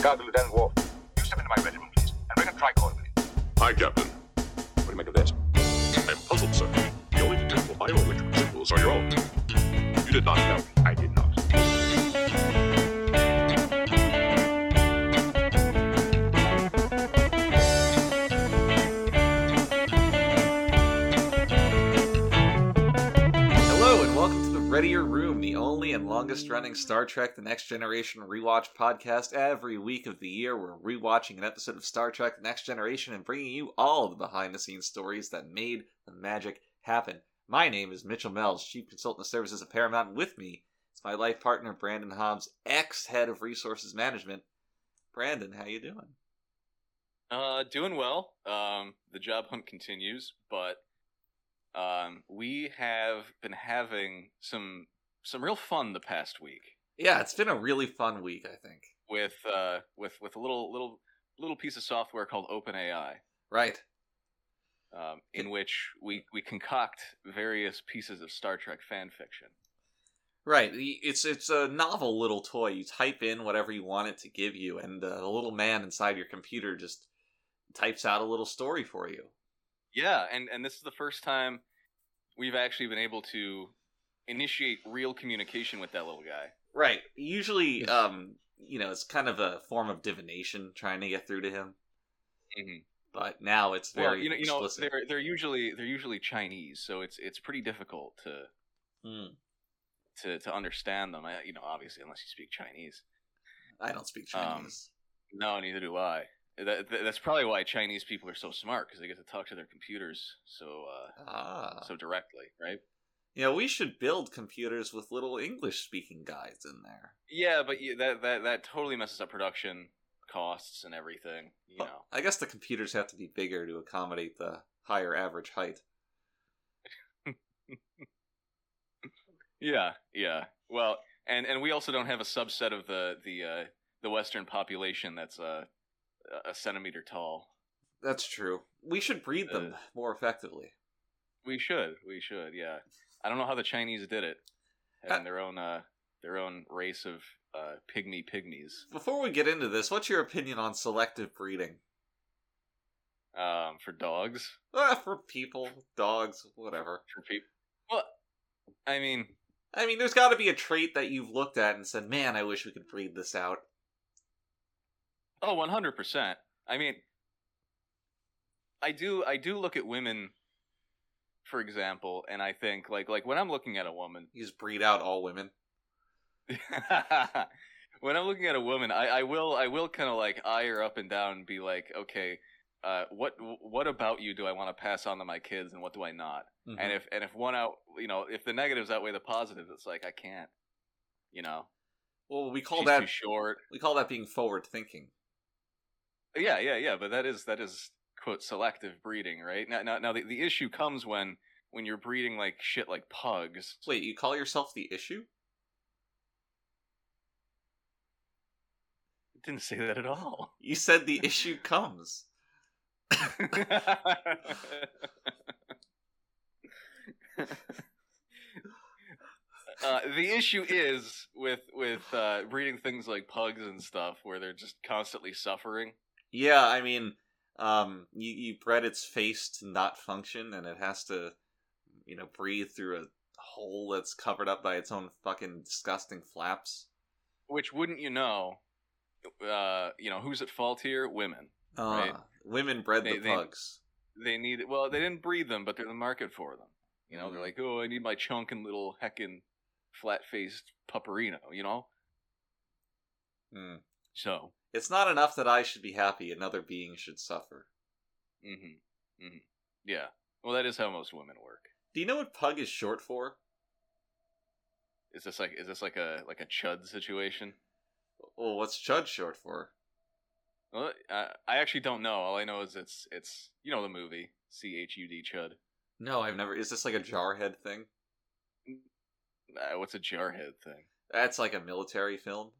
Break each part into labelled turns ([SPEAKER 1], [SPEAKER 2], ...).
[SPEAKER 1] Cargo Lieutenant Ward. You step into my bedroom, please, and bring a tricorder with you.
[SPEAKER 2] Hi, Captain.
[SPEAKER 1] What do you make of this?
[SPEAKER 2] I'm puzzled, sir. The only detectable bioelectric signals are your own. You did not count.
[SPEAKER 1] I did not.
[SPEAKER 3] Hello, and welcome to the Readier Room, the only and longest running Star Trek The Next Generation rewatch podcast every week of the year. We're rewatching an episode of Star Trek The Next Generation and bringing you all of the behind the scenes stories that made the magic happen. My name is Mitchell Mells, Chief Consultant Services at Paramount, and with me is my life partner, Brandon Hobbs, ex head of resources management. Brandon, how you doing?
[SPEAKER 4] Uh, doing well. Um, the job hunt continues, but um, we have been having some some real fun the past week
[SPEAKER 3] Yeah, it's been a really fun week, I think.
[SPEAKER 4] with uh with with a little little little piece of software called OpenAI,
[SPEAKER 3] Right.
[SPEAKER 4] um, in which we we concoct various pieces of Star Trek fan fiction.
[SPEAKER 3] Right. It's it's a novel little toy. You type in whatever you want it to give you, and uh, the little man inside your computer just types out a little story for you.
[SPEAKER 4] Yeah, and and this is the first time we've actually been able to initiate real communication with that little guy.
[SPEAKER 3] Right. Usually, um, you know, it's kind of a form of divination trying to get through to him,
[SPEAKER 4] Mm-hmm.
[SPEAKER 3] but now it's very
[SPEAKER 4] Well, you know, you know,
[SPEAKER 3] explicit.
[SPEAKER 4] they're they're usually they're usually Chinese, so it's it's pretty difficult to
[SPEAKER 3] Hmm.
[SPEAKER 4] to, to understand them. I, you know, obviously, unless you speak Chinese.
[SPEAKER 3] I don't speak
[SPEAKER 4] Um,
[SPEAKER 3] Chinese.
[SPEAKER 4] No, neither do I. That, that- that's probably why Chinese people are so smart because they get to talk to their computers so uh,
[SPEAKER 3] ah.
[SPEAKER 4] so directly, right?
[SPEAKER 3] you know, we should build computers with little English speaking guys in there.
[SPEAKER 4] Yeah, but you, that that that totally messes up production costs and everything. You
[SPEAKER 3] But
[SPEAKER 4] know,
[SPEAKER 3] I guess the computers have to be bigger to accommodate the higher average height.
[SPEAKER 4] yeah, yeah. Well, and and we also don't have a subset of the the uh, the Western population that's uh, a centimeter tall.
[SPEAKER 3] That's true. We should breed them more effectively.
[SPEAKER 4] We should. We should. Yeah. I don't know how the Chinese did it, having their own uh, their own race of uh, pygmy pygmies.
[SPEAKER 3] Before we get into this, what's your opinion on selective breeding?
[SPEAKER 4] Um, for dogs,
[SPEAKER 3] Ah, for people, dogs, whatever.
[SPEAKER 4] for people. Well, I mean,
[SPEAKER 3] I mean, there's got to be a trait that you've looked at and said, "Man, I wish we could breed this out."
[SPEAKER 4] oh, one hundred percent. I mean, I do. I do look at women, for example, and I think like like when I'm looking at a woman,
[SPEAKER 3] You just breed out all women.
[SPEAKER 4] when I'm looking at a woman, I, I will I will kind of like eye her up and down and be like, okay, uh, what what about you do I want to pass on to my kids and what do I not?
[SPEAKER 3] Mm-hmm.
[SPEAKER 4] And if and if one out, you know, if the negatives outweigh the positives, it's like I can't, you know,
[SPEAKER 3] well, we call
[SPEAKER 4] she's
[SPEAKER 3] that
[SPEAKER 4] too short.
[SPEAKER 3] we call that being forward thinking.
[SPEAKER 4] Yeah, yeah, yeah. But that is that is quote selective breeding, right? Now now now the, the issue comes when when you're breeding like shit like pugs.
[SPEAKER 3] Wait, you call yourself the issue?
[SPEAKER 4] didn't say that at all.
[SPEAKER 3] You said the issue comes.
[SPEAKER 4] Uh, the issue is with with uh, breeding things like pugs and stuff, where they're just constantly suffering.
[SPEAKER 3] Yeah, I mean, um, you you bred its face to not function, and it has to, you know, breathe through a hole that's covered up by its own fucking disgusting flaps.
[SPEAKER 4] Which wouldn't you know? Uh, you know who's at fault here? Women.
[SPEAKER 3] Uh,
[SPEAKER 4] Right.
[SPEAKER 3] Women bred
[SPEAKER 4] Ah. They-
[SPEAKER 3] the
[SPEAKER 4] they-
[SPEAKER 3] pugs.
[SPEAKER 4] They need well, they didn't breed them, but they're the market for them. You know, they're like, oh, I need my chunkin' little heckin' flat faced pupperino. You know,
[SPEAKER 3] Hmm.
[SPEAKER 4] so
[SPEAKER 3] It's not enough that I should be happy; another being should suffer.
[SPEAKER 4] mm-hmm, mm-hmm. yeah. Well, that is how most women work.
[SPEAKER 3] Do you know what pug is short for?
[SPEAKER 4] Is this like is this like a like a chud situation?
[SPEAKER 3] Well, what's chud short for?
[SPEAKER 4] Well, I, I actually don't know. All I know is it's it's you know the movie C H U D Chud.
[SPEAKER 3] No, I've never. Is this like a jarhead thing?
[SPEAKER 4] Uh, what's a jarhead thing?
[SPEAKER 3] That's like a military film.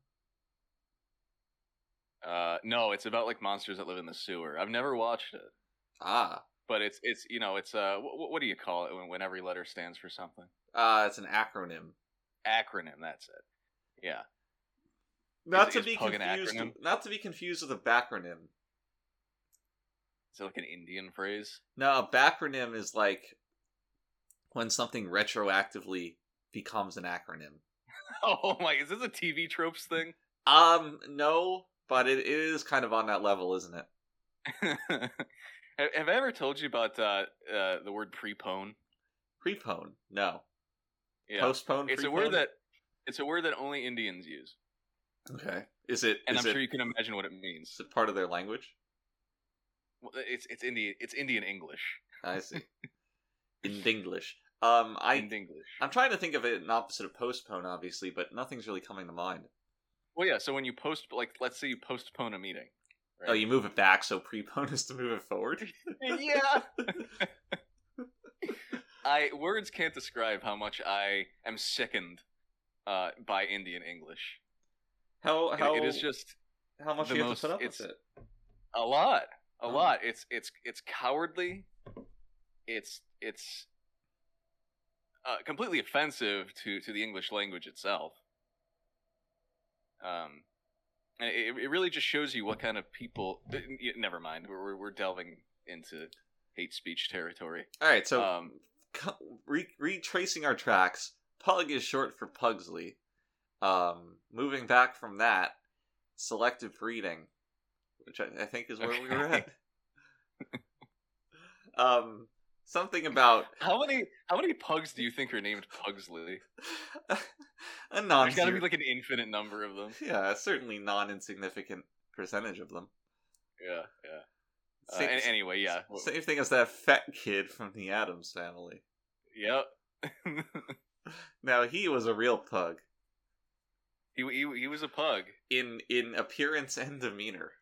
[SPEAKER 4] Uh, no, it's about like monsters that live in the sewer. I've never watched it,
[SPEAKER 3] Ah,
[SPEAKER 4] but it's it's you know it's uh what, what do you call it when, when every letter stands for
[SPEAKER 3] Ah,
[SPEAKER 4] something?
[SPEAKER 3] uh, it's an acronym.
[SPEAKER 4] Acronym. That's it. Yeah.
[SPEAKER 3] Not
[SPEAKER 4] Is-
[SPEAKER 3] to
[SPEAKER 4] is
[SPEAKER 3] be
[SPEAKER 4] Pug an
[SPEAKER 3] confused.
[SPEAKER 4] acronym?
[SPEAKER 3] Not to be confused with a backronym.
[SPEAKER 4] Is it like an Indian phrase?
[SPEAKER 3] No, a backronym is like when something retroactively becomes an acronym.
[SPEAKER 4] Oh my! Is this a TV tropes thing?
[SPEAKER 3] Um, no, but it, it is kind of on that level, isn't it?
[SPEAKER 4] have, have I ever told you about uh, uh, the word prepone?
[SPEAKER 3] Prepone. No.
[SPEAKER 4] Yeah,
[SPEAKER 3] Postpone.
[SPEAKER 4] it's a
[SPEAKER 3] prepone?
[SPEAKER 4] word that it's a word that only Indians use,
[SPEAKER 3] Okay. Is it?
[SPEAKER 4] and
[SPEAKER 3] is
[SPEAKER 4] I'm
[SPEAKER 3] it,
[SPEAKER 4] sure you can imagine what it means.
[SPEAKER 3] is it part of their language?
[SPEAKER 4] Well, It's it's Indian it's Indian English.
[SPEAKER 3] I see. In English. Um, I
[SPEAKER 4] Ind English.
[SPEAKER 3] I'm trying to think of it an opposite of postpone, obviously, but nothing's really coming to mind.
[SPEAKER 4] Well, yeah. So when you post, like, let's say you postpone a meeting.
[SPEAKER 3] Oh, you move it back, so prepone is to move it forward.
[SPEAKER 4] yeah. I words can't describe how much I am sickened uh, by Indian English.
[SPEAKER 3] How
[SPEAKER 4] It-
[SPEAKER 3] how
[SPEAKER 4] it is just
[SPEAKER 3] how much
[SPEAKER 4] the
[SPEAKER 3] do you
[SPEAKER 4] most-
[SPEAKER 3] have to put up
[SPEAKER 4] it's-
[SPEAKER 3] with it?
[SPEAKER 4] a lot, a
[SPEAKER 3] Oh.
[SPEAKER 4] lot. It's it's it's cowardly. It's it's uh, completely offensive to to the English language itself. Um, and it, it really just shows you what kind of people. uh, n- n- Never mind. We're we're- we're delving into hate speech territory.
[SPEAKER 3] All right, so
[SPEAKER 4] um,
[SPEAKER 3] co- re- retracing our tracks, pug is short for pugsley. Um, moving back from that, selective breeding, which I, I think is where we were at.
[SPEAKER 4] Okay.
[SPEAKER 3] um, something about
[SPEAKER 4] How many how many pugs do you think are named Pugsley?
[SPEAKER 3] a non.
[SPEAKER 4] There's got to be like an infinite number of them.
[SPEAKER 3] yeah, certainly non insignificant percentage of them.
[SPEAKER 4] Yeah, yeah. Uh,
[SPEAKER 3] Same-
[SPEAKER 4] an- anyway, yeah,
[SPEAKER 3] Same thing as that fat kid from the Adams family.
[SPEAKER 4] yep.
[SPEAKER 3] Now he was a real pug
[SPEAKER 4] he, he he was a pug.
[SPEAKER 3] in in appearance and demeanor.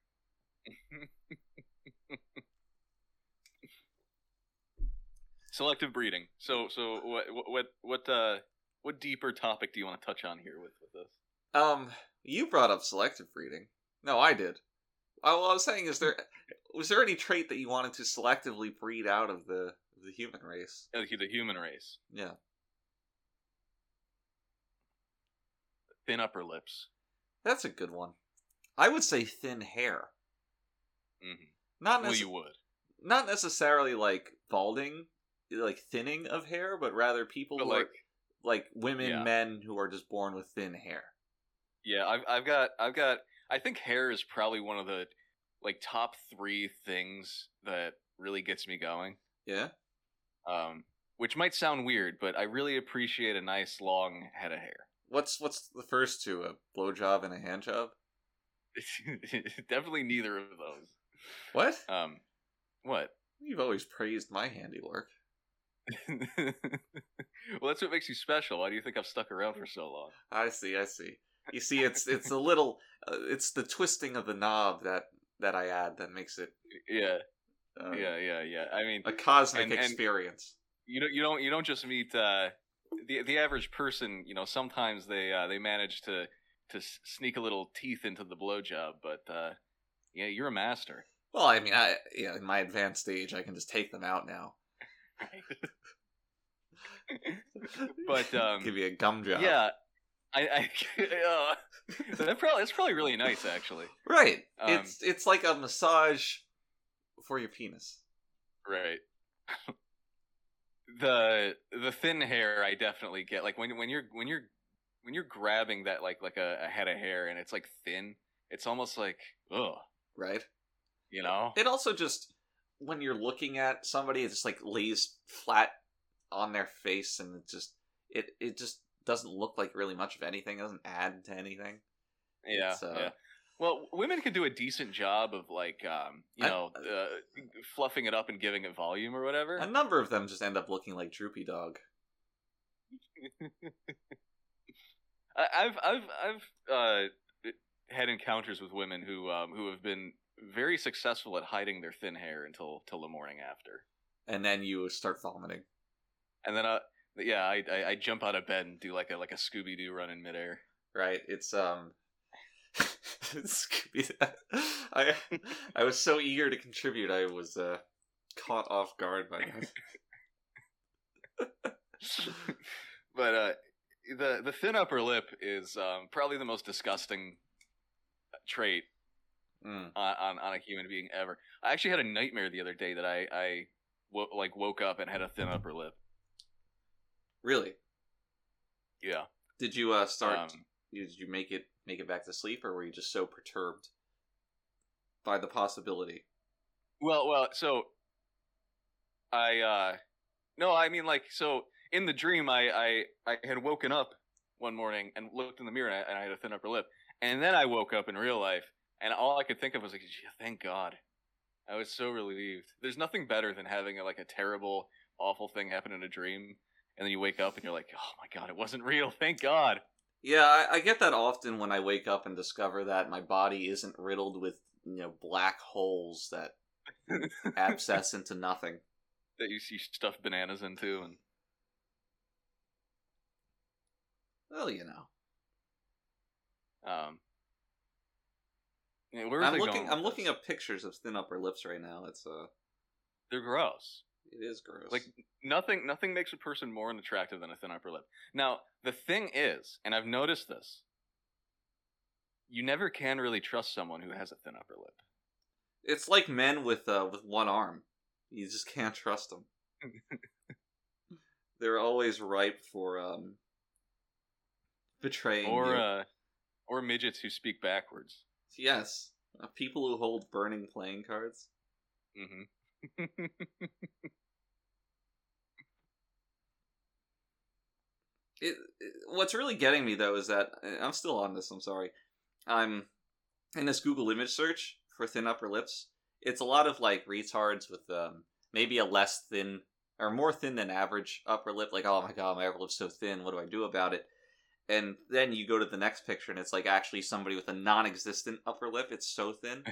[SPEAKER 4] Selective breeding. So so what what what uh what deeper topic do you want to touch on here with with this?
[SPEAKER 3] Um, you brought up selective breeding. No, I did. Uh, Well, I was saying, is there was there any trait that you wanted to selectively breed out of the the human race?
[SPEAKER 4] Uh, The human race,
[SPEAKER 3] Yeah,
[SPEAKER 4] thin upper lips.
[SPEAKER 3] that's a good one. I would say thin hair.
[SPEAKER 4] Mm-hmm.
[SPEAKER 3] Not
[SPEAKER 4] Well,
[SPEAKER 3] nece-
[SPEAKER 4] you would,
[SPEAKER 3] not necessarily like balding, like thinning of hair, but rather people
[SPEAKER 4] but
[SPEAKER 3] who are-
[SPEAKER 4] like
[SPEAKER 3] like women,
[SPEAKER 4] Yeah.
[SPEAKER 3] men who are just born with thin hair.
[SPEAKER 4] Yeah, I've I've got I've got I think hair is probably one of the like top three things that really gets me going.
[SPEAKER 3] Yeah.
[SPEAKER 4] Um, which might sound weird, but I really appreciate a nice long head of hair.
[SPEAKER 3] What's what's the first two? A blowjob and a hand job?
[SPEAKER 4] Definitely neither of those.
[SPEAKER 3] What?
[SPEAKER 4] Um, what?
[SPEAKER 3] You've always praised my handiwork.
[SPEAKER 4] well, that's what makes you special. Why do you think I've stuck around for so long?
[SPEAKER 3] I see. I see. You see, it's it's a little, uh, it's the twisting of the knob that that I add that makes it
[SPEAKER 4] Yeah,
[SPEAKER 3] uh,
[SPEAKER 4] yeah, yeah, yeah. I mean,
[SPEAKER 3] a cosmic
[SPEAKER 4] And- and-
[SPEAKER 3] experience.
[SPEAKER 4] you don't you don't you don't just meet uh, the the average person. You know, sometimes they uh, they manage to to s- sneak a little teeth into the blowjob, but uh, yeah, you're a master.
[SPEAKER 3] Well, I mean, I yeah, in my advanced age, I can just take them out now.
[SPEAKER 4] But, um,
[SPEAKER 3] give you a gum job.
[SPEAKER 4] Yeah, I, I uh, that probably that's probably really nice actually.
[SPEAKER 3] right.
[SPEAKER 4] Um,
[SPEAKER 3] it's it's like a massage for your penis.
[SPEAKER 4] Right. the the thin hair I definitely get like when when you're when you're when you're grabbing that like like a, a head of hair and it's like thin, it's almost like ugh,
[SPEAKER 3] Right.
[SPEAKER 4] you know.
[SPEAKER 3] It also just when you're looking at somebody, it just like lays flat on their face, and it just it it just doesn't look like really much of anything. It doesn't add to anything.
[SPEAKER 4] Yeah,
[SPEAKER 3] it's, uh,
[SPEAKER 4] yeah. Well, women can do a decent job of like um, you
[SPEAKER 3] I-
[SPEAKER 4] know, uh, fluffing it up and giving it volume or whatever.
[SPEAKER 3] A number of them just end up looking like Droopy Dog.
[SPEAKER 4] I, I've I've I've uh, had encounters with women who um, who have been very successful at hiding their thin hair until till the morning after.
[SPEAKER 3] And then you start vomiting.
[SPEAKER 4] and then uh yeah I, I i jump out of bed and do like a like a scooby-doo run in midair
[SPEAKER 3] Right? It's um. it's Scooby. I I was so eager to contribute, I was uh, caught off guard by that.
[SPEAKER 4] but uh the the thin upper lip is um probably the most disgusting trait
[SPEAKER 3] Mm.
[SPEAKER 4] on, on, on a human being ever. I actually had a nightmare the other day that I I wo- like woke up and had a thin upper lip.
[SPEAKER 3] Really?
[SPEAKER 4] Yeah.
[SPEAKER 3] Did you uh, start?
[SPEAKER 4] Um,
[SPEAKER 3] did you make it make it back to sleep, or were you just so perturbed by the possibility?
[SPEAKER 4] Well, well, so I uh no, I mean like so in the dream I I I had woken up one morning and looked in the mirror and I, and I had a thin upper lip. And then I woke up in real life and all I could think of was like "Gee, thank God. I was so relieved. There's nothing better than having like a terrible awful thing happen in a dream and then you wake up and you're like, "Oh my god, it wasn't real. Thank God."
[SPEAKER 3] Yeah, I, I get that often when I wake up and discover that my body isn't riddled with you know black holes that abscess into nothing.
[SPEAKER 4] That you see stuffed bananas into and
[SPEAKER 3] Well, you know,
[SPEAKER 4] um yeah, where was
[SPEAKER 3] I'm
[SPEAKER 4] I
[SPEAKER 3] looking.
[SPEAKER 4] going
[SPEAKER 3] I'm
[SPEAKER 4] with
[SPEAKER 3] looking
[SPEAKER 4] this?
[SPEAKER 3] at pictures of thin upper lips right now. It's uh,
[SPEAKER 4] They're gross.
[SPEAKER 3] it is gross.
[SPEAKER 4] Like nothing nothing makes a person more unattractive than a thin upper lip. Now, the thing is, and I've noticed this, you never can really trust someone who has a thin upper lip.
[SPEAKER 3] it's like men with uh with one arm. You just can't trust them. They're always ripe for um betraying
[SPEAKER 4] Or
[SPEAKER 3] you.
[SPEAKER 4] uh or midgets who speak backwards.
[SPEAKER 3] Yes, uh, people who hold burning playing cards.
[SPEAKER 4] hmm
[SPEAKER 3] It, it, what's really getting me though is that uh, I'm still on this. I'm sorry. I'm in this Google image search for thin upper lips. It's a lot of like retards with um, maybe a less thin or more thin than average upper lip. Like, oh my god, my upper lip's so thin. What do I do about it? And then you go to the next picture, and it's like actually somebody with a non-existent upper lip. It's so thin.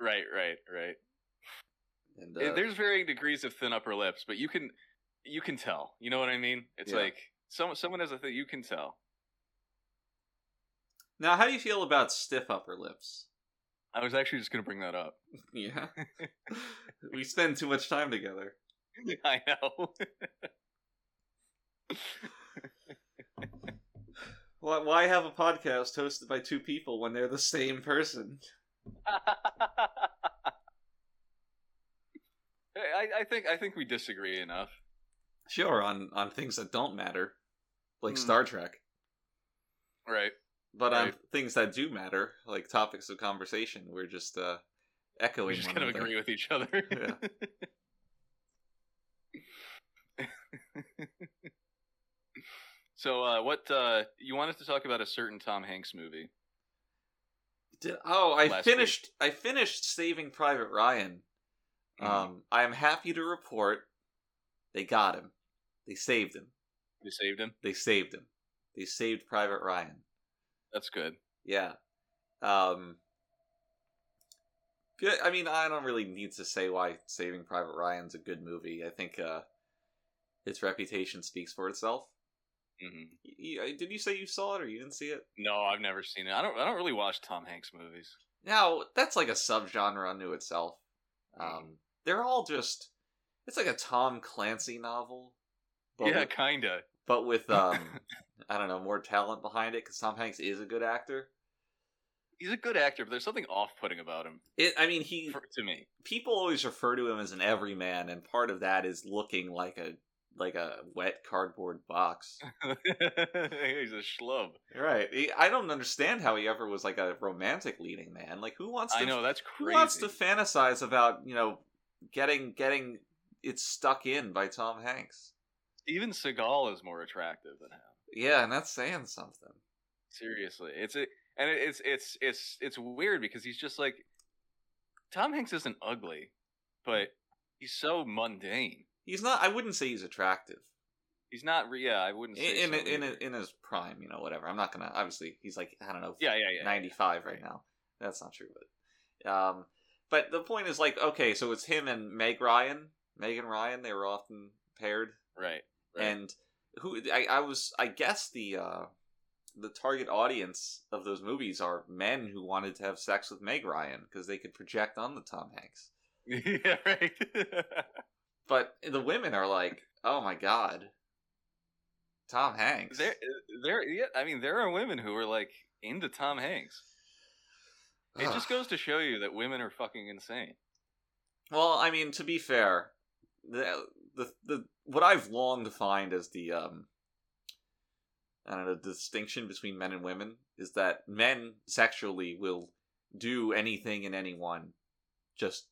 [SPEAKER 4] Right, right, right.
[SPEAKER 3] And uh,
[SPEAKER 4] Eh, There's varying degrees of thin upper lips, but you can you can tell. You know what I mean? It's
[SPEAKER 3] Yeah.
[SPEAKER 4] like some someone has a thing you can tell.
[SPEAKER 3] now, how do you feel about stiff upper lips?
[SPEAKER 4] I was actually just gonna bring that up.
[SPEAKER 3] Yeah, we spend too much time together.
[SPEAKER 4] I know.
[SPEAKER 3] Why, why have a podcast hosted by two people when they're the same person?
[SPEAKER 4] I, I think I think we disagree enough.
[SPEAKER 3] Sure, on on things that don't matter, like
[SPEAKER 4] Hmm.
[SPEAKER 3] Star Trek,
[SPEAKER 4] Right.
[SPEAKER 3] but on
[SPEAKER 4] Right.
[SPEAKER 3] things that do matter, like topics of conversation, we're just uh, echoing.
[SPEAKER 4] We just
[SPEAKER 3] one
[SPEAKER 4] kind of
[SPEAKER 3] another.
[SPEAKER 4] agree with each other.
[SPEAKER 3] Yeah.
[SPEAKER 4] so uh, what uh, you wanted to talk about a certain Tom Hanks movie.
[SPEAKER 3] Did- oh, I
[SPEAKER 4] Last
[SPEAKER 3] finished. I finished Saving Private Ryan.
[SPEAKER 4] Mm-hmm.
[SPEAKER 3] Um, I am happy to report they got him. They saved him.
[SPEAKER 4] You saved him.
[SPEAKER 3] They saved him. They saved Private Ryan.
[SPEAKER 4] That's good.
[SPEAKER 3] Yeah. Um good I mean I don't really need to say why Saving Private Ryan's a good movie. I think uh its reputation speaks for itself.
[SPEAKER 4] hmm
[SPEAKER 3] Y- y- Did you say you saw it or you didn't see it?
[SPEAKER 4] No, I've never seen it. I don't. I don't really watch Tom Hanks movies.
[SPEAKER 3] Now, that's like a subgenre unto itself. Um they're all just it's like a Tom Clancy novel. But
[SPEAKER 4] yeah,
[SPEAKER 3] with,
[SPEAKER 4] kinda.
[SPEAKER 3] but with um I don't know, more talent behind it cuz Tom Hanks is a good actor.
[SPEAKER 4] He's a good actor, but there's something off-putting about him
[SPEAKER 3] It I mean he
[SPEAKER 4] for, to me.
[SPEAKER 3] people always refer to him as an everyman, and part of that is looking like a like a wet cardboard box.
[SPEAKER 4] He's a schlub.
[SPEAKER 3] right. He- I don't understand how he ever was like a romantic leading man. Like who wants to
[SPEAKER 4] I know that's
[SPEAKER 3] who
[SPEAKER 4] crazy.
[SPEAKER 3] wants to fantasize about, you know, getting getting it stuck in by Tom Hanks.
[SPEAKER 4] Even Seagal is more attractive than him.
[SPEAKER 3] Yeah, and that's saying something.
[SPEAKER 4] Seriously, it's a and it, it's it's it's it's weird because he's just like Tom Hanks isn't ugly, but he's so mundane.
[SPEAKER 3] He's not I wouldn't say he's attractive.
[SPEAKER 4] He's not. re- Yeah, I wouldn't say
[SPEAKER 3] In in,
[SPEAKER 4] so
[SPEAKER 3] in,
[SPEAKER 4] either.
[SPEAKER 3] in his prime, you know, whatever. I'm not going to obviously he's like I don't know
[SPEAKER 4] yeah, yeah, yeah.
[SPEAKER 3] 95 right
[SPEAKER 4] Right.
[SPEAKER 3] now. That's not true, but um, but the point is like okay, so it's him and Meg Ryan, Megan Ryan. They were often paired,
[SPEAKER 4] Right. Right.
[SPEAKER 3] and who I, I was I guess the uh, the target audience of those movies are men who wanted to have sex with Meg Ryan because they could project on the Tom Hanks.
[SPEAKER 4] yeah. Right.
[SPEAKER 3] But the women are like, oh my god, Tom Hanks.
[SPEAKER 4] there, there. Yeah. I mean, there are women who are like into Tom Hanks. It
[SPEAKER 3] Ugh.
[SPEAKER 4] just goes to show you that women are fucking insane.
[SPEAKER 3] Well, I mean, to be fair, the the, the what I've long defined as the um, I don't know, distinction between men and women is that men sexually will do anything and anyone, just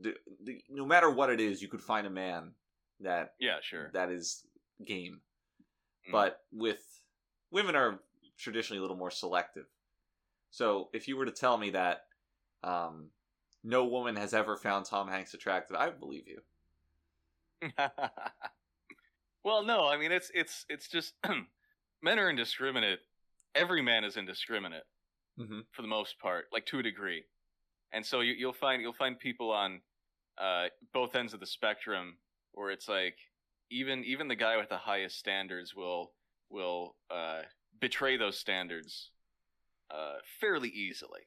[SPEAKER 3] the, the, no matter what it is, you could find a man that
[SPEAKER 4] Yeah, sure.
[SPEAKER 3] that is game.
[SPEAKER 4] Mm.
[SPEAKER 3] But with women are traditionally a little more selective. So if you were to tell me that um, no woman has ever found Tom Hanks attractive, I would believe you.
[SPEAKER 4] well, no, I mean it's it's it's just men are indiscriminate. Every man is indiscriminate
[SPEAKER 3] Mhm.
[SPEAKER 4] for the most part, like to a degree. And so you, you'll find you'll find people on uh, both ends of the spectrum where it's like even even the guy with the highest standards will will uh, betray those standards uh, fairly easily.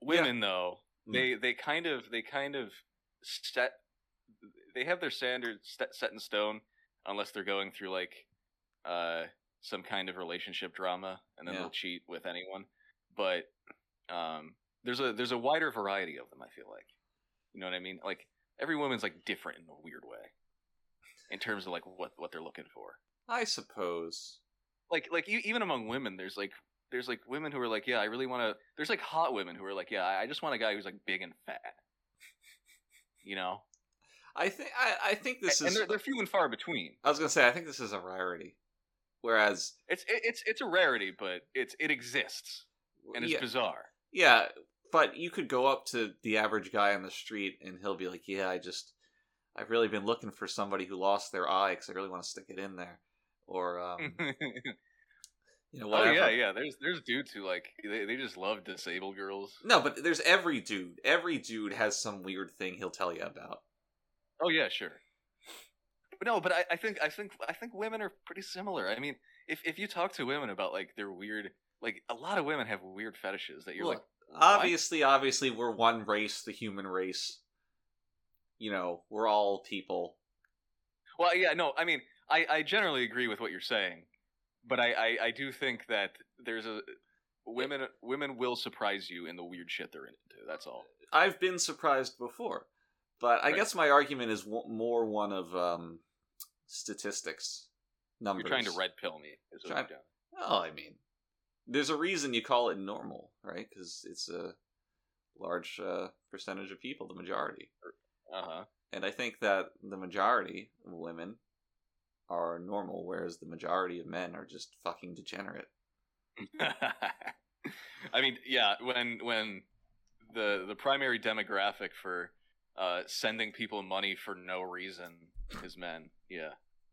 [SPEAKER 4] Women though,
[SPEAKER 3] Mm.
[SPEAKER 4] they they kind of they kind of set they have their standards set, set in stone unless they're going through like uh some kind of relationship drama and then
[SPEAKER 3] Yeah.
[SPEAKER 4] they'll cheat with anyone but um there's a there's a wider variety of them i feel like you know what i mean like every woman's like different in a weird way in terms of like what what they're looking for
[SPEAKER 3] I suppose.
[SPEAKER 4] like like e- even among women there's like there's like women who are like yeah i really want to there's like hot women who are like yeah I, I just want a guy who's like big and fat you know
[SPEAKER 3] I think I, I think this
[SPEAKER 4] and,
[SPEAKER 3] is.
[SPEAKER 4] they're, they're few and far between
[SPEAKER 3] I was gonna say I think this is a rarity, whereas
[SPEAKER 4] It's it, it's it's a rarity, but it's it exists and it's
[SPEAKER 3] yeah,
[SPEAKER 4] bizarre.
[SPEAKER 3] yeah, but you could go up to the average guy on the street and he'll be like, "Yeah, I just, I've really been looking for somebody who lost their eye because I really want to stick it in there," or um, you know
[SPEAKER 4] oh
[SPEAKER 3] whatever.
[SPEAKER 4] yeah, yeah. There's there's dudes who like they, they just love disabled girls.
[SPEAKER 3] No, but there's every dude. Every dude has some weird thing he'll tell you about.
[SPEAKER 4] Oh yeah, sure. But no, but I, I think I think I think women are pretty similar. I mean, if if you talk to women about like their weird like a lot of women have weird fetishes that you're
[SPEAKER 3] Look,
[SPEAKER 4] like
[SPEAKER 3] Obviously, obviously, we're one race, the human race. You know, we're all people.
[SPEAKER 4] Well, yeah, no, I mean, I, I generally agree with what you're saying, but I, I, I do think that there's a women women will surprise you in the weird shit they're into. That's all.
[SPEAKER 3] I've been surprised before, but I
[SPEAKER 4] Right.
[SPEAKER 3] guess my argument is w- more one of um, statistics, numbers.
[SPEAKER 4] You're trying to red pill me. Is what
[SPEAKER 3] Try-
[SPEAKER 4] you're doing.
[SPEAKER 3] Oh, I mean, there's a reason you call it normal, right? Because it's a large uh, percentage of people, the majority.
[SPEAKER 4] Uh huh.
[SPEAKER 3] And I think that the majority of women are normal, whereas the majority of men are just fucking degenerate.
[SPEAKER 4] Uh-huh. I mean, yeah, when when the the primary demographic for uh, sending people money for no reason is men. Yeah,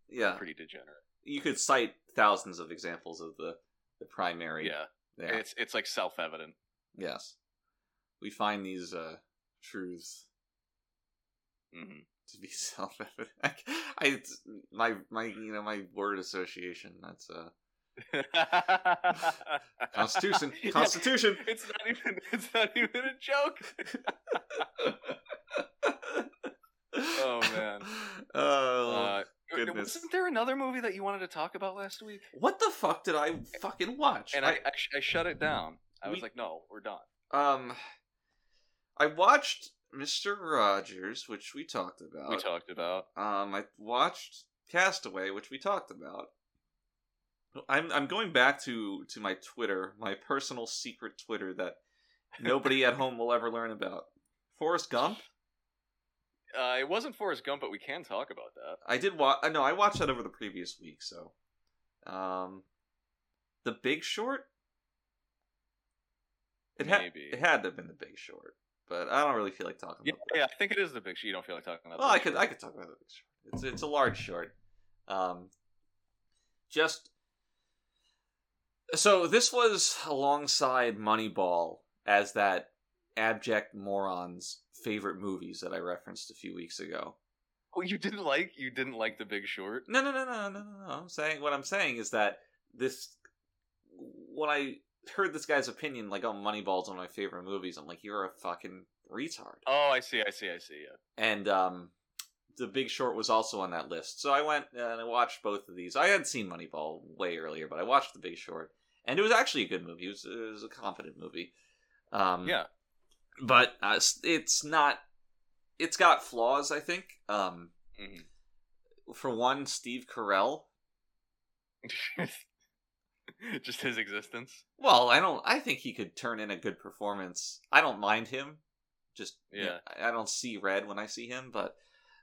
[SPEAKER 3] Yeah.
[SPEAKER 4] pretty degenerate.
[SPEAKER 3] You could cite thousands of examples of the, the primary.
[SPEAKER 4] Yeah,
[SPEAKER 3] Yeah.
[SPEAKER 4] it's it's like self evident.
[SPEAKER 3] Yes. We find these uh, truths
[SPEAKER 4] hmm
[SPEAKER 3] to be self-evident. I, it's- my my you know my word association. That's uh Constitution.
[SPEAKER 4] Yeah.
[SPEAKER 3] Constitution.
[SPEAKER 4] It's not even. It's not even a joke. Oh, man.
[SPEAKER 3] Oh
[SPEAKER 4] Uh,
[SPEAKER 3] goodness.
[SPEAKER 4] Wasn't there another movie that you wanted to talk about last week?
[SPEAKER 3] What the fuck did I fucking watch?
[SPEAKER 4] And I, I, sh- I shut it down. I was
[SPEAKER 3] We-
[SPEAKER 4] like, no, we're done.
[SPEAKER 3] um I watched Mr. Rogers, which we talked about.
[SPEAKER 4] We talked about.
[SPEAKER 3] Um, I watched Castaway, which we talked about. I'm I'm going back to to my Twitter, my personal secret Twitter that nobody at home will ever learn about. Forrest Gump.
[SPEAKER 4] Uh, it wasn't Forrest Gump, but we can talk about that.
[SPEAKER 3] I did watch. No, I watched that over the previous week. So, um, The Big Short. It had
[SPEAKER 4] Maybe.
[SPEAKER 3] it had to have been The Big Short, but I don't really feel like talking
[SPEAKER 4] Yeah,
[SPEAKER 3] about.
[SPEAKER 4] yeah, I think it is the big shit. You don't feel like talking about.
[SPEAKER 3] Well,
[SPEAKER 4] that.
[SPEAKER 3] I could I could talk about it. It's it's a large short. Um, just so this was alongside Moneyball as that abject moron's favorite movies that I referenced a few weeks ago.
[SPEAKER 4] Oh, you didn't like. You didn't like the Big Short.
[SPEAKER 3] No, no, no, no, no, no, no. I'm saying what I'm saying is that this when I heard this guy's opinion, like, "Oh, Moneyball's one of my favorite movies," I'm like, "You're a fucking retard."
[SPEAKER 4] Oh, I see. I see. I see. Yeah.
[SPEAKER 3] and um, The Big Short was also on that list. So I went and I watched both of these. I had seen Moneyball way earlier, but I watched The Big Short, and it was actually a good movie. It was, it was a competent movie. Um,
[SPEAKER 4] Yeah.
[SPEAKER 3] but uh, s- it's not. It's got flaws, I think. Um,
[SPEAKER 4] Mhm.
[SPEAKER 3] for one, Steve Carell.
[SPEAKER 4] Just his existence.
[SPEAKER 3] Well, I don't. I think he could turn in a good performance. I don't mind him. Just
[SPEAKER 4] Yeah.
[SPEAKER 3] I- I don't see red when I see him, but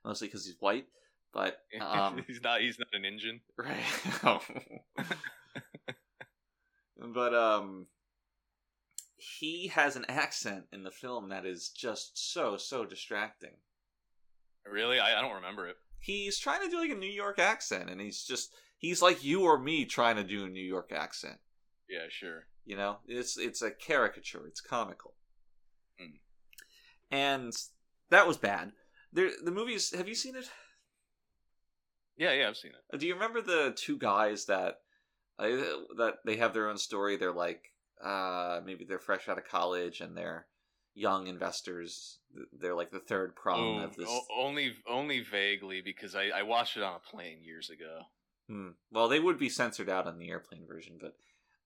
[SPEAKER 3] mostly because he's white. But um,
[SPEAKER 4] he's not. He's not an engine.
[SPEAKER 3] Right. Oh. but um he has an accent in the film that is just so so distracting.
[SPEAKER 4] Really, I, I don't remember it.
[SPEAKER 3] He's trying to do like a New York accent and he's just he's like you or me trying to do a New York accent,
[SPEAKER 4] Yeah, sure.
[SPEAKER 3] you know? It's it's a caricature, it's comical.
[SPEAKER 4] Mm.
[SPEAKER 3] And that was bad. There the movies, have you seen it? Uh,
[SPEAKER 4] Yeah, yeah, I've seen it.
[SPEAKER 3] Do you remember the two guys that uh, that they have their own story? They're like uh, maybe they're fresh out of college and they're young investors. They're like the third prong
[SPEAKER 4] Oh,
[SPEAKER 3] of this.
[SPEAKER 4] o- only, only vaguely because I, I watched it on a plane years ago.
[SPEAKER 3] Hmm. Well, they would be censored out on the airplane version, but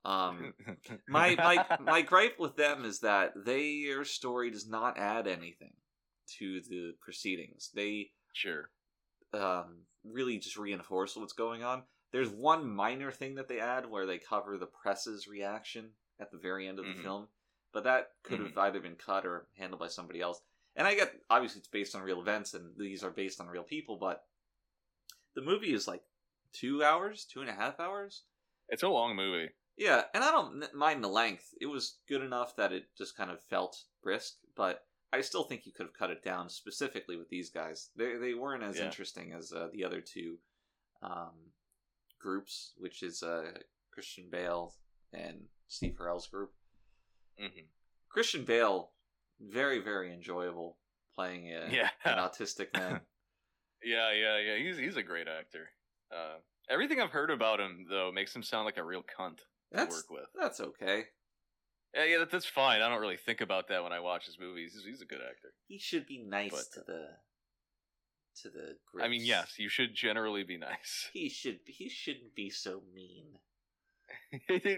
[SPEAKER 3] um, my my my gripe with them is that their story does not add anything to the proceedings. They
[SPEAKER 4] sure.
[SPEAKER 3] um, really just reinforce what's going on. There's one minor thing that they add where they cover the press's reaction at the very end of the
[SPEAKER 4] Mhm.
[SPEAKER 3] film, but that could have either been cut or handled by somebody else. And I get obviously it's based on real events and these are based on real people, but the movie is like two hours, two and a half hours.
[SPEAKER 4] It's a long movie.
[SPEAKER 3] Yeah, and I don't n- mind the length. It was good enough that it just kind of felt brisk, but I still think you could have cut it down specifically with these guys. They they weren't as
[SPEAKER 4] Yeah.
[SPEAKER 3] interesting as uh, the other two um, groups, which is uh, Christian Bale and Steve Carell's group.
[SPEAKER 4] hmm
[SPEAKER 3] Christian Bale, very very enjoyable playing a,
[SPEAKER 4] Yeah.
[SPEAKER 3] an autistic man.
[SPEAKER 4] Yeah, yeah, yeah. He's he's a great actor. Uh, everything I've heard about him though makes him sound like a real cunt to
[SPEAKER 3] That's
[SPEAKER 4] work with.
[SPEAKER 3] that's okay.
[SPEAKER 4] Yeah, yeah, that, that's fine. I don't really think about that when I watch his movies. He's, he's a good actor.
[SPEAKER 3] He should be nice
[SPEAKER 4] But- uh,
[SPEAKER 3] to the to the group.
[SPEAKER 4] I mean, yes, you should generally be nice.
[SPEAKER 3] He should he shouldn't be so mean.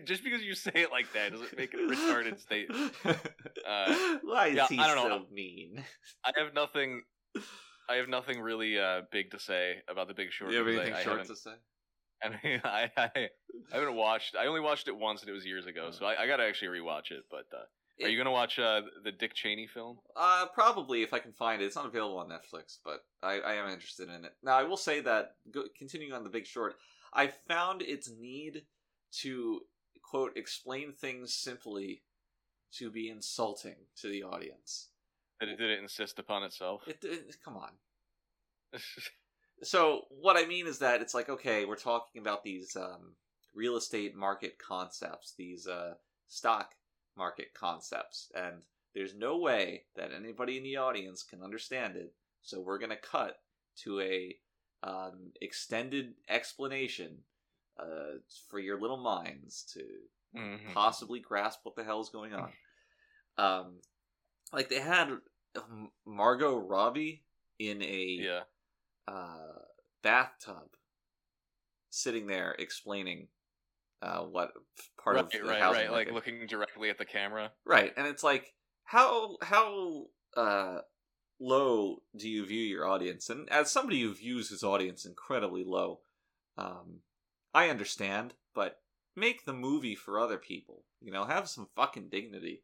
[SPEAKER 4] Just because you say it like that doesn't make it a retarded state. Uh,
[SPEAKER 3] Why is
[SPEAKER 4] yeah,
[SPEAKER 3] he
[SPEAKER 4] I don't
[SPEAKER 3] so
[SPEAKER 4] know.
[SPEAKER 3] mean?
[SPEAKER 4] I have nothing. I have nothing really uh, big to say about the Big Short. because I, I haven't-
[SPEAKER 3] say?
[SPEAKER 4] I mean, I, I, I haven't watched. I only watched it once, and it was years ago.
[SPEAKER 3] Uh-huh.
[SPEAKER 4] So I, I gotta actually rewatch it. But uh, are you gonna watch uh, the Dick Cheney film?
[SPEAKER 3] Uh, probably if I can find it. It's not available on Netflix, but I, I am interested in it. Now I will say that go, continuing on the Big Short, I found its need to quote explain things simply to be insulting to the audience.
[SPEAKER 4] That it did it insist upon itself?
[SPEAKER 3] It, it come on. so what i mean is that it's like okay we're talking about these um, real estate market concepts these uh, stock market concepts and there's no way that anybody in the audience can understand it so we're going to cut to a um, extended explanation uh, for your little minds to
[SPEAKER 4] Mhm.
[SPEAKER 3] possibly grasp what the hell is going on. Um, like they had um, Margot Robbie in a
[SPEAKER 4] Yeah.
[SPEAKER 3] uh, bathtub, sitting there explaining uh, what part
[SPEAKER 4] right,
[SPEAKER 3] of the
[SPEAKER 4] right,
[SPEAKER 3] housing
[SPEAKER 4] right. Like
[SPEAKER 3] market-
[SPEAKER 4] looking directly at the camera.
[SPEAKER 3] right, and it's like how how uh, low do you view your audience? And as somebody who views his audience incredibly low, um, I understand, but make the movie for other people. You know, have some fucking dignity.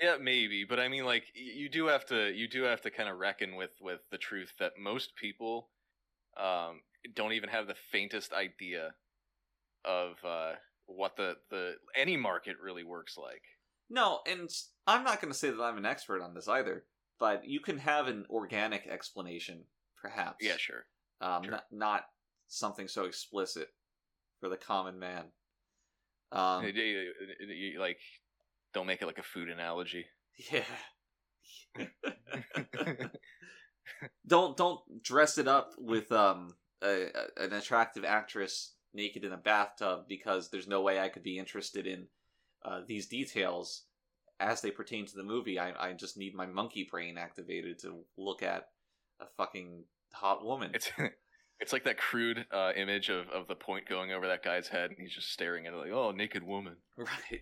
[SPEAKER 4] Yeah, maybe, but I mean, like y- you do have to you do have to kind of reckon with with the truth that most people um, don't even have the faintest idea of uh, what the the any market really works like.
[SPEAKER 3] No, and I'm not going to say that I'm an expert on this either, but you can have an organic explanation, perhaps.
[SPEAKER 4] Yeah, sure.
[SPEAKER 3] um,
[SPEAKER 4] Sure.
[SPEAKER 3] not, not something so explicit for the common man. Um,
[SPEAKER 4] Y- y- y- y- like, don't make it like a food analogy.
[SPEAKER 3] yeah. don't don't dress it up with um a, a- an attractive actress naked in a bathtub because there's no way I could be interested in uh, these details as they pertain to the movie. I I just need my monkey brain activated to look at a fucking hot woman.
[SPEAKER 4] It's It's like that crude uh, image of, of the point going over that guy's head, and he's just staring at it like, "Oh, naked woman."
[SPEAKER 3] Right.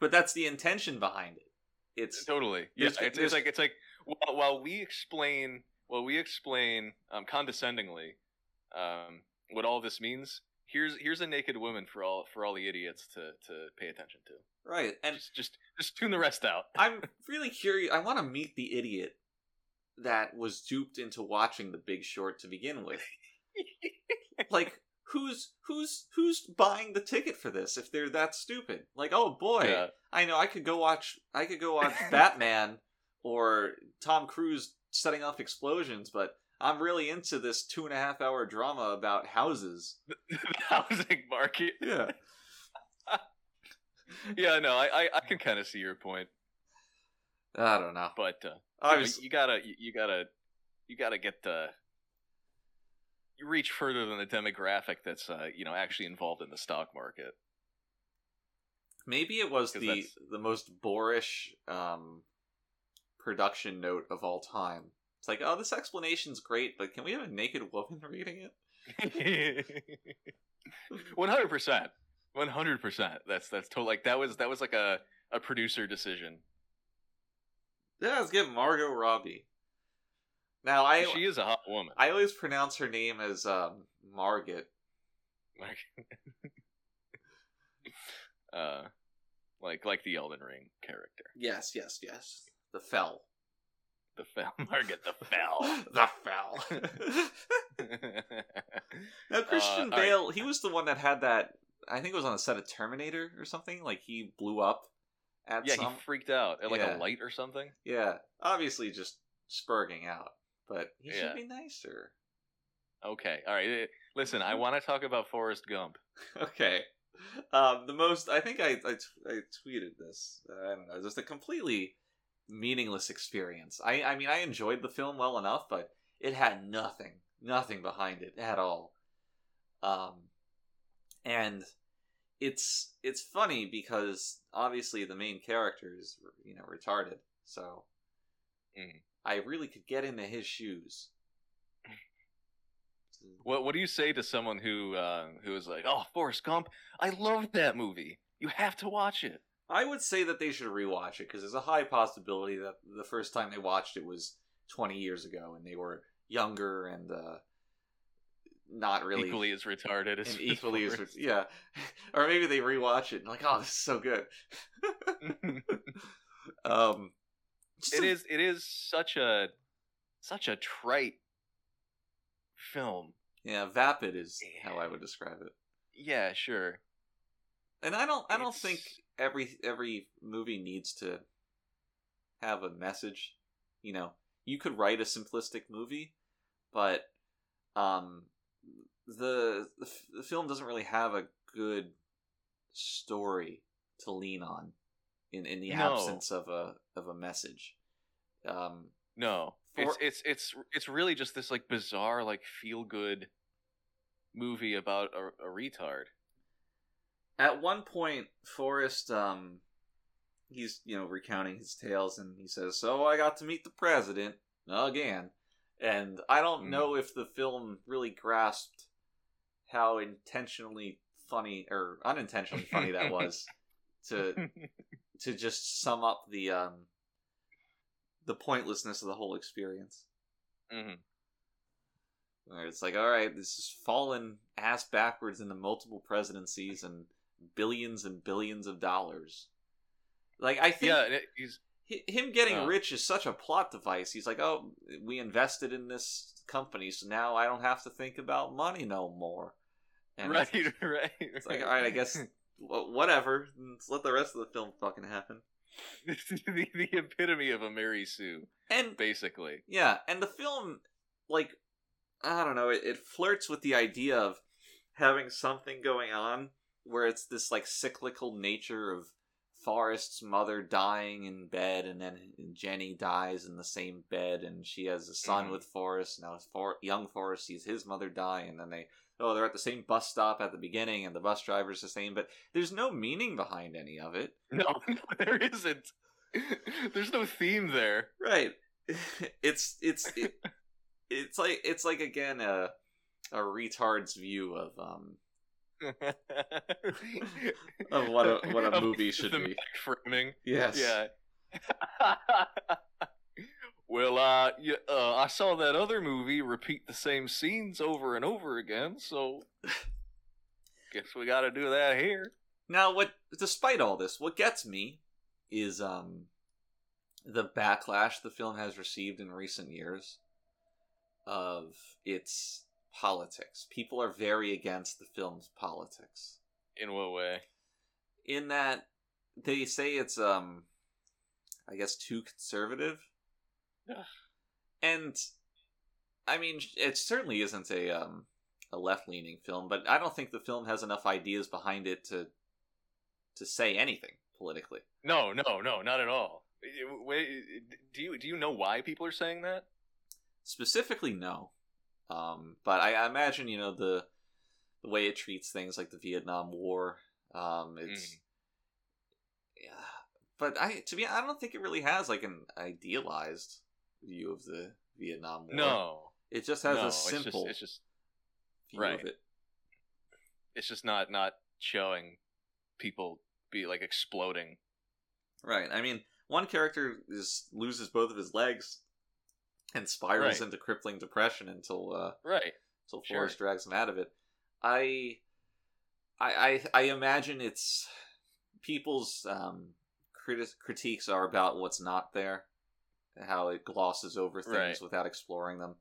[SPEAKER 3] But that's the intention behind it. It's
[SPEAKER 4] Totally. Yeah.
[SPEAKER 3] There's-
[SPEAKER 4] It's, it's,
[SPEAKER 3] there's-
[SPEAKER 4] like it's like while, while we explain while we explain um, condescendingly um, what all this means, here's here's a naked woman for all for all the idiots to, to pay attention to.
[SPEAKER 3] right. And
[SPEAKER 4] just just just tune the rest out.
[SPEAKER 3] I'm really curious. I want to meet the idiot that was duped into watching The Big Short to begin with. like who's who's who's buying the ticket for this if they're that stupid? Like, oh boy,
[SPEAKER 4] Yeah.
[SPEAKER 3] I know I could go watch I could go watch Batman or Tom Cruise setting off explosions, but I'm really into this two and a half hour drama about houses.
[SPEAKER 4] the housing market.
[SPEAKER 3] Yeah.
[SPEAKER 4] Yeah, no, I I, I can kind of see your point,
[SPEAKER 3] I don't know.
[SPEAKER 4] but uh,
[SPEAKER 3] I
[SPEAKER 4] but
[SPEAKER 3] was
[SPEAKER 4] you gotta you, you gotta you gotta get the you reach further than the demographic that's uh, you know actually involved in the stock market.
[SPEAKER 3] maybe it was
[SPEAKER 4] 'Cause
[SPEAKER 3] the
[SPEAKER 4] that's-
[SPEAKER 3] the most boorish um production note of all time. It's like, oh, this explanation's great, but can we have a naked woman reading it?
[SPEAKER 4] One hundred percent. One hundred percent. That's that's total. Like that was that was like a a producer decision.
[SPEAKER 3] Yeah, let's get Margot Robbie. Now I
[SPEAKER 4] she is a hot woman.
[SPEAKER 3] I always pronounce her name as um, Margit.
[SPEAKER 4] Like, uh, like like the Elden Ring character,
[SPEAKER 3] Yes, yes, yes. The Fell.
[SPEAKER 4] the fell Margaret the fell.
[SPEAKER 3] the Fell. now Christian
[SPEAKER 4] Uh, all right.
[SPEAKER 3] Bale, he was the one that had that. I think it was on the set of Terminator or something. Like he blew up at
[SPEAKER 4] yeah,
[SPEAKER 3] some.
[SPEAKER 4] he freaked out at like
[SPEAKER 3] Yeah.
[SPEAKER 4] a light or something.
[SPEAKER 3] Yeah, obviously just spurging out, but he
[SPEAKER 4] Yeah.
[SPEAKER 3] should be nicer.
[SPEAKER 4] Okay, all right. eh, Listen, I want to talk about Forrest Gump.
[SPEAKER 3] Okay. Um, the most I think I I, t- I tweeted this. Uh, I don't know, just a completely meaningless experience. I I mean I enjoyed the film well enough, but it had nothing, nothing behind it at all. Um, and it's it's funny because obviously the main character is you know retarded, so
[SPEAKER 4] Mhm.
[SPEAKER 3] I really could get into his shoes.
[SPEAKER 4] What What do you say to someone who uh, who is like, "Oh, Forrest Gump, I loved that movie. You have to watch it."
[SPEAKER 3] I would say that they should rewatch it because there's a high possibility that the first time they watched it was 20 years ago and they were younger and uh, not really
[SPEAKER 4] Equally as retarded as
[SPEAKER 3] and equally as
[SPEAKER 4] Forrest.
[SPEAKER 3] yeah, or maybe they rewatch it and like, oh, this is so good. Um, just
[SPEAKER 4] it
[SPEAKER 3] a-
[SPEAKER 4] is it is such a such a trite film.
[SPEAKER 3] yeah, vapid is how I would describe it.
[SPEAKER 4] Yeah, sure.
[SPEAKER 3] And I don't, I don't
[SPEAKER 4] It's-
[SPEAKER 3] think every every movie needs to have a message. You know, you could write a simplistic movie, but um, the the, f- the film doesn't really have a good story to lean on in in the
[SPEAKER 4] No.
[SPEAKER 3] absence of a of a message. Um,
[SPEAKER 4] No.
[SPEAKER 3] For-
[SPEAKER 4] it's it's it's it's really just this like bizarre like feel good movie about a, a retard.
[SPEAKER 3] at one point forrest um he's you know recounting his tales and he says so i got to meet the president again and i don't
[SPEAKER 4] Mm.
[SPEAKER 3] know if the film really grasped how intentionally funny or unintentionally funny that was to to just sum up the um the pointlessness of the whole experience Mm-hmm.
[SPEAKER 4] Mhm.
[SPEAKER 3] where it's like all right this is fallen ass backwards into multiple presidencies and billions and billions of dollars like i think
[SPEAKER 4] Yeah, and it- he's
[SPEAKER 3] hi- him getting
[SPEAKER 4] Oh.
[SPEAKER 3] rich is such a plot device he's like oh we invested in this company so now i don't have to think about money no more and
[SPEAKER 4] right,
[SPEAKER 3] it's,
[SPEAKER 4] right, right.
[SPEAKER 3] it's like all right i guess wh- whatever Let's let the rest of the film fucking happen
[SPEAKER 4] the, the epitome of a Mary Sue,
[SPEAKER 3] and
[SPEAKER 4] basically.
[SPEAKER 3] Yeah, and the film, like, I don't know, it, it flirts with the idea of having something going on where it's this, like, cyclical nature of Forrest's mother dying in bed, and then Jenny dies in the same bed, and she has a son
[SPEAKER 4] Mhm.
[SPEAKER 3] with Forrest. Now, it's For- young Forrest sees his mother die, and then they, oh, they're at the same bus stop at the beginning, and the bus driver's the same, but there's no meaning behind any of it.
[SPEAKER 4] No, no, there isn't. There's no theme there.
[SPEAKER 3] Right. It's it's it, it's like it's like again a a retard's view of um
[SPEAKER 4] of
[SPEAKER 3] of what a what a movie should
[SPEAKER 4] the
[SPEAKER 3] be.
[SPEAKER 4] Mac framing.
[SPEAKER 3] Yes.
[SPEAKER 4] Yeah. well, uh, yeah, uh, I saw that other movie repeat the same scenes over and over again, so guess we got to do that here.
[SPEAKER 3] Now, what, despite all this, what gets me is um, the backlash the film has received in recent years of its politics. People are very against the film's politics
[SPEAKER 4] In what way?
[SPEAKER 3] in that they say it's um, I guess too conservative,
[SPEAKER 4] Ugh.
[SPEAKER 3] and I mean it certainly isn't a um a left leaning film, but I don't think the film has enough ideas behind it to to say anything politically.
[SPEAKER 4] No, no, no, not at all. Wait, do you do you know why people are saying that?
[SPEAKER 3] Specifically, no. Um, but I, I imagine you know the the way it treats things like the Vietnam War. Um, it's
[SPEAKER 4] Mm.
[SPEAKER 3] yeah, but I to be I don't think it really has like an idealized view of the Vietnam War.
[SPEAKER 4] No,
[SPEAKER 3] it just has
[SPEAKER 4] no,
[SPEAKER 3] a simple
[SPEAKER 4] It's just, it's just
[SPEAKER 3] view
[SPEAKER 4] right.
[SPEAKER 3] of it.
[SPEAKER 4] it's just not not showing people be like exploding.
[SPEAKER 3] Right. I mean, one character is loses both of his legs and spirals
[SPEAKER 4] Right.
[SPEAKER 3] into crippling depression until uh,
[SPEAKER 4] Right.
[SPEAKER 3] until
[SPEAKER 4] Sure.
[SPEAKER 3] Forrest drags him out of it. I, I, I, I imagine it's people's um, criti- critiques are about what's not there, how it glosses over things
[SPEAKER 4] Right.
[SPEAKER 3] without exploring them,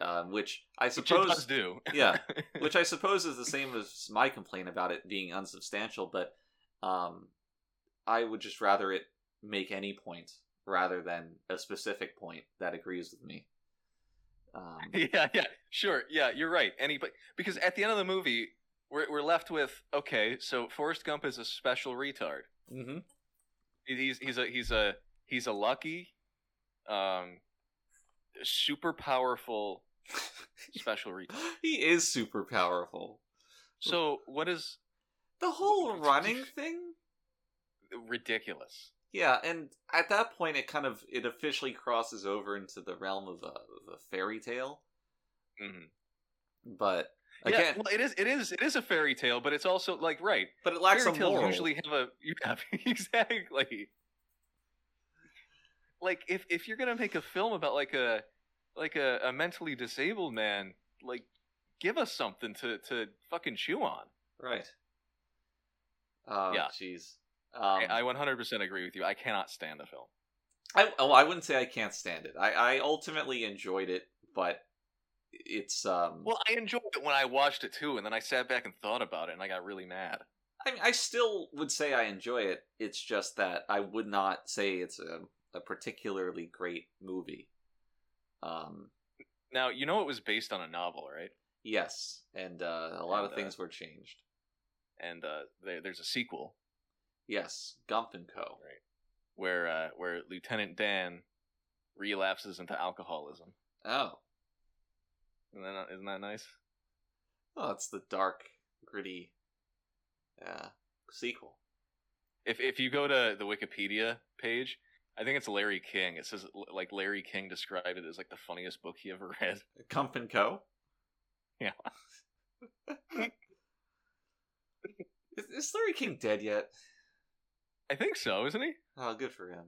[SPEAKER 3] um, which I
[SPEAKER 4] Which it does
[SPEAKER 3] suppose,
[SPEAKER 4] do.
[SPEAKER 3] yeah, which I suppose is the same as my complaint about it being unsubstantial. But um, I would just rather it make any point rather than a specific point that agrees with me. Um,
[SPEAKER 4] yeah, yeah, sure, yeah, you're right. Any, but because at the end of the movie, we're we're left with okay, so Forrest Gump is a special retard. Mm-hmm.
[SPEAKER 3] mhm.
[SPEAKER 4] He's he's a he's a he's a lucky, um, super powerful special retard.
[SPEAKER 3] he is super powerful.
[SPEAKER 4] So what is
[SPEAKER 3] The whole running thing?
[SPEAKER 4] ridiculous?
[SPEAKER 3] Yeah, and at that point it kind of it officially crosses over into the realm of a, of a fairy tale.
[SPEAKER 4] hmm
[SPEAKER 3] But
[SPEAKER 4] yeah,
[SPEAKER 3] again,
[SPEAKER 4] well, it is it is it is a fairy tale, but it's also like right.
[SPEAKER 3] but it lacks a
[SPEAKER 4] fairy tales
[SPEAKER 3] moral.
[SPEAKER 4] usually have a yeah, exactly. Like if if you're gonna make a film about like a like a, a mentally disabled man, like give us something to to fucking chew on.
[SPEAKER 3] right. Oh,
[SPEAKER 4] Yeah.
[SPEAKER 3] jeez. Um,
[SPEAKER 4] I, I 100% agree with you. I cannot stand the film.
[SPEAKER 3] I oh, I wouldn't say I can't stand it. I, I ultimately enjoyed it, but it's um.
[SPEAKER 4] Well, I enjoyed it when I watched it too, and then I sat back and thought about it, and I got really mad.
[SPEAKER 3] I mean, I still would say I enjoy it. It's just that I would not say it's a, a particularly great movie. Um,
[SPEAKER 4] Now you know it was based on a novel, right?
[SPEAKER 3] yes, and uh, a lot
[SPEAKER 4] And,
[SPEAKER 3] of
[SPEAKER 4] uh,
[SPEAKER 3] things were changed.
[SPEAKER 4] And uh, there, there's a sequel
[SPEAKER 3] Yes, Gump and Co.
[SPEAKER 4] where uh, where Lieutenant Dan relapses into alcoholism.
[SPEAKER 3] Oh,
[SPEAKER 4] Isn't that, isn't that nice?
[SPEAKER 3] oh, it's the dark, gritty, uh, sequel.
[SPEAKER 4] If if you go to the Wikipedia page, I think it's Larry King. It says like Larry King described it as like the funniest book he ever read.
[SPEAKER 3] Gump and Co.
[SPEAKER 4] Yeah.
[SPEAKER 3] is, is Larry King dead yet?
[SPEAKER 4] I think so, isn't he?
[SPEAKER 3] Oh, good for him.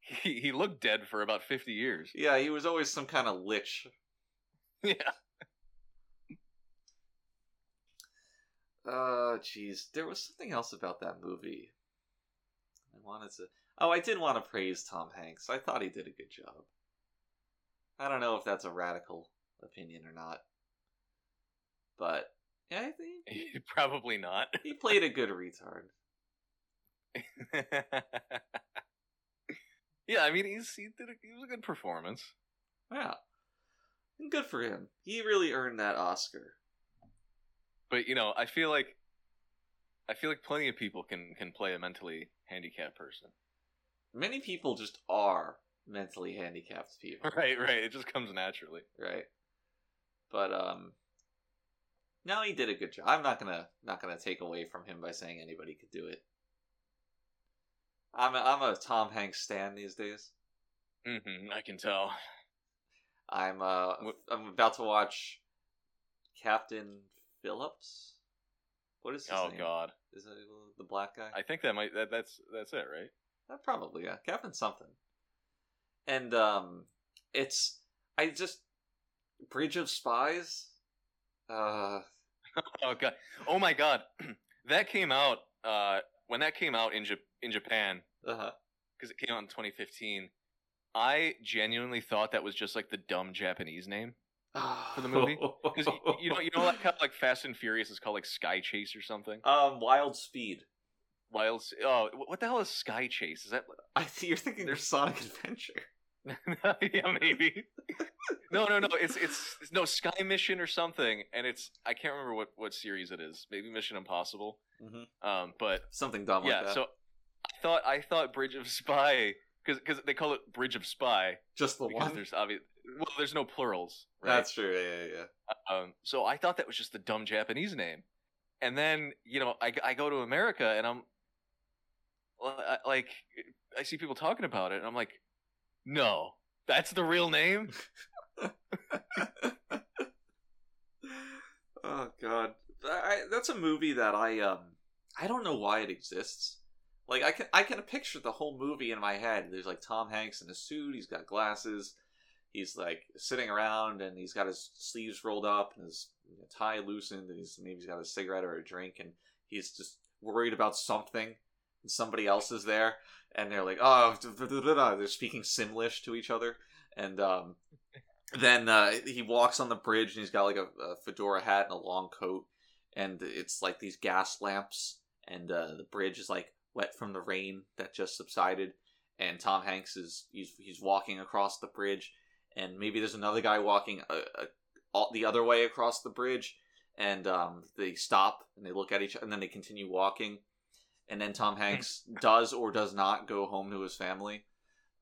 [SPEAKER 4] He he looked dead for about fifty years.
[SPEAKER 3] Yeah, he was always some kind of lich.
[SPEAKER 4] yeah.
[SPEAKER 3] Uh, jeez, there was something else about that movie. I wanted to. Oh, I did want to praise Tom Hanks. I thought he did a good job. I don't know if that's a radical opinion or not, but yeah, I think
[SPEAKER 4] Probably not.
[SPEAKER 3] he played a good retard.
[SPEAKER 4] yeah, I mean he's he did a, it was a good performance.
[SPEAKER 3] Yeah, and good for him. He really earned that Oscar.
[SPEAKER 4] But you know, I feel like I feel like plenty of people can can play a mentally handicapped person.
[SPEAKER 3] Many people just are mentally handicapped people.
[SPEAKER 4] Right, right. It just comes naturally.
[SPEAKER 3] right? But um, no, he did a good job. I'm not gonna not gonna take away from him by saying anybody could do it. I'm a, I'm a Tom Hanks stan these days.
[SPEAKER 4] hmm I can tell.
[SPEAKER 3] I'm uh
[SPEAKER 4] What-
[SPEAKER 3] I'm about to watch Captain Phillips. What is his
[SPEAKER 4] Oh
[SPEAKER 3] name?
[SPEAKER 4] God,
[SPEAKER 3] Is it the black guy?
[SPEAKER 4] I think that might that, that's that's it, right?
[SPEAKER 3] Uh, probably, yeah. Captain something. And um it's I just Bridge of Spies. Uh
[SPEAKER 4] Oh God, oh my God, that came out uh, when that came out in Jap in Japan
[SPEAKER 3] uh
[SPEAKER 4] because it came out in 2015. I genuinely thought that was just like the dumb Japanese name For the movie? because you know you know like how like Fast and Furious is called like Sky Chase or something.
[SPEAKER 3] um Wild Speed.
[SPEAKER 4] Wild, S- oh, wh- what the hell is Sky Chase? Is that
[SPEAKER 3] I th- you're thinking there's
[SPEAKER 4] There's-
[SPEAKER 3] Sonic Adventure.
[SPEAKER 4] yeah, maybe. no, no, no. It's it's it's- no Sky Mission or something, and it's I can't remember what what series it is. Maybe Mission Impossible.
[SPEAKER 3] Mhm.
[SPEAKER 4] Um, but
[SPEAKER 3] Something dumb
[SPEAKER 4] yeah.
[SPEAKER 3] like that.
[SPEAKER 4] So I thought I thought Bridge of Spy because because they call it Bridge of Spy
[SPEAKER 3] just the
[SPEAKER 4] because
[SPEAKER 3] one.
[SPEAKER 4] there's obvious well there's no plurals right.
[SPEAKER 3] That's true. Yeah, yeah, yeah.
[SPEAKER 4] Um, so I thought that was just the dumb Japanese name, and then you know I I go to America and I'm well, I, like I see people talking about it and I'm like, no, that's the real name.
[SPEAKER 3] oh god, I, that's a movie that I um I don't know why it exists. Like I can I can picture the whole movie in my head. There's like Tom Hanks in a suit. He's got glasses. He's like sitting around and he's got his sleeves rolled up and his tie loosened and he's maybe he's got a cigarette or a drink and he's just worried about something and somebody else is there and they're like oh they're speaking simlish to each other and um then uh, he walks on the bridge and he's got like a, a fedora hat and a long coat and it's like these gas lamps and uh, the bridge is like wet from the rain that just subsided and tom hanks is he's, he's walking across the bridge and maybe there's another guy walking uh uh all, the other way across the bridge and um, they stop and they look at each other and then they continue walking and then tom hanks does or does not go home to his family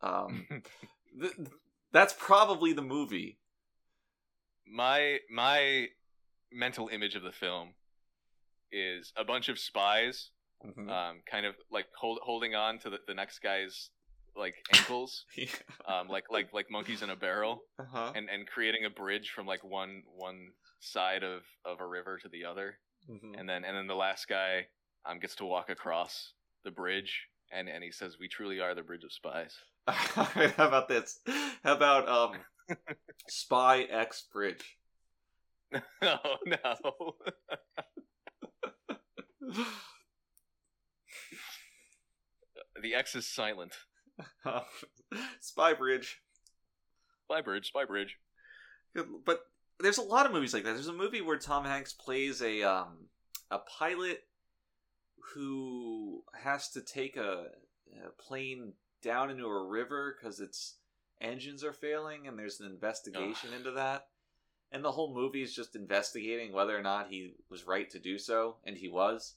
[SPEAKER 3] um, th- th- that's probably the movie.
[SPEAKER 4] my my mental image of the film is a bunch of spies
[SPEAKER 3] Mm-hmm. Uh,
[SPEAKER 4] um, kind of like hold, holding on to the, the next guy's like ankles um, like like like monkeys in a barrel
[SPEAKER 3] uh-huh.
[SPEAKER 4] and and creating a bridge from like one one side of of a river to the other
[SPEAKER 3] Mhm.
[SPEAKER 4] and then and then the last guy um, gets to walk across the bridge and and he says we truly are the bridge of spies
[SPEAKER 3] How about this? How about um, Spy X Bridge?
[SPEAKER 4] oh no the x is silent
[SPEAKER 3] Um, Spy Bridge.
[SPEAKER 4] spy bridge spy bridge
[SPEAKER 3] Good- But there's a lot of movies like that. There's a movie where Tom Hanks plays a um, a pilot who has to take a, a plane down into a river because its engines are failing, and there's an investigation into that. And the whole movie is just investigating whether or not he was right to do so, and he was.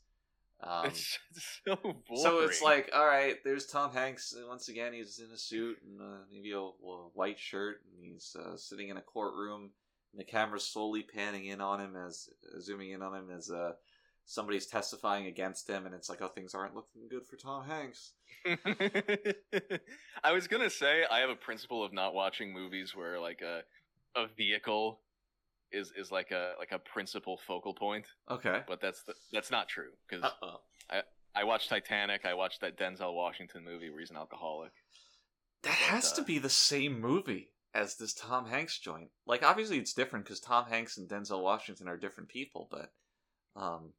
[SPEAKER 3] Um,
[SPEAKER 4] it's, it's so boring.
[SPEAKER 3] so it's like, all right, there's Tom Hanks and once again. He's in a suit and uh, maybe a, a white shirt, and he's uh, sitting in a courtroom. And the camera's slowly panning in on him as zooming in on him as uh, somebody's testifying against him, and it's like, oh, things aren't looking good for Tom Hanks.
[SPEAKER 4] I was gonna say I have a principle of not watching movies where like a a vehicle is is like a like a principal focal point,
[SPEAKER 3] Okay.
[SPEAKER 4] but that's the, that's not true because
[SPEAKER 3] Uh oh.
[SPEAKER 4] I watched Titanic, I watched that Denzel Washington movie where he's an alcoholic.
[SPEAKER 3] That has to
[SPEAKER 4] uh,
[SPEAKER 3] be the same movie as this Tom Hanks joint. Like, obviously, it's different because Tom Hanks and Denzel Washington are different people, but um,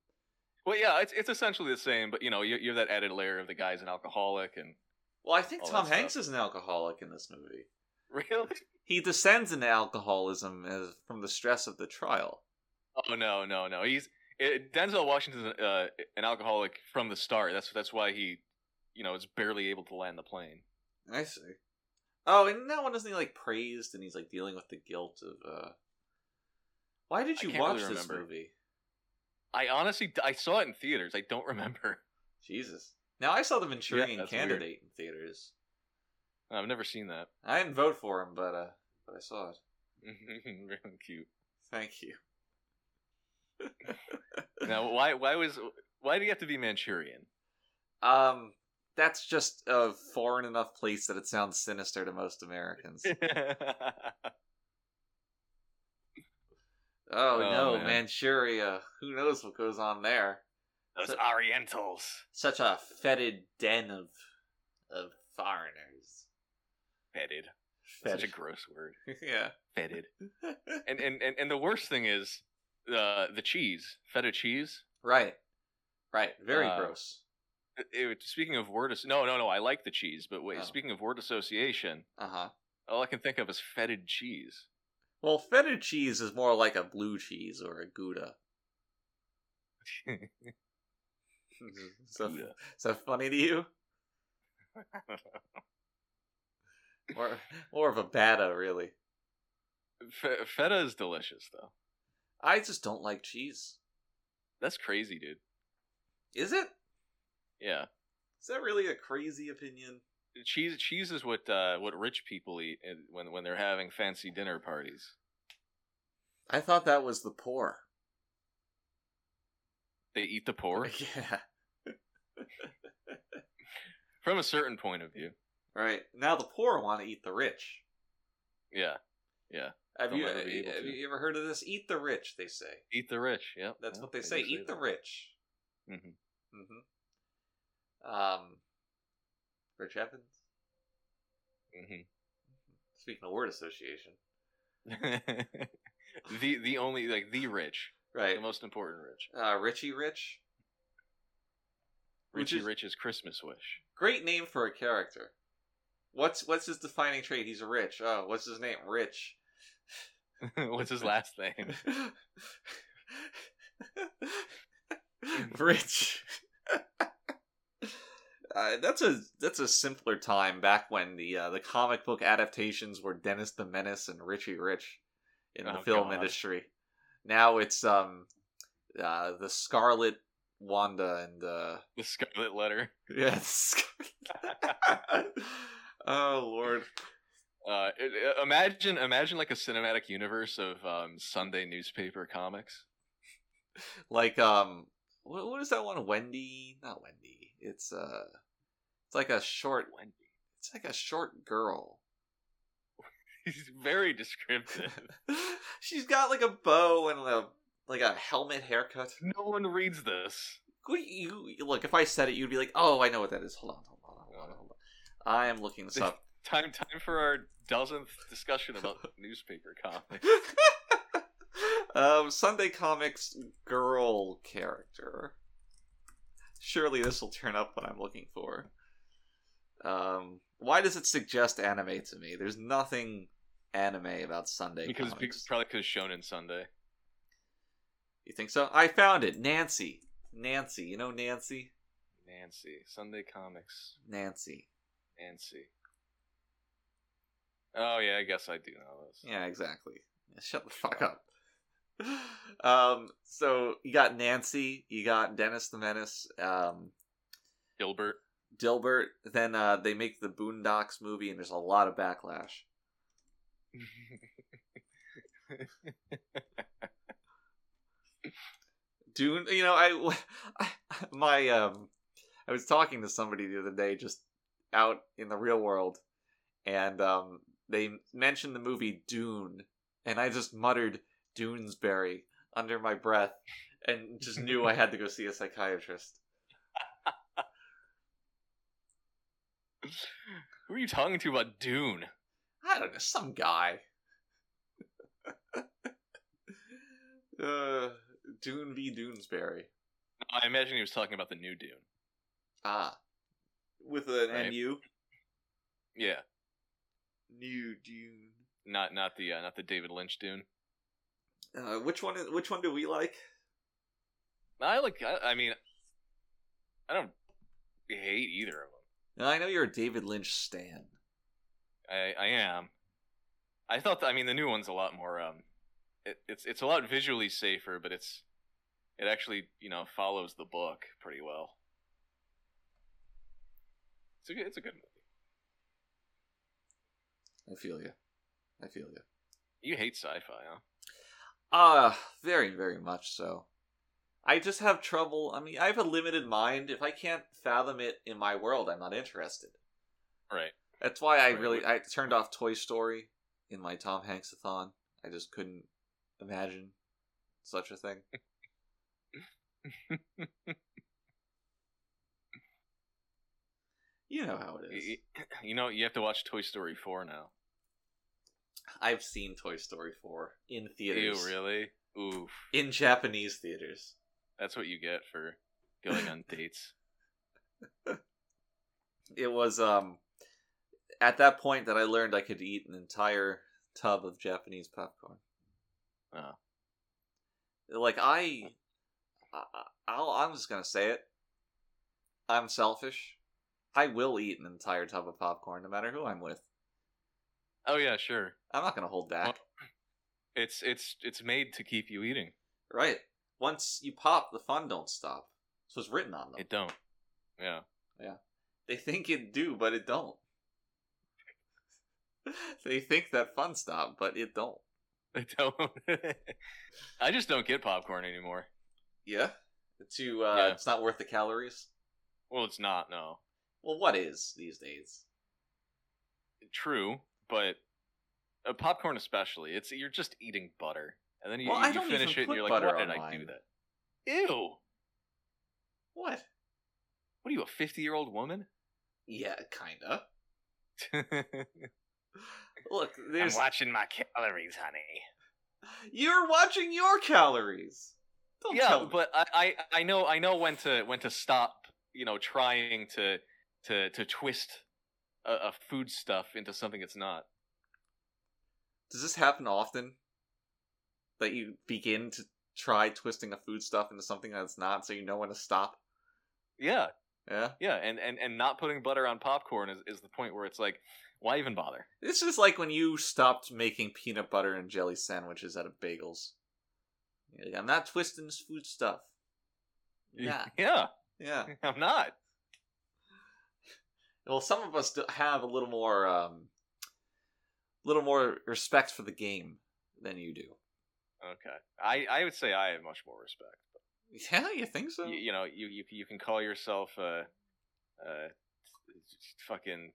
[SPEAKER 4] Well, yeah, it's it's essentially the same, but you know you, you have that added layer of the guy's an alcoholic and
[SPEAKER 3] well, I think
[SPEAKER 4] All
[SPEAKER 3] Tom
[SPEAKER 4] that stuff.
[SPEAKER 3] Hanks is an alcoholic in this movie.
[SPEAKER 4] really.
[SPEAKER 3] He descends into alcoholism as, from the stress of the trial.
[SPEAKER 4] Oh no, no, no. He's it, Denzel Washington's uh, an alcoholic from the start. That's that's why he, you know, is barely able to land the plane.
[SPEAKER 3] I see. Oh, and that one isn't he like praised and he's like dealing with the guilt of uh Why did
[SPEAKER 4] I
[SPEAKER 3] you
[SPEAKER 4] can't
[SPEAKER 3] watch
[SPEAKER 4] really
[SPEAKER 3] this
[SPEAKER 4] remember.
[SPEAKER 3] movie?
[SPEAKER 4] I honestly I saw it in theaters. I don't remember.
[SPEAKER 3] Jesus. Now I saw the Manchurian
[SPEAKER 4] that's weird.
[SPEAKER 3] candidate in theaters.
[SPEAKER 4] I've never seen that.
[SPEAKER 3] I didn't vote for him, but uh but I saw it.
[SPEAKER 4] Really Cute.
[SPEAKER 3] Thank you.
[SPEAKER 4] Now, why why was why do you have to be Manchurian?
[SPEAKER 3] Um that's just a foreign enough place that it sounds sinister to most Americans. Oh,
[SPEAKER 4] Oh,
[SPEAKER 3] no,
[SPEAKER 4] man.
[SPEAKER 3] Manchuria. Who knows what goes on there?
[SPEAKER 4] Those
[SPEAKER 3] So-
[SPEAKER 4] Orientals.
[SPEAKER 3] Such a fetid den of of foreigners.
[SPEAKER 4] Fetid. Such a gross word.
[SPEAKER 3] yeah.
[SPEAKER 4] Fetid. and, and, and, and the worst thing is uh, the cheese. Feta cheese.
[SPEAKER 3] Right. Right. Very
[SPEAKER 4] Uh,
[SPEAKER 3] gross.
[SPEAKER 4] It- it- speaking of word... as- No, no, no. I like the cheese. But wait,
[SPEAKER 3] Oh.
[SPEAKER 4] speaking of word association,
[SPEAKER 3] Uh huh.
[SPEAKER 4] all I can think of is fetid cheese.
[SPEAKER 3] Well, feta cheese is more like a blue cheese or a Gouda. so,
[SPEAKER 4] Gouda.
[SPEAKER 3] Is that funny to you? more, more of a bata, really.
[SPEAKER 4] Fe- feta is delicious, though.
[SPEAKER 3] I just don't like cheese.
[SPEAKER 4] That's crazy, dude.
[SPEAKER 3] Is it?
[SPEAKER 4] Yeah.
[SPEAKER 3] Is that really a crazy opinion?
[SPEAKER 4] Cheese cheese is what uh, what rich people eat in- when when they're having fancy dinner parties.
[SPEAKER 3] I thought that was the poor.
[SPEAKER 4] They eat the poor
[SPEAKER 3] Yeah.
[SPEAKER 4] from a certain point of view.
[SPEAKER 3] Right. Now the poor want to eat the rich.
[SPEAKER 4] Yeah,
[SPEAKER 3] Have
[SPEAKER 4] They'll
[SPEAKER 3] you,
[SPEAKER 4] never be able
[SPEAKER 3] have
[SPEAKER 4] to.
[SPEAKER 3] you ever heard of this? Eat the rich, they say.
[SPEAKER 4] eat the rich. Yep,
[SPEAKER 3] That's
[SPEAKER 4] Yep,
[SPEAKER 3] what they
[SPEAKER 4] do
[SPEAKER 3] say. Eat the
[SPEAKER 4] that.
[SPEAKER 3] rich.
[SPEAKER 4] Mhm.
[SPEAKER 3] Mm-hmm. Um, Rich Evans.
[SPEAKER 4] Mhm.
[SPEAKER 3] Speaking of word association,
[SPEAKER 4] Mm-hmm. the the only like the rich,
[SPEAKER 3] right?
[SPEAKER 4] the most important rich.
[SPEAKER 3] Uh, Richie Rich. Which
[SPEAKER 4] Richie
[SPEAKER 3] is-
[SPEAKER 4] Rich's Christmas wish.
[SPEAKER 3] Great name for a character. What's what's his defining trait? He's a rich. Oh, what's his name? Rich.
[SPEAKER 4] What's his last name?
[SPEAKER 3] Rich. Uh, that's a that's a simpler time back when the uh, the comic book adaptations were Dennis the Menace and Richie Rich in the
[SPEAKER 4] Oh,
[SPEAKER 3] film
[SPEAKER 4] God.
[SPEAKER 3] industry. Now it's um uh, the Scarlet Wanda and uh,
[SPEAKER 4] The Scarlet Letter.
[SPEAKER 3] yes. oh Lord,
[SPEAKER 4] Uh, it- uh, imagine imagine like a cinematic universe of um, Sunday newspaper comics.
[SPEAKER 3] like um what, what is that one? Wendy? Not Wendy. It's uh it's like a short
[SPEAKER 4] Wendy.
[SPEAKER 3] It's like a short girl.
[SPEAKER 4] He's very descriptive.
[SPEAKER 3] She's got like a bow and a like a helmet haircut.
[SPEAKER 4] no one reads this.
[SPEAKER 3] What do you look? If I said it, you'd be like, "Oh, I know what that is." Hold on, hold on, hold on, hold on. I am looking this up.
[SPEAKER 4] Time time for our dozenth discussion about newspaper comics.
[SPEAKER 3] um, Sunday Comics girl character. Surely this will turn up what I'm looking for. Um, why does it suggest anime to me? There's nothing anime about Sunday
[SPEAKER 4] Because
[SPEAKER 3] Comics.
[SPEAKER 4] probably because Shonen Sunday.
[SPEAKER 3] You think so? I found it. Nancy. Nancy. You know Nancy?
[SPEAKER 4] Nancy Sunday comics.
[SPEAKER 3] Nancy.
[SPEAKER 4] Nancy. Oh yeah, I guess I do know this.
[SPEAKER 3] Yeah, exactly. Shut the fuck up. Um, so you got Nancy, you got Dennis the Menace, um,
[SPEAKER 4] Gilbert.
[SPEAKER 3] Dilbert, then uh, they make the Boondocks movie and there's a lot of backlash. Dune, you know, I, I my um I was talking to somebody the other day just out in the real world and um they mentioned the movie Dune and I just muttered Doonesbury under my breath and just knew I had to go see a psychiatrist.
[SPEAKER 4] Who are you talking to about Dune?
[SPEAKER 3] I don't know, some guy. uh, Dune v. Doonesbury.
[SPEAKER 4] I imagine he was talking about the new Dune.
[SPEAKER 3] Ah. With an
[SPEAKER 4] Right.
[SPEAKER 3] MU?
[SPEAKER 4] Yeah,
[SPEAKER 3] New Dune.
[SPEAKER 4] not not the uh, not the David Lynch Dune.
[SPEAKER 3] Uh, which one? is- Which one do we like?
[SPEAKER 4] I like. I, I mean, I don't hate either of them.
[SPEAKER 3] Now, I know you're a David Lynch stan.
[SPEAKER 4] I, I am. I thought. That, I mean, the new one's a lot more. Um, it, it's it's a lot visually safer, but it's it actually you know follows the book pretty well. It's a good, it's a good movie.
[SPEAKER 3] I feel you. I feel you.
[SPEAKER 4] You hate sci-fi, huh?
[SPEAKER 3] Uh, very, very much so. I just have trouble. I mean, I have a limited mind. If I can't fathom it in my world, I'm not interested.
[SPEAKER 4] Right.
[SPEAKER 3] That's why I
[SPEAKER 4] Right,
[SPEAKER 3] really I turned off Toy Story in my Tom Hanks-a-thon. I just couldn't imagine such a thing? you know how it is.
[SPEAKER 4] Y- y- You know, you have to watch Toy Story 4 now.
[SPEAKER 3] I've seen Toy Story 4 in
[SPEAKER 4] Ew,
[SPEAKER 3] theaters.
[SPEAKER 4] really? Oof.
[SPEAKER 3] In Japanese theaters.
[SPEAKER 4] That's what you get for going on dates.
[SPEAKER 3] It was um at that point that I learned I could eat an entire tub of Japanese popcorn.
[SPEAKER 4] Oh.
[SPEAKER 3] Like I, I I'll, I'm just gonna say it. I'm selfish. I will eat an entire tub of popcorn no matter who I'm with.
[SPEAKER 4] Oh yeah, sure.
[SPEAKER 3] I'm not gonna hold back.
[SPEAKER 4] It's it's it's made to keep you eating.
[SPEAKER 3] Right. Once you pop, the fun don't stop. This was written on them.
[SPEAKER 4] It don't. Yeah.
[SPEAKER 3] They think it do, but it don't. they think that fun stop, but it don't.
[SPEAKER 4] They don't. I just don't get popcorn anymore.
[SPEAKER 3] Yeah. To uh,
[SPEAKER 4] Yeah.
[SPEAKER 3] it's not worth the calories.
[SPEAKER 4] Well, it's not. No.
[SPEAKER 3] Well, what is these days?
[SPEAKER 4] True, but uh, popcorn especially, it's you're just eating butter, and then you,
[SPEAKER 3] Well,
[SPEAKER 4] you,
[SPEAKER 3] I don't even
[SPEAKER 4] finish it, and you're
[SPEAKER 3] put
[SPEAKER 4] like, why
[SPEAKER 3] butter
[SPEAKER 4] did
[SPEAKER 3] on
[SPEAKER 4] I do
[SPEAKER 3] mine."
[SPEAKER 4] that? Ew.
[SPEAKER 3] What?
[SPEAKER 4] What are you, a fifty year old woman?
[SPEAKER 3] Yeah, kinda.
[SPEAKER 4] I'm
[SPEAKER 3] Look, there's
[SPEAKER 4] watching my calories, honey.
[SPEAKER 3] you're watching your calories. Don't tell
[SPEAKER 4] yeah,
[SPEAKER 3] me.
[SPEAKER 4] but I, I I know I know when to when to stop. You know, trying to to to twist a, a food stuff into something it's not.
[SPEAKER 3] does this happen often? That you begin to try twisting a food stuff into something that's not, so you know when to stop.
[SPEAKER 4] Yeah,
[SPEAKER 3] Yeah,
[SPEAKER 4] Yeah, and, and, and not putting butter on popcorn is, is the point where it's like, why even bother?
[SPEAKER 3] this is like when you stopped making peanut butter and jelly sandwiches out of bagels. You're like, I'm not twisting this food stuff. Yeah,
[SPEAKER 4] Yeah,
[SPEAKER 3] yeah.
[SPEAKER 4] I'm not.
[SPEAKER 3] Well, some of us do- have a little more, um, little more respect for the game than you do.
[SPEAKER 4] Okay. I, I would say I have much more respect.
[SPEAKER 3] Yeah, you think so?
[SPEAKER 4] You, you know, you, you you can call yourself a, a fucking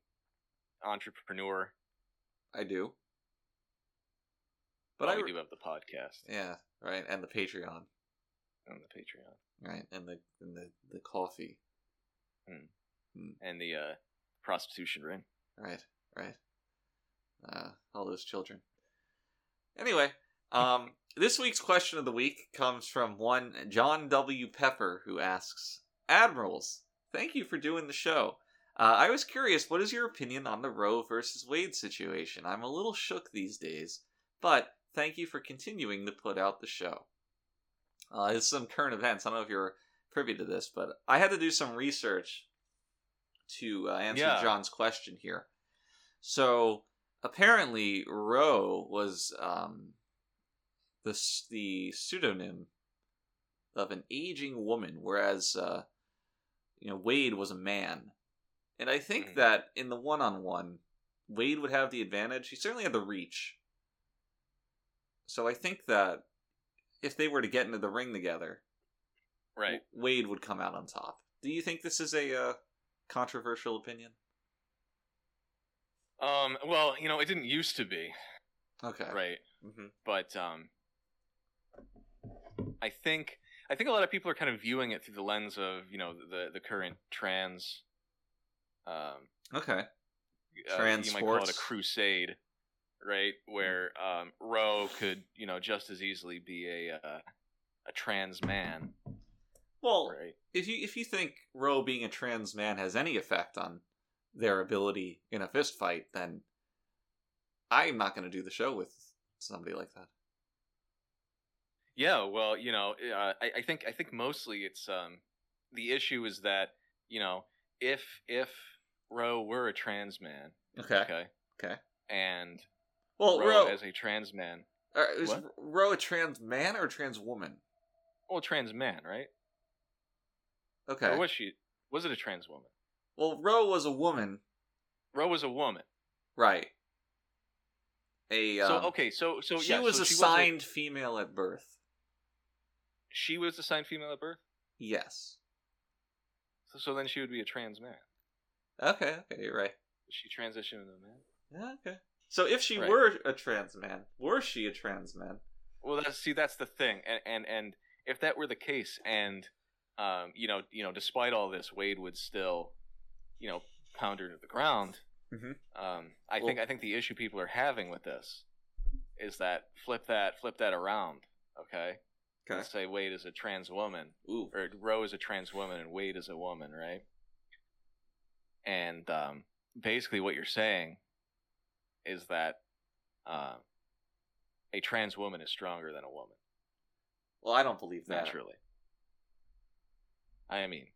[SPEAKER 4] entrepreneur,
[SPEAKER 3] I do.
[SPEAKER 4] but
[SPEAKER 3] But I,
[SPEAKER 4] we
[SPEAKER 3] re-
[SPEAKER 4] Oh, do have the podcast
[SPEAKER 3] yeah, right, and the Patreon,
[SPEAKER 4] and the Patreon
[SPEAKER 3] right, and the and the the coffee,
[SPEAKER 4] and the uh, prostitution ring.
[SPEAKER 3] right, right. Uh, all those children. Anyway, um, this week's question of the week comes from one John W. Pepper, who asks, "Admirals, thank you for doing the show." Uh, I was curious, what is your opinion on the Roe versus Wade situation? I'm a little shook these days, but thank you for continuing to put out the show. Uh, it's some current events. I don't know if you're privy to this, but I had to do some research to uh, answer
[SPEAKER 4] Yeah.
[SPEAKER 3] John's question here. So apparently, Roe was um, the s- the pseudonym of an aging woman, whereas uh, you know Wade was a man, and I think
[SPEAKER 4] Mhm.
[SPEAKER 3] that in the one on one, Wade would have the advantage. He certainly had the reach. So I think that if they were to get into the ring together,
[SPEAKER 4] Right.
[SPEAKER 3] Wade would come out on top. Do you think this is a uh, controversial opinion?
[SPEAKER 4] Um. Well, you know, it didn't used to be
[SPEAKER 3] Okay.
[SPEAKER 4] right,
[SPEAKER 3] hmm
[SPEAKER 4] but um, I think I think a lot of people are kind of viewing it through the lens of you know the the current trans um
[SPEAKER 3] Okay.
[SPEAKER 4] uh,
[SPEAKER 3] Trans
[SPEAKER 4] you might call it a
[SPEAKER 3] sports.
[SPEAKER 4] crusade right where um Roe could you know just as easily be a uh, a trans man
[SPEAKER 3] Well,
[SPEAKER 4] right
[SPEAKER 3] if you if you think Roe being a trans man has any effect on their ability in a fist fight, then I'm not going to do the show with somebody like that.
[SPEAKER 4] yeah well you know uh, I, I think I think mostly it's um the issue is that you know if if Roe were a trans man
[SPEAKER 3] Okay.
[SPEAKER 4] okay
[SPEAKER 3] Okay.
[SPEAKER 4] and
[SPEAKER 3] Well,
[SPEAKER 4] Roe,
[SPEAKER 3] Roe,
[SPEAKER 4] as a trans man.
[SPEAKER 3] uh, is
[SPEAKER 4] what?
[SPEAKER 3] Roe a trans man or a trans woman?
[SPEAKER 4] Well, trans man, right?
[SPEAKER 3] Okay.
[SPEAKER 4] Or was she? Was it a trans woman?
[SPEAKER 3] Well, Roe was a woman,
[SPEAKER 4] Roe was a woman.
[SPEAKER 3] right? A um,
[SPEAKER 4] So okay, so so
[SPEAKER 3] she
[SPEAKER 4] yeah,
[SPEAKER 3] was
[SPEAKER 4] so she
[SPEAKER 3] assigned female at birth.
[SPEAKER 4] Was a, she was assigned female at birth.
[SPEAKER 3] Yes.
[SPEAKER 4] So, so then she would be a trans man.
[SPEAKER 3] Okay. Okay. You're right.
[SPEAKER 4] She transitioned into a man.
[SPEAKER 3] Yeah, okay. So if she
[SPEAKER 4] Right.
[SPEAKER 3] were a trans man, were she a trans man,
[SPEAKER 4] Well, that's see, that's the thing, and and, and if that were the case, and um, you know, you know, despite all this, Wade would still, you know, pound her to the ground.
[SPEAKER 3] Mhm.
[SPEAKER 4] Um, I
[SPEAKER 3] Well-
[SPEAKER 4] think I think the issue people are having with this is that flip that flip that around, okay?
[SPEAKER 3] Okay.
[SPEAKER 4] Let's say Wade is a trans woman,
[SPEAKER 3] Ooh.
[SPEAKER 4] or Roe is a trans woman, and Wade is a woman, right? And um, basically, what you're saying is that uh, a trans woman is stronger than a woman
[SPEAKER 3] Well, I don't believe that.
[SPEAKER 4] naturally. I mean,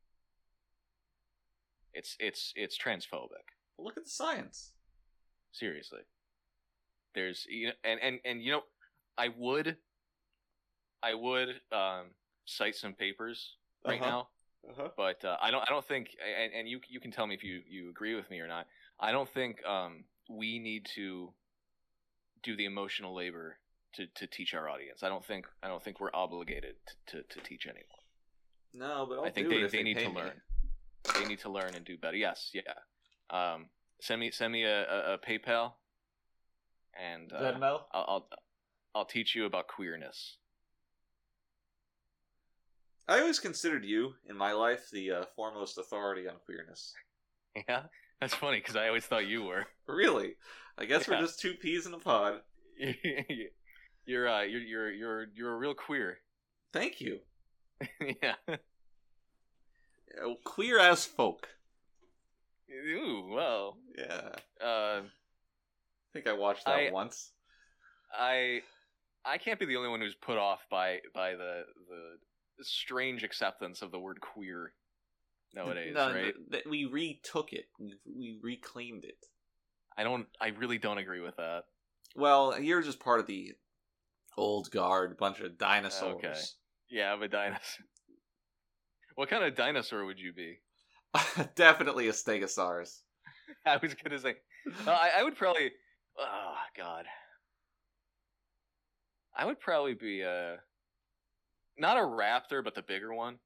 [SPEAKER 4] it's it's it's transphobic.
[SPEAKER 3] Well, look at the science.
[SPEAKER 4] Seriously, there's you know, and and and you know, I would, I would um, cite some papers right now,
[SPEAKER 3] Uh-huh.
[SPEAKER 4] but uh, I don't I don't think and, and you you can tell me if you you agree with me or not. I don't think um, we need to do the emotional labor to, to teach our audience. I don't think I don't think we're obligated to, to, to teach anyone.
[SPEAKER 3] No, but I'll
[SPEAKER 4] I think
[SPEAKER 3] do
[SPEAKER 4] they,
[SPEAKER 3] it if
[SPEAKER 4] they, need
[SPEAKER 3] pay
[SPEAKER 4] to
[SPEAKER 3] me.
[SPEAKER 4] learn. They need to learn and do better. Yes, yeah. Um, send me send me a, a, a PayPal, and uh,
[SPEAKER 3] Venmo?
[SPEAKER 4] I'll, I'll I'll teach you about queerness.
[SPEAKER 3] I always considered you in my life the uh, foremost authority on queerness.
[SPEAKER 4] Yeah, that's funny because I always thought you were.
[SPEAKER 3] Really, I guess
[SPEAKER 4] Yeah.
[SPEAKER 3] we're just two peas in a pod.
[SPEAKER 4] you're uh you're you're you're you're a real queer.
[SPEAKER 3] Thank you.
[SPEAKER 4] yeah.
[SPEAKER 3] Uh, Queer as folk.
[SPEAKER 4] Ooh, well,
[SPEAKER 3] Yeah, I
[SPEAKER 4] uh,
[SPEAKER 3] think I watched that
[SPEAKER 4] I-
[SPEAKER 3] once.
[SPEAKER 4] I I can't be the only one who's put off by by the the strange acceptance of the word queer nowadays,
[SPEAKER 3] No,
[SPEAKER 4] right?
[SPEAKER 3] th- th- we retook it. We, we reclaimed it.
[SPEAKER 4] I don't. I really don't agree with that.
[SPEAKER 3] Well, you're just part of the old guard, bunch of dinosaurs.
[SPEAKER 4] Yeah, I'm a dinosaur. What kind of dinosaur would you be?
[SPEAKER 3] Definitely a stegosaurus.
[SPEAKER 4] I was gonna say. No, I, I would probably. Oh God. I would probably be a. Not a raptor, but the bigger one.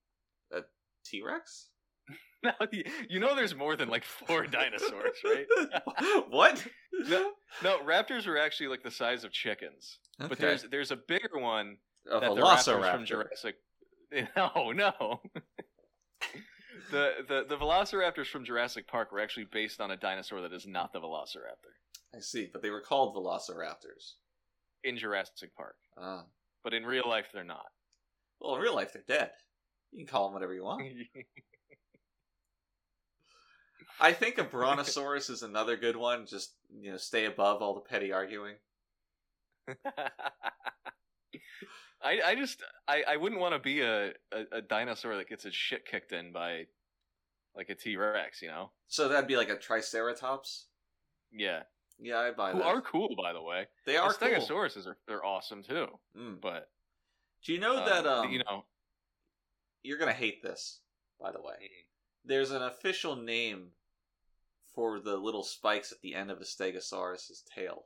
[SPEAKER 3] T Rex?
[SPEAKER 4] No, you you know there's more than like four dinosaurs, right?
[SPEAKER 3] what?
[SPEAKER 4] No, no, raptors are actually like the size of chickens. But there's there's a bigger one
[SPEAKER 3] a
[SPEAKER 4] that the raptors
[SPEAKER 3] velociraptor.
[SPEAKER 4] from Jurassic. No, no. the, the the Velociraptors from Jurassic Park were actually based on a dinosaur that is not the Velociraptor
[SPEAKER 3] I see, but they were called velociraptors.
[SPEAKER 4] in Jurassic Park,
[SPEAKER 3] Uh,
[SPEAKER 4] but in real life they're not.
[SPEAKER 3] well, in real life, they're dead. You can call them whatever you want. I think a brontosaurus is another good one. Just you know, stay above all the petty arguing.
[SPEAKER 4] I I just I, I wouldn't want to be a, a a dinosaur that gets his shit kicked in by like a T Rex, you know?
[SPEAKER 3] So that'd be like a triceratops.
[SPEAKER 4] Yeah,
[SPEAKER 3] Yeah, I buy
[SPEAKER 4] who
[SPEAKER 3] that.
[SPEAKER 4] are cool by the way.
[SPEAKER 3] they are
[SPEAKER 4] And
[SPEAKER 3] cool.
[SPEAKER 4] Stegosauruses are they're awesome too,
[SPEAKER 3] Mm.
[SPEAKER 4] but
[SPEAKER 3] Do you know
[SPEAKER 4] uh,
[SPEAKER 3] that um,
[SPEAKER 4] you know
[SPEAKER 3] you're gonna hate this, by the way.
[SPEAKER 4] Mm-hmm.
[SPEAKER 3] There's an official name for the little spikes at the end of a stegosaurus's tail.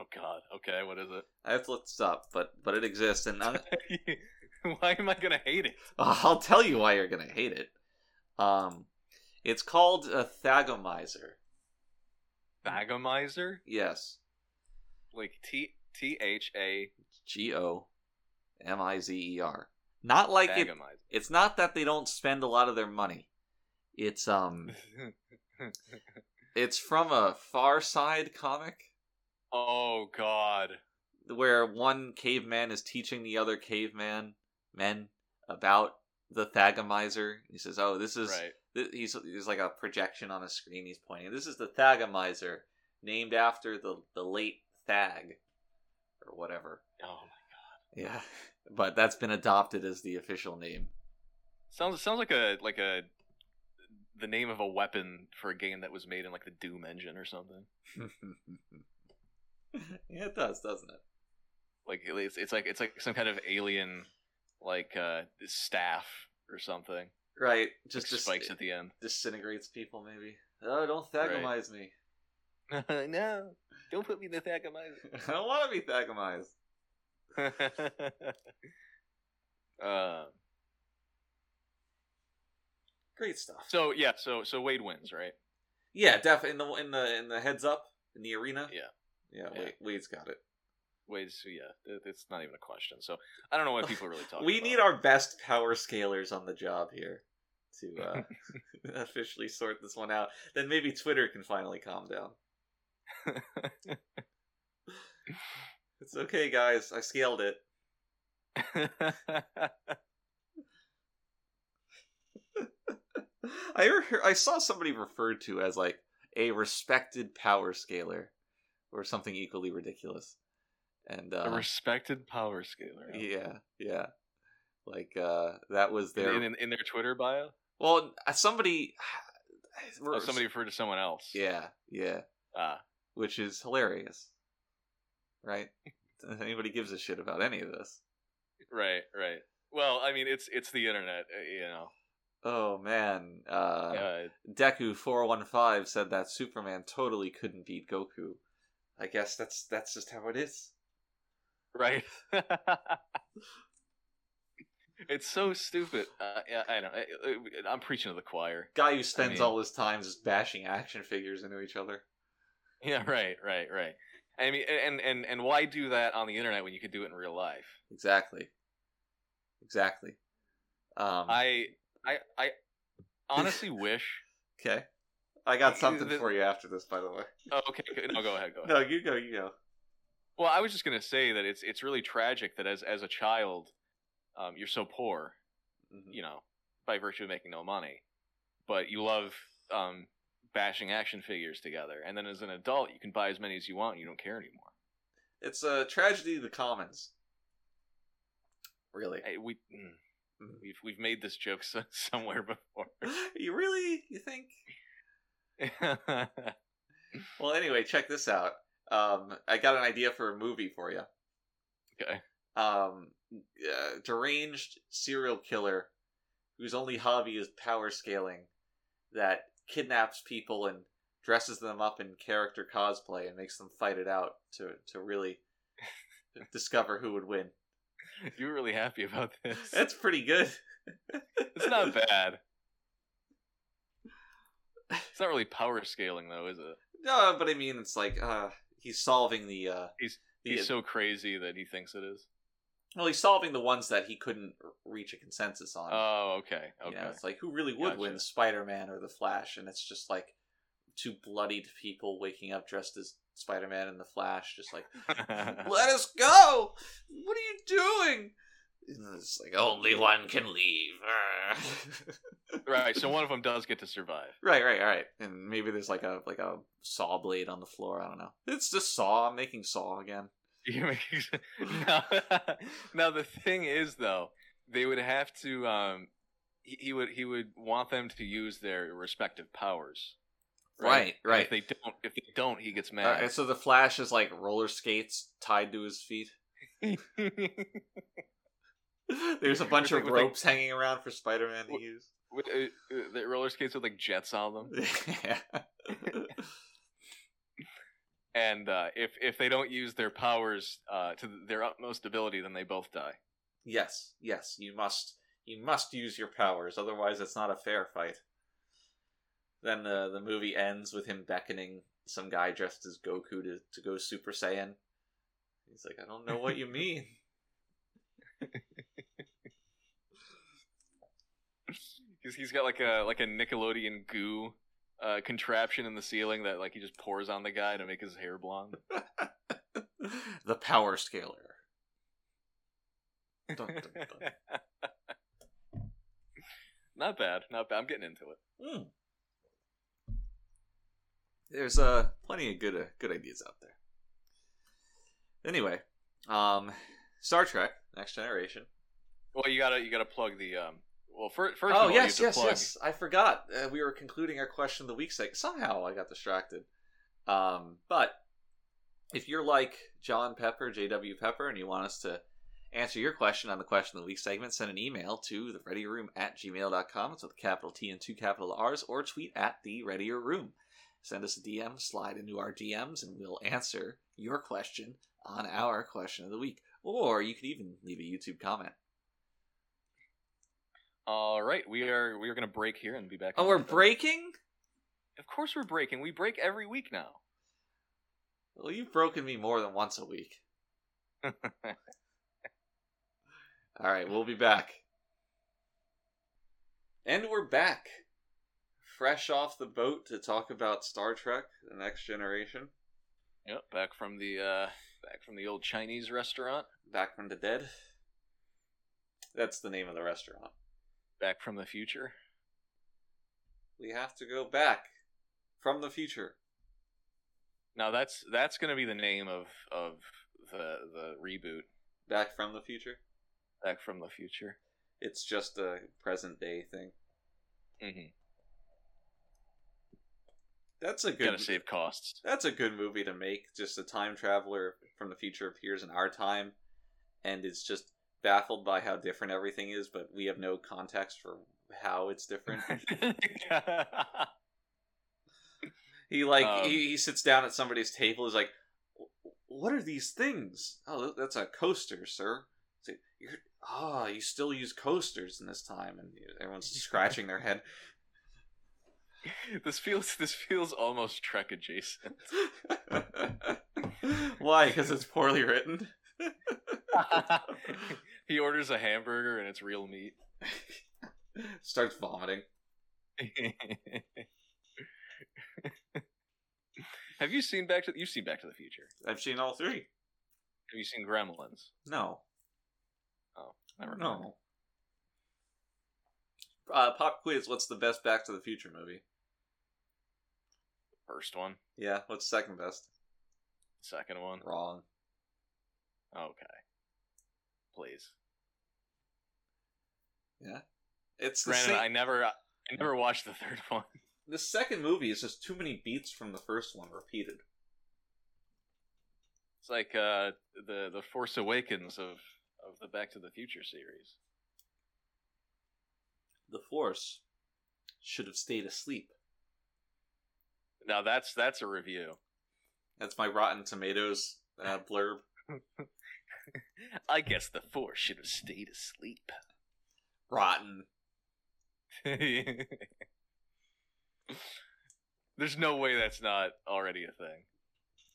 [SPEAKER 4] Oh God. Okay, what is
[SPEAKER 3] I have to look this up, but but it exists, and I'm,
[SPEAKER 4] it? Why am I gonna hate it?
[SPEAKER 3] I'll tell you why you're gonna hate it. Um, it's called a thagomizer.
[SPEAKER 4] Thagomizer?
[SPEAKER 3] Yes,
[SPEAKER 4] Like T T H A
[SPEAKER 3] G O M I Z E R. Not like it.
[SPEAKER 4] Thagomizer.
[SPEAKER 3] It's not that they don't spend a lot of their money. It's um, it's from a Far Side comic
[SPEAKER 4] oh God.
[SPEAKER 3] where one caveman is teaching the other caveman men about the thagomizer. He says, "Oh, this is."
[SPEAKER 4] Right.
[SPEAKER 3] th- he's there's like a projection on a screen he's pointing this is the thagomizer named after the the late thag or whatever
[SPEAKER 4] Oh.
[SPEAKER 3] yeah but that's been adopted as the official name
[SPEAKER 4] Sounds sounds like a like a the name of a weapon for a game that was made in like the Doom engine or something.
[SPEAKER 3] yeah it does doesn't it
[SPEAKER 4] Like it's it's like it's like some kind of alien like uh staff or something.
[SPEAKER 3] right
[SPEAKER 4] Just
[SPEAKER 3] just dis-
[SPEAKER 4] spikes at the end.
[SPEAKER 3] disintegrates people maybe oh don't thagomize me
[SPEAKER 4] no. Don't put me in the Thagomizer.
[SPEAKER 3] i don't want to be thagomized
[SPEAKER 4] uh,
[SPEAKER 3] great stuff
[SPEAKER 4] so yeah, so so Wade wins, right?
[SPEAKER 3] yeah definitely in the in the in the heads up in the arena
[SPEAKER 4] Yeah.
[SPEAKER 3] yeah,
[SPEAKER 4] Yeah.
[SPEAKER 3] Wade, wade's got it
[SPEAKER 4] ways. So yeah, it- it's not even a question. So I don't know what people are really talking.
[SPEAKER 3] we
[SPEAKER 4] about.
[SPEAKER 3] need our best power scalers on the job here to uh, officially sort this one out. Then maybe Twitter can finally calm down. It's okay, guys. I scaled it. I heard, I saw somebody referred to as like a respected power scaler or something equally ridiculous. And uh,
[SPEAKER 4] a respected power scaler.
[SPEAKER 3] yeah, yeah. Like uh that was
[SPEAKER 4] In,
[SPEAKER 3] their
[SPEAKER 4] in, in their Twitter bio,
[SPEAKER 3] Well, uh, somebody
[SPEAKER 4] oh, somebody referred to someone else.
[SPEAKER 3] yeah, yeah,
[SPEAKER 4] Ah,
[SPEAKER 3] which is hilarious. Right? If Anybody gives a shit about any of this.
[SPEAKER 4] right, right. Well, I mean, it's it's the internet, uh, you know.
[SPEAKER 3] Oh man, uh
[SPEAKER 4] Uh,
[SPEAKER 3] Deku four one five said that Superman totally couldn't beat Goku. I guess that's that's just how it is.
[SPEAKER 4] Uh, right. it's so stupid. Uh, yeah, I know. I, I'm preaching to the choir.
[SPEAKER 3] Guy who spends
[SPEAKER 4] mean-
[SPEAKER 3] all his time just bashing action figures into each other.
[SPEAKER 4] Yeah, right, right, right. I mean, and and and why do that on the internet when you could do it in real life?
[SPEAKER 3] Exactly. Exactly. Um,
[SPEAKER 4] I I I honestly wish.
[SPEAKER 3] okay. I got something
[SPEAKER 4] The-
[SPEAKER 3] for you after this, by the way.
[SPEAKER 4] Oh, okay, good. no, go ahead, go ahead.
[SPEAKER 3] No, you go. You go.
[SPEAKER 4] Well, I was just gonna say that it's it's really tragic that as as a child, um, you're so poor,
[SPEAKER 3] Mm-hmm.
[SPEAKER 4] you know, by virtue of making no money, but you love um, bashing action figures together, and then as an adult, you can buy as many as you want, and you don't care anymore.
[SPEAKER 3] It's a tragedy of the commons. Really?
[SPEAKER 4] I, we mm,
[SPEAKER 3] Mhm.
[SPEAKER 4] we've we've made this joke so, somewhere before.
[SPEAKER 3] You really? You think? Well, anyway, check this out. Um, I got an idea for a movie for you.
[SPEAKER 4] Okay.
[SPEAKER 3] Um, uh, deranged serial killer whose only hobby is power scaling that kidnaps people and dresses them up in character cosplay and makes them fight it out to to really discover who would win.
[SPEAKER 4] You're really happy about this.
[SPEAKER 3] That's pretty good.
[SPEAKER 4] It's not bad. It's not really power scaling though, is it?
[SPEAKER 3] No, but I mean, it's like uh, he's solving the uh,
[SPEAKER 4] He's-
[SPEAKER 3] the,
[SPEAKER 4] He's so crazy that he thinks it is.
[SPEAKER 3] well, he's solving the ones that he couldn't r- reach a consensus on.
[SPEAKER 4] Oh, okay,
[SPEAKER 3] You
[SPEAKER 4] okay.
[SPEAKER 3] know, it's like who really would
[SPEAKER 4] Gotcha.
[SPEAKER 3] win, Spider Man or the Flash? And it's just like two bloodied people waking up dressed as Spider Man and the Flash, just like let us go. What are you doing? And it's like only one can leave.
[SPEAKER 4] right, so one of them does get to survive.
[SPEAKER 3] Right, right, right. And maybe there's like a like a saw blade on the floor. I don't know. It's just saw. I'm making saw again.
[SPEAKER 4] You're making s- now, now the thing is though, they would have to. Um, he, he would he would want them to use their respective powers.
[SPEAKER 3] Right,
[SPEAKER 4] And
[SPEAKER 3] right.
[SPEAKER 4] If they don't, if they don't, he gets
[SPEAKER 3] All
[SPEAKER 4] mad.
[SPEAKER 3] right, so the Flash is like roller skates tied to his feet. There's a bunch of
[SPEAKER 4] With, like-
[SPEAKER 3] ropes hanging around for Spider Man to use.
[SPEAKER 4] With, uh, uh, the roller skates with like jets on them,
[SPEAKER 3] yeah.
[SPEAKER 4] and uh, if if they don't use their powers uh, to their utmost ability, then they both die.
[SPEAKER 3] yes, yes, you must you must use your powers, otherwise it's not a fair fight. Then the the movie ends with him beckoning some guy dressed as Goku to, to go Super Saiyan. He's like, I don't know what you mean.
[SPEAKER 4] Because he's got like a like a Nickelodeon goo uh, contraption in the ceiling that like he just pours on the guy to make his hair blonde.
[SPEAKER 3] the power scaler. Dun, dun, dun.
[SPEAKER 4] not bad, not bad. I'm getting into it.
[SPEAKER 3] Hmm. There's uh plenty of good uh, good ideas out there. Anyway, um, Star Trek: Next Generation.
[SPEAKER 4] Well, you gotta you gotta plug the um. Well, first, first of
[SPEAKER 3] Oh
[SPEAKER 4] all,
[SPEAKER 3] yes,
[SPEAKER 4] you
[SPEAKER 3] yes,
[SPEAKER 4] have to plug.
[SPEAKER 3] yes. I forgot uh, we were concluding our question of the week. Seg- Somehow I got distracted. Um, but if you're like John Pepper, J.W. Pepper, and you want us to answer your question on the question of the week segment, send an email to the readier room at gmail.com. It's with a capital T and two capital R's, or tweet at the readier room. Send us a DM, slide into our DMs, and we'll answer your question on our question of the week. Or you could even leave a YouTube comment.
[SPEAKER 4] All right, we are we are gonna break here and be back.
[SPEAKER 3] Oh,
[SPEAKER 4] on
[SPEAKER 3] we're
[SPEAKER 4] Monday.
[SPEAKER 3] breaking?
[SPEAKER 4] Of course, we're breaking. We break every week now.
[SPEAKER 3] Well, you've broken me more than once a week. All right, we'll be back. And we're back. Fresh off the boat to talk about Star Trek The Next Generation.
[SPEAKER 4] Yep, back from the uh, back from the old Chinese restaurant,
[SPEAKER 3] Back from the Dead. That's the name of the restaurant.
[SPEAKER 4] back from the future.
[SPEAKER 3] We have to go back from the future.
[SPEAKER 4] Now that's that's going to be the name of of the the reboot,
[SPEAKER 3] Back from the future?
[SPEAKER 4] back from the future.
[SPEAKER 3] It's just a present day thing.
[SPEAKER 4] Mm-hmm.
[SPEAKER 3] That's a
[SPEAKER 4] Got
[SPEAKER 3] good
[SPEAKER 4] to save costs.
[SPEAKER 3] That's a good movie to make. Just a time traveler from the future appears in our time and is just baffled by how different everything is, but we have no context for how it's different. he like
[SPEAKER 4] Um,
[SPEAKER 3] he, he sits down at somebody's table. He's like, "Wh- "What are these things? Oh, th- that's a coaster, sir." He's like, You're, ah, you still use coasters in this time, and everyone's scratching their head.
[SPEAKER 4] this feels this feels almost Trek adjacent.
[SPEAKER 3] Why? Because it's poorly written.
[SPEAKER 4] he orders a hamburger and it's real meat.
[SPEAKER 3] Starts vomiting.
[SPEAKER 4] Have you seen Back to you've seen Back to the Future?
[SPEAKER 3] I've seen all three.
[SPEAKER 4] Have you seen Gremlins?
[SPEAKER 3] No,
[SPEAKER 4] Never mind.
[SPEAKER 3] no. Uh, pop quiz: What's the best Back to the Future movie?
[SPEAKER 4] First one,
[SPEAKER 3] Yeah. What's second best?
[SPEAKER 4] second one.
[SPEAKER 3] Wrong.
[SPEAKER 4] Okay, please,
[SPEAKER 3] It's the
[SPEAKER 4] Brandon.
[SPEAKER 3] same-
[SPEAKER 4] I never, I never watched the third one.
[SPEAKER 3] the second movie is just too many beats from the first one repeated.
[SPEAKER 4] It's like uh, the the Force Awakens of of the Back to the Future series.
[SPEAKER 3] The Force should have stayed asleep.
[SPEAKER 4] Now that's that's a review.
[SPEAKER 3] That's my Rotten Tomatoes uh, blurb.
[SPEAKER 4] I guess the Force should have stayed asleep.
[SPEAKER 3] Rotten.
[SPEAKER 4] There's no way that's not already a thing.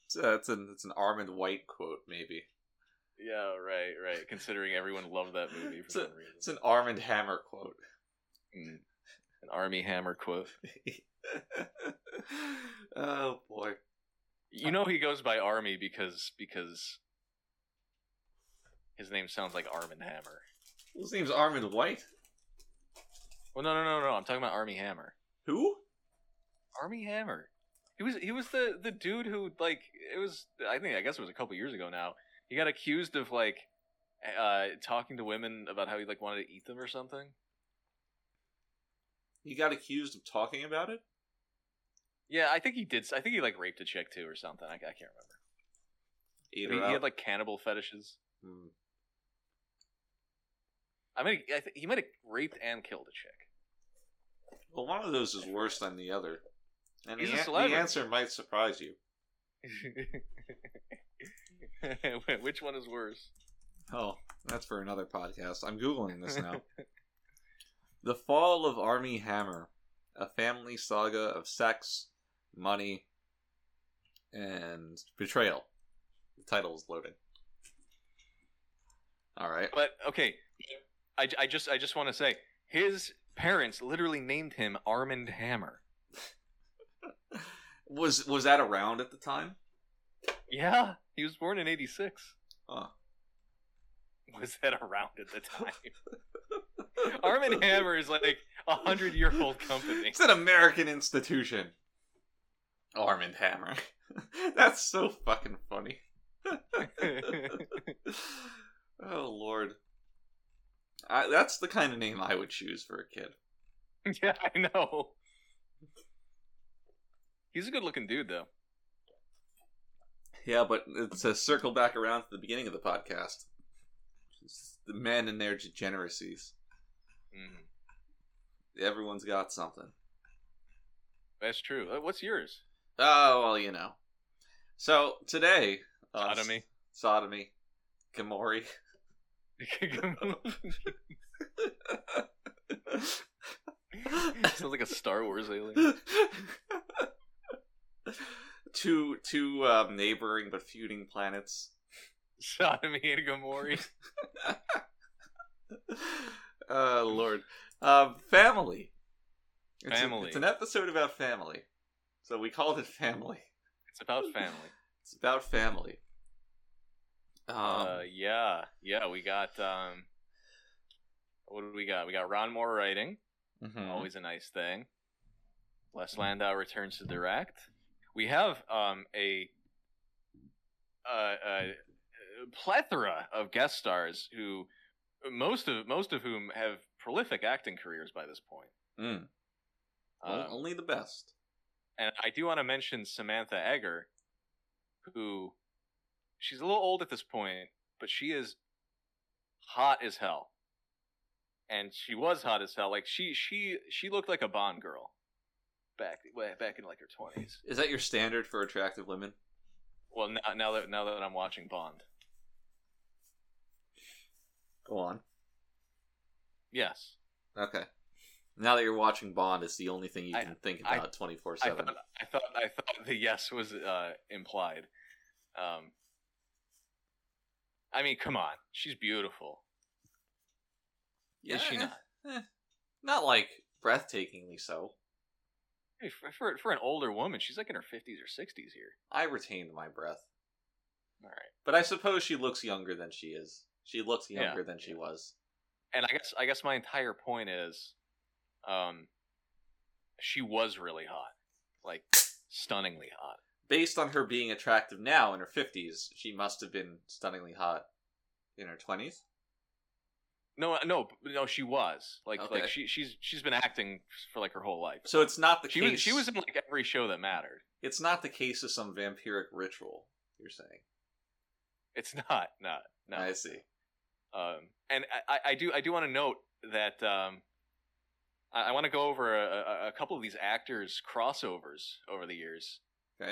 [SPEAKER 3] It's, uh, it's an it's an Armand White quote, maybe.
[SPEAKER 4] Yeah, right, right. Considering everyone loved that movie for
[SPEAKER 3] It's a-
[SPEAKER 4] some reason.
[SPEAKER 3] It's an Armand Hammer quote.
[SPEAKER 4] Mm. An Army Hammer quote.
[SPEAKER 3] oh boy.
[SPEAKER 4] You know he goes by Army because because his name sounds like Armin Hammer.
[SPEAKER 3] His name's Armand White.
[SPEAKER 4] Well, no, no, no, no. I'm talking about Army Hammer.
[SPEAKER 3] Who?
[SPEAKER 4] Army Hammer. He was he was the the dude who like it was I think I guess it was a couple years ago now. He got accused of like uh talking to women about how he like wanted to eat them or something.
[SPEAKER 3] He got accused of talking about it?
[SPEAKER 4] Yeah, I think he did. I think he like raped a chick too or something. I, I can't remember.
[SPEAKER 3] Ate
[SPEAKER 4] He,
[SPEAKER 3] her
[SPEAKER 4] he
[SPEAKER 3] out?
[SPEAKER 4] had like cannibal fetishes.
[SPEAKER 3] Hmm.
[SPEAKER 4] I mean, I th- he might have raped and killed a chick.
[SPEAKER 3] Well, one of those is worse than the other. And
[SPEAKER 4] He's
[SPEAKER 3] the,
[SPEAKER 4] a
[SPEAKER 3] an-
[SPEAKER 4] celebrity.
[SPEAKER 3] the answer might surprise you.
[SPEAKER 4] Which one is worse?
[SPEAKER 3] Oh, that's for another podcast. I'm Googling this now. the Fall of Army Hammer, a family saga of sex, money, and betrayal. The title is loaded. All right.
[SPEAKER 4] But okay, I, I just I just want to say his parents literally named him Armand Hammer.
[SPEAKER 3] Was was that around at the time?
[SPEAKER 4] Yeah, he was born in '86.
[SPEAKER 3] Huh.
[SPEAKER 4] Was that around at the time? Armand Hammer is like a hundred year old company.
[SPEAKER 3] It's an American institution. Arm and Hammer. That's so fucking funny. oh lord. I, that's the kind of name I would choose for a kid.
[SPEAKER 4] yeah, I know. He's a good looking dude though.
[SPEAKER 3] Yeah, but it's a circle back around to the beginning of the podcast. It's the men and their degeneracies.
[SPEAKER 4] Mm, Mm-hmm.
[SPEAKER 3] Everyone's got something.
[SPEAKER 4] that's true. Uh, What's yours?
[SPEAKER 3] Oh well, you know. So today, uh,
[SPEAKER 4] Sodomy.
[SPEAKER 3] sodomy, Gamori.
[SPEAKER 4] Sounds like a Star Wars alien.
[SPEAKER 3] uh, two two um, neighboring but feuding planets
[SPEAKER 4] Sodomy and Gomorrah.
[SPEAKER 3] oh Lord, um, family. It's a-
[SPEAKER 4] Family.
[SPEAKER 3] it's an episode about family, so we called it family.
[SPEAKER 4] It's about family.
[SPEAKER 3] It's about family. Um,
[SPEAKER 4] uh, yeah, yeah. We got um, what do we got? We got Ron Moore writing.
[SPEAKER 3] mhm.
[SPEAKER 4] Always a nice thing. Les Landau returns to direct. We have um a uh, a plethora of guest stars who most of most of whom have prolific acting careers by this point.
[SPEAKER 3] Mm.
[SPEAKER 4] Um,
[SPEAKER 3] O- only the best.
[SPEAKER 4] and I do want to mention Samantha Egger, who she's a little old at this point, but she is hot as hell. And she was hot as hell. Like she she she looked like a Bond girl back way back in like her twenties.
[SPEAKER 3] Is that your standard for attractive women?
[SPEAKER 4] Well, now, now that now that I'm watching Bond,
[SPEAKER 3] Go on.
[SPEAKER 4] yes,
[SPEAKER 3] Okay. Now that you're watching Bond, it's the only thing you
[SPEAKER 4] I-
[SPEAKER 3] can think
[SPEAKER 4] I-
[SPEAKER 3] about twenty four
[SPEAKER 4] I
[SPEAKER 3] seven.
[SPEAKER 4] thought I thought I thought the yes was uh, implied. Um, I mean, come on, she's beautiful. Is she not?
[SPEAKER 3] Not like breathtakingly so.
[SPEAKER 4] Hey, for, for for an older woman, she's like in her fifties or sixties here.
[SPEAKER 3] I retained my breath,
[SPEAKER 4] All right,
[SPEAKER 3] but I suppose she looks younger than she is. She looks
[SPEAKER 4] Yeah.
[SPEAKER 3] younger than she was.
[SPEAKER 4] and I guess I guess my entire point is, um, she was really hot, like stunningly hot.
[SPEAKER 3] Based on her being attractive now in her fifties, she must have been stunningly hot in her twenties.
[SPEAKER 4] No, no, no, she was like
[SPEAKER 3] Okay.
[SPEAKER 4] like she she's she's been acting for like her whole life.
[SPEAKER 3] So it's not the
[SPEAKER 4] she
[SPEAKER 3] case.
[SPEAKER 4] was she was in like every show that mattered.
[SPEAKER 3] It's not the case of some vampiric ritual. You're saying?
[SPEAKER 4] It's not not no.
[SPEAKER 3] I see.
[SPEAKER 4] Um, and I, I- I do I do want to note that um, I, I want to go over a, a, a couple of these actors crossovers over the years.
[SPEAKER 3] Okay.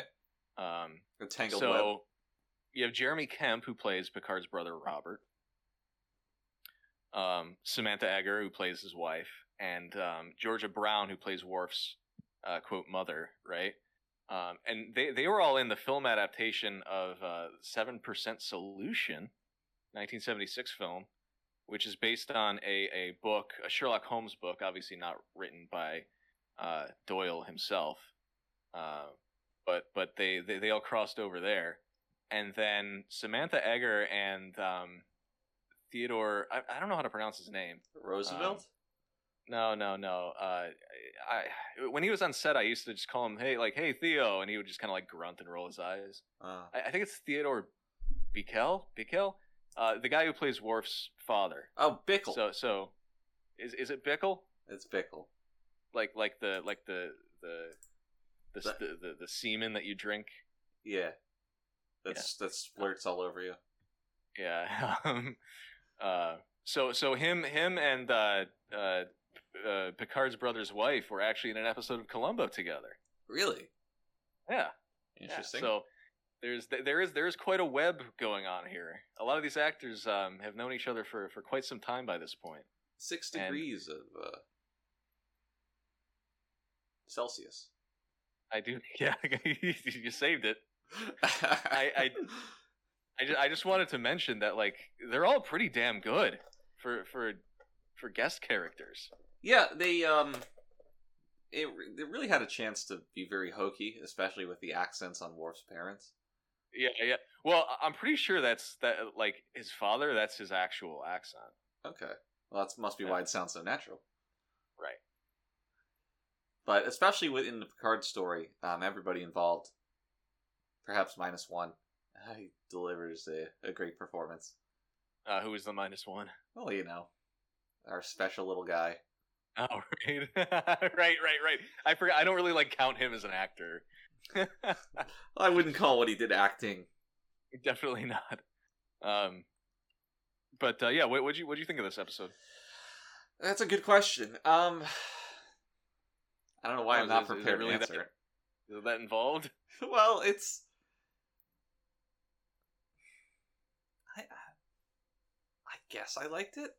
[SPEAKER 4] Um,
[SPEAKER 3] A tangled
[SPEAKER 4] so
[SPEAKER 3] web.
[SPEAKER 4] you have Jeremy Kemp who plays Picard's brother Robert, um, Samantha Egger who plays his wife, and um, Georgia Brown who plays Worf's uh, quote mother, right? Um, and they they were all in the film adaptation of uh, Seven Percent Solution, 1976 film, which is based on a a book, a Sherlock Holmes book, obviously not written by uh, Doyle himself. Uh, but but they, they they all crossed over there, and then Samantha Egger and um, Theodore I, I don't know how to pronounce his name.
[SPEAKER 3] Roosevelt.
[SPEAKER 4] No no no. Uh, I when he was on set, I used to just call him hey like hey Theo, and he would just kind of like grunt and roll his eyes.
[SPEAKER 3] Uh,
[SPEAKER 4] I, I think it's Theodore Bikel Bikel, uh, the guy who plays Worf's father.
[SPEAKER 3] oh, Bickle.
[SPEAKER 4] So so, is is it Bickle?
[SPEAKER 3] it's Bickle.
[SPEAKER 4] Like like the like the the the
[SPEAKER 3] The-
[SPEAKER 4] the, the, the semen that you drink
[SPEAKER 3] Yeah. That's that's splurts all over you.
[SPEAKER 4] Yeah. Um, uh, so so him him and uh, uh, uh, Picard's brother's wife were actually in an episode of Columbo together.
[SPEAKER 3] Really?
[SPEAKER 4] Yeah. yeah.
[SPEAKER 3] Interesting.
[SPEAKER 4] So there's there is there is quite a web going on here. A lot of these actors um, have known each other for for quite some time by this point.
[SPEAKER 3] Six
[SPEAKER 4] and-
[SPEAKER 3] degrees of uh, Celsius.
[SPEAKER 4] I do. Yeah. you saved it. I- I just, I just wanted to mention that like they're all pretty damn good for for for guest characters.
[SPEAKER 3] yeah, they um, it they really had a chance to be very hokey, especially with the accents on Worf's parents.
[SPEAKER 4] Yeah, yeah. Well, I- I'm pretty sure that's that. Like his father, that's his actual accent.
[SPEAKER 3] Okay, well that must be why it sounds so natural.
[SPEAKER 4] Right.
[SPEAKER 3] But especially within the Picard story, um, everybody involved, perhaps minus one, uh, he delivers a, a great performance.
[SPEAKER 4] Uh, who is the minus one?
[SPEAKER 3] Well, you know, our special little guy.
[SPEAKER 4] Oh, right, right, right, right. I forgot. I don't really like count him as an actor.
[SPEAKER 3] I wouldn't call what he did acting.
[SPEAKER 4] Definitely not. Um, but uh, yeah, what would you what would you think of this episode?
[SPEAKER 3] That's a good question. Um, I don't know why
[SPEAKER 4] Oh,
[SPEAKER 3] I'm
[SPEAKER 4] is-
[SPEAKER 3] not
[SPEAKER 4] is it
[SPEAKER 3] prepared
[SPEAKER 4] really
[SPEAKER 3] to answer
[SPEAKER 4] that- Is that involved?
[SPEAKER 3] it. Well, it's. I, I I guess I liked it.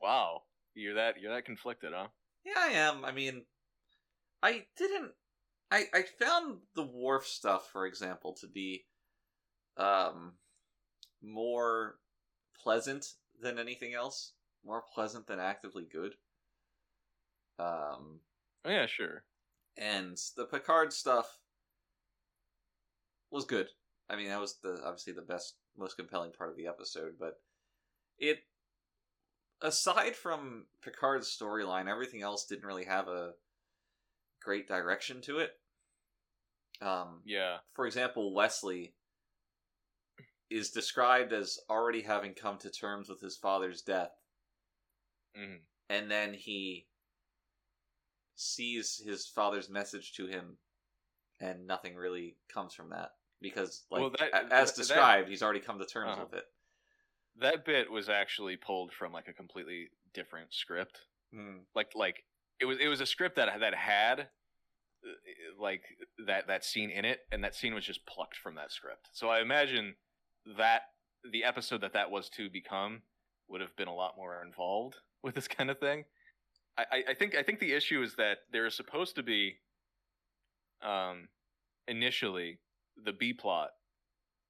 [SPEAKER 4] Wow, you're that you're that conflicted, huh?
[SPEAKER 3] Yeah, I am. I mean, I didn't. I I found the wharf stuff, for example, to be, um, more pleasant than anything else, more pleasant than actively good. Um,
[SPEAKER 4] Oh, yeah, sure.
[SPEAKER 3] and the Picard stuff was good. I mean, that was the obviously the best, most compelling part of the episode. But it, aside from Picard's storyline, everything else didn't really have a great direction to it. Um,
[SPEAKER 4] Yeah.
[SPEAKER 3] for example, Wesley is described as already having come to terms with his father's death,
[SPEAKER 4] Mhm.
[SPEAKER 3] and then he sees his father's message to him, and nothing really comes from that because, like,
[SPEAKER 4] Well, that-
[SPEAKER 3] a- as
[SPEAKER 4] that-
[SPEAKER 3] described, he's already come to terms
[SPEAKER 4] Uh-huh.
[SPEAKER 3] with it.
[SPEAKER 4] That bit was actually pulled from like a completely different script.
[SPEAKER 3] Mm-hmm.
[SPEAKER 4] um, like like it was it was a script that that had uh, like that that scene in it and that scene was just plucked from that script so i imagine that the episode that that was to become would have been a lot more involved with this kind of thing i I- i think i think the issue is that there is supposed to be um initially the b plot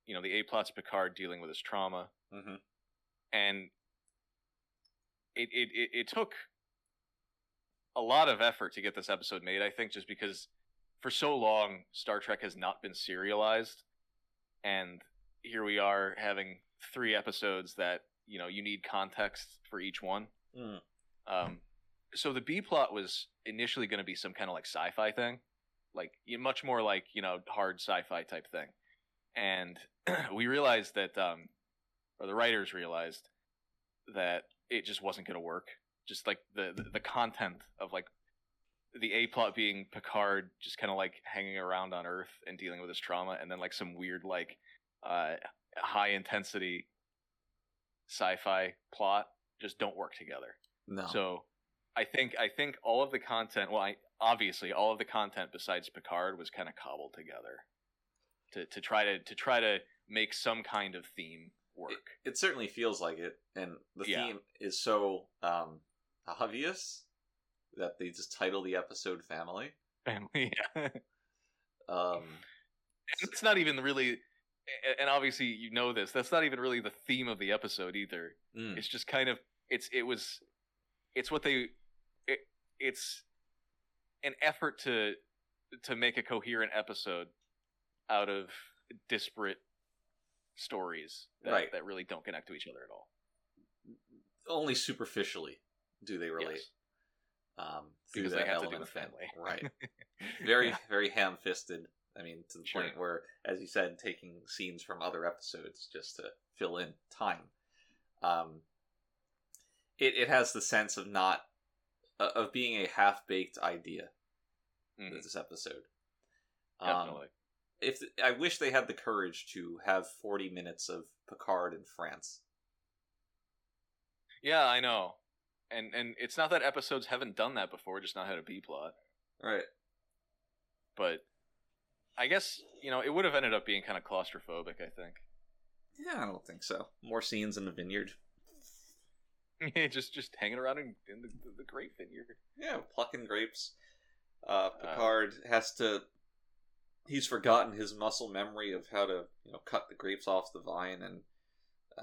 [SPEAKER 4] you know the a plot's picard dealing with his trauma
[SPEAKER 3] Mhm.
[SPEAKER 4] and it, it it it took a lot of effort to get this episode made. I think just because for so long Star Trek has not been serialized, and here we are having three episodes that you know you need context for each one.
[SPEAKER 3] Mm.
[SPEAKER 4] Um, so the B plot was initially going to be some kind of like sci-fi thing, like you- much more like you know hard sci-fi type thing, and we realized that, um, or the writers realized that it just wasn't going to work. Just like the, the the content of like the A plot being Picard just kind of like hanging around on Earth and dealing with his trauma, and then like some weird like uh, high intensity sci-fi plot just don't work together.
[SPEAKER 3] No.
[SPEAKER 4] So I think I think all of the content well I, obviously all of the content besides Picard was kind of cobbled together to to try to to try to make some kind of theme work.
[SPEAKER 3] it certainly feels like it, and the
[SPEAKER 4] Yeah.
[SPEAKER 3] theme is so um, obvious that they just title the episode "Family."
[SPEAKER 4] Family. Yeah.
[SPEAKER 3] Um,
[SPEAKER 4] it's not even really a- and obviously you know this. That's not even really the theme of the episode either.
[SPEAKER 3] mm.
[SPEAKER 4] It's just kind of it's it was it's what they it, it's an effort to to make a coherent episode out of disparate stories that,
[SPEAKER 3] Right.
[SPEAKER 4] that really don't connect to each other at all.
[SPEAKER 3] only superficially do they relate
[SPEAKER 4] Yes.
[SPEAKER 3] um, through
[SPEAKER 4] Because
[SPEAKER 3] that
[SPEAKER 4] they have to do
[SPEAKER 3] element
[SPEAKER 4] with
[SPEAKER 3] of family,
[SPEAKER 4] family.
[SPEAKER 3] right? Very,
[SPEAKER 4] Yeah.
[SPEAKER 3] very ham-fisted. I mean, to the
[SPEAKER 4] Sure.
[SPEAKER 3] point where, as you said, taking scenes from other episodes just to fill in time. Um, it it has the sense of not uh, of being a half-baked idea.
[SPEAKER 4] Mhm.
[SPEAKER 3] This episode, um,
[SPEAKER 4] definitely.
[SPEAKER 3] if I wish they had the courage to have forty minutes of Picard in France.
[SPEAKER 4] yeah, I know. And and it's not that episodes haven't done that before, just not had a B plot.
[SPEAKER 3] Right.
[SPEAKER 4] But I guess, you know, it would have ended up being kind of claustrophobic, I think.
[SPEAKER 3] Yeah, I don't think so. More scenes in the vineyard.
[SPEAKER 4] just just hanging around in, in the, the grape vineyard.
[SPEAKER 3] Yeah, plucking grapes. Uh, Picard has to. He's forgotten his muscle memory of how to, you know, cut the grapes off the vine, and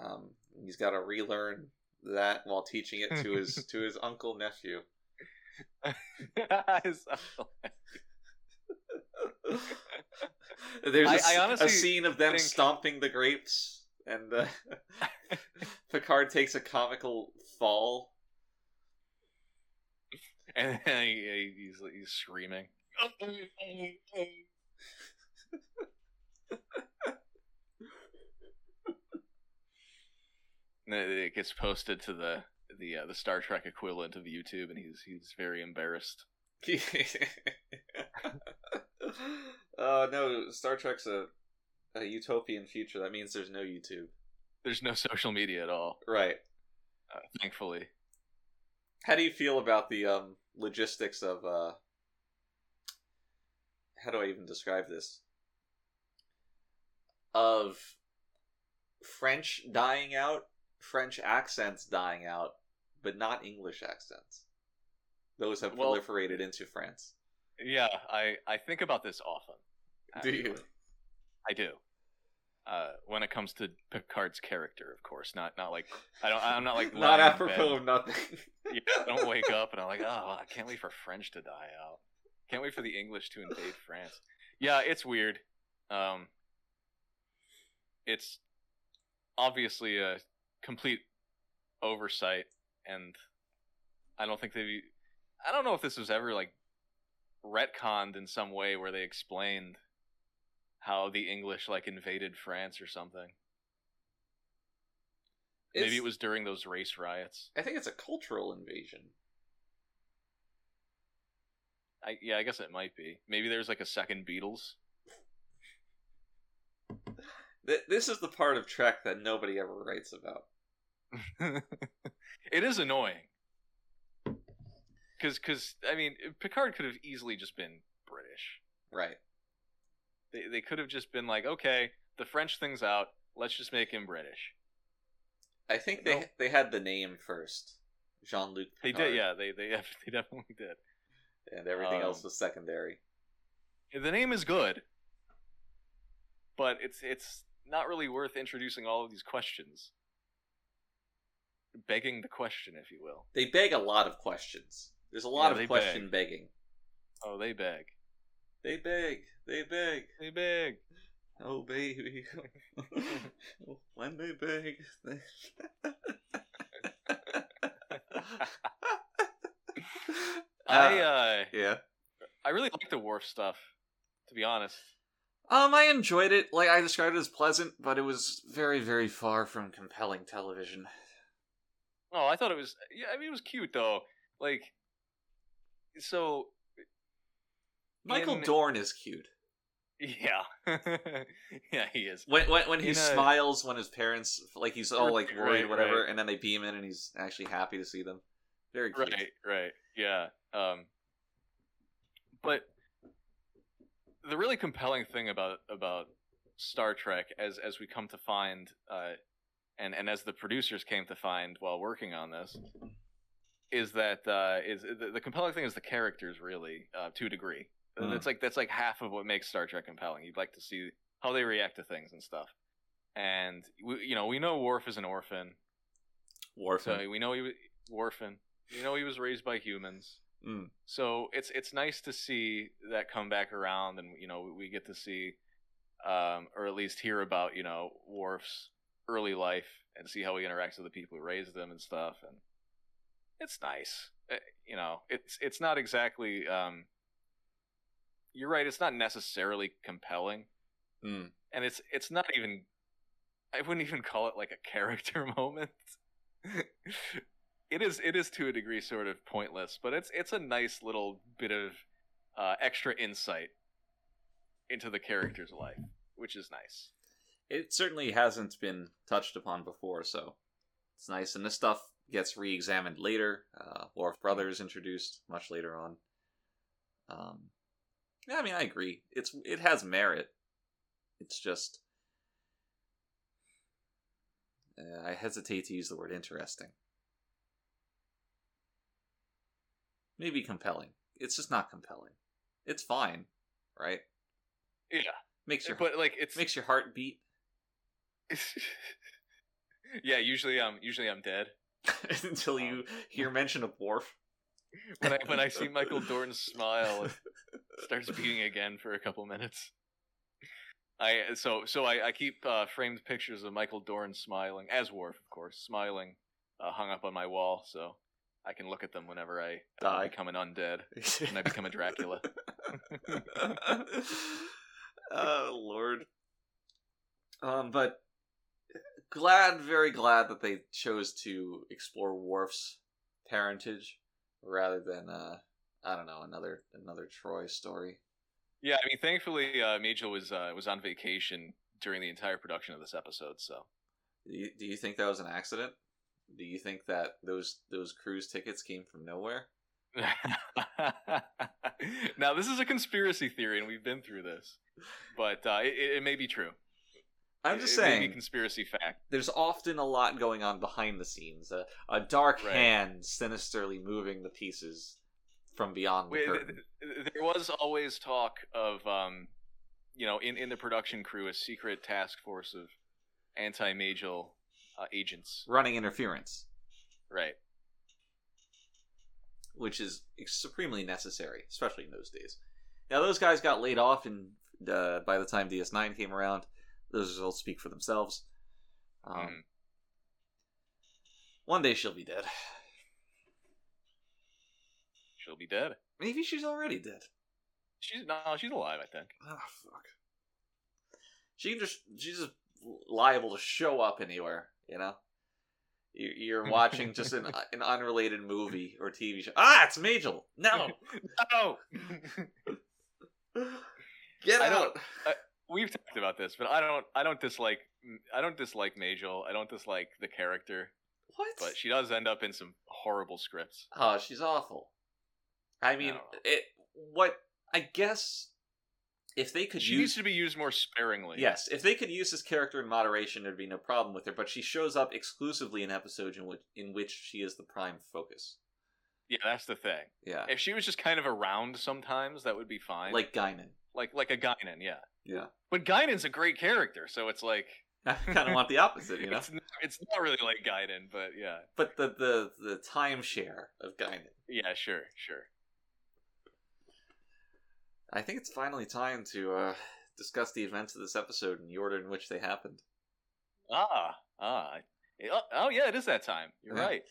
[SPEAKER 3] um, he's got to relearn that while teaching it to his to his uncle nephew.
[SPEAKER 4] It's-
[SPEAKER 3] There's a
[SPEAKER 4] I- I
[SPEAKER 3] s- a
[SPEAKER 4] honestly
[SPEAKER 3] scene of them
[SPEAKER 4] think-
[SPEAKER 3] stomping the grapes, and uh, Picard takes a comical fall.
[SPEAKER 4] and then he, he's, he's screaming. And then it gets posted to the the uh, the Star Trek equivalent of YouTube, and he's he's very embarrassed.
[SPEAKER 3] uh, no, Star Trek's a, a utopian future. That means there's no YouTube.
[SPEAKER 4] There's no social media at all,
[SPEAKER 3] Right.
[SPEAKER 4] uh, thankfully.
[SPEAKER 3] How do you feel about the um, logistics of. Uh, how do I even describe this? Of French dying out, French accents dying out, but not English accents. Those have
[SPEAKER 4] Well-
[SPEAKER 3] proliferated into France.
[SPEAKER 4] Yeah, I I think about this often.
[SPEAKER 3] Do you?
[SPEAKER 4] actually. I do. uh, when it comes to Picard's character, of course, not not like I don't. I'm not like
[SPEAKER 3] Not
[SPEAKER 4] lying in
[SPEAKER 3] apropos
[SPEAKER 4] bed.
[SPEAKER 3] of nothing.
[SPEAKER 4] Yeah, I don't wake up and I'm like, oh, I can't wait for French to die out. Can't wait for the English to invade France. Yeah, it's weird. Um, it's obviously a complete oversight, and I don't think they. I don't know if this was ever like retconned in some way where they explained how the English like invaded France or something. Maybe
[SPEAKER 3] It's-
[SPEAKER 4] it was during those race riots.
[SPEAKER 3] I think it's a cultural invasion.
[SPEAKER 4] I, yeah, I guess it might be. Maybe there's like a second Beatles.
[SPEAKER 3] Th- this is the part of Trek that nobody ever writes about.
[SPEAKER 4] it is annoying. Because, cause, I mean, Picard could have easily just been British.
[SPEAKER 3] Right.
[SPEAKER 4] They, they could have just been like, okay, the French thing's out. Let's just make him British.
[SPEAKER 3] I think they
[SPEAKER 4] No.
[SPEAKER 3] they had the name first, Jean Luc.
[SPEAKER 4] They did, yeah. They they def- they definitely did.
[SPEAKER 3] and everything
[SPEAKER 4] Um,
[SPEAKER 3] else was secondary.
[SPEAKER 4] The name is good, but it's it's not really worth introducing all of these questions. Begging the question, if you will.
[SPEAKER 3] They beg a lot of questions. There's a lot
[SPEAKER 4] Yeah, they
[SPEAKER 3] of question begging.
[SPEAKER 4] Oh, they beg.
[SPEAKER 3] They beg. They beg.
[SPEAKER 4] They beg.
[SPEAKER 3] Oh baby, when they beg. They...
[SPEAKER 4] I uh,
[SPEAKER 3] yeah.
[SPEAKER 4] I really like the Worf stuff, to be honest.
[SPEAKER 3] Um, I enjoyed it. Like I described it as pleasant, but it was very, very far from compelling television.
[SPEAKER 4] Oh, I thought it was. Yeah, I mean, it was cute though. Like, so
[SPEAKER 3] Michael
[SPEAKER 4] In-
[SPEAKER 3] Dorn is cute.
[SPEAKER 4] yeah, yeah, he is.
[SPEAKER 3] When when, when he
[SPEAKER 4] In a-
[SPEAKER 3] smiles when his parents like he's all like
[SPEAKER 4] Right,
[SPEAKER 3] worried
[SPEAKER 4] right,
[SPEAKER 3] whatever, and then they beam in and he's actually happy to see them. Very cute.
[SPEAKER 4] Right, right, yeah. Um, but the really compelling thing about about Star Trek, as as we come to find, uh, and and as the producers came to find while working on this, is that uh, is the, the compelling thing is the characters really uh, to a degree.
[SPEAKER 3] Mm.
[SPEAKER 4] That's like that's like half of what makes Star Trek compelling. You'd like to see how they react to things and stuff. And we, you know, we know Worf is an orphan.
[SPEAKER 3] Warfare.
[SPEAKER 4] So we know he was orphan. We know he was raised by humans.
[SPEAKER 3] Mm.
[SPEAKER 4] So it's it's nice to see that come back around, and you know we get to see, um, or at least hear about you know Worf's early life and see how he interacts with the people who raised him and stuff, and it's nice. Eh, You know, it's it's not exactly. Um, you're right. It's not necessarily compelling,
[SPEAKER 3] Mm.
[SPEAKER 4] and it's it's not even. I wouldn't even call it like a character moment. it is it is to a degree sort of pointless, but it's it's a nice little bit of uh, extra insight into the character's life, which is nice.
[SPEAKER 3] It certainly hasn't been touched upon before, so it's nice. And this stuff gets re-examined later. Uh, Warf Brother is introduced much later on. Um, yeah, I mean, I agree. It's it has merit. It's just uh, I hesitate to use the word interesting. Maybe compelling. It's just not compelling. It's fine, right?
[SPEAKER 4] Yeah,
[SPEAKER 3] Makes your
[SPEAKER 4] but like it's
[SPEAKER 3] makes your heart beat.
[SPEAKER 4] yeah. Usually I'm usually I'm dead
[SPEAKER 3] until you hear mention of Worf.
[SPEAKER 4] when I when I see Michael Dorn smile. It starts beating again for a couple minutes. I so so I, I keep uh, framed pictures of Michael Dorn smiling as Worf, of course, smiling, uh, hung up on my wall, so I can look at them whenever I uh,
[SPEAKER 3] Die.
[SPEAKER 4] become an undead and I become a Dracula.
[SPEAKER 3] oh Lord. Um, but glad, very glad that they chose to explore Worf's parentage rather than uh, I don't know another another Troy story.
[SPEAKER 4] Yeah, I mean, thankfully, uh, Major was uh, was on vacation during the entire production of this episode, so
[SPEAKER 3] Do you, do you think that was an accident? Do you think that those those cruise tickets came from nowhere?
[SPEAKER 4] now this is a conspiracy theory, and we've been through this, but uh, it, it it may be true.
[SPEAKER 3] I'm
[SPEAKER 4] It-
[SPEAKER 3] just
[SPEAKER 4] it may be
[SPEAKER 3] saying.
[SPEAKER 4] conspiracy fact.
[SPEAKER 3] there's often a lot going on behind the scenes. A, a dark
[SPEAKER 4] Right.
[SPEAKER 3] hand sinisterly moving the pieces from beyond the
[SPEAKER 4] Wait, th-
[SPEAKER 3] curtain.
[SPEAKER 4] th- there was always talk of um, you know, in, in the production crew, a secret task force of anti-magial uh, agents.
[SPEAKER 3] running interference,
[SPEAKER 4] Right.
[SPEAKER 3] which is supremely necessary, especially in those days. Now, those guys got laid off, and uh, by the time DS9 came around, those results speak for themselves. Um,
[SPEAKER 4] Mhm.
[SPEAKER 3] One day she'll be dead.
[SPEAKER 4] She'll be dead.
[SPEAKER 3] Maybe she's already dead.
[SPEAKER 4] She's no, she's alive. I think.
[SPEAKER 3] Oh fuck. She can just she's just liable to show up anywhere, you know. You're, you're watching just an an unrelated movie or TV show. Ah, it's Majel. No,
[SPEAKER 4] Oh,
[SPEAKER 3] get
[SPEAKER 4] I
[SPEAKER 3] out.
[SPEAKER 4] don't- we've talked about this, but I don't. I don't dislike. I don't dislike Majel. I don't dislike the character,
[SPEAKER 3] What?
[SPEAKER 4] but she does end up in some horrible scripts.
[SPEAKER 3] Oh, she's awful. I mean,
[SPEAKER 4] No.
[SPEAKER 3] it. What I guess if they could
[SPEAKER 4] She
[SPEAKER 3] use
[SPEAKER 4] needs to be used more sparingly.
[SPEAKER 3] yes, if they could use this character in moderation, there'd be no problem with her. But she shows up exclusively in episodes in which in which she is the prime focus.
[SPEAKER 4] Yeah, that's the thing.
[SPEAKER 3] Yeah,
[SPEAKER 4] If she was just kind of around sometimes, that would be fine.
[SPEAKER 3] like Guinan.
[SPEAKER 4] like like a Guinan, yeah.
[SPEAKER 3] Yeah.
[SPEAKER 4] But Guinan's a great character, so it's like
[SPEAKER 3] I kind of want the opposite, you know.
[SPEAKER 4] it's not, it's not really like Guinan, but yeah,
[SPEAKER 3] But the the the timeshare of Guinan.
[SPEAKER 4] yeah, sure, sure.
[SPEAKER 3] I think it's finally time to uh, discuss the events of this episode and the order in which they happened.
[SPEAKER 4] Ah, ah. I- Oh, oh, yeah, it is that time. You're
[SPEAKER 3] Yeah.
[SPEAKER 4] right.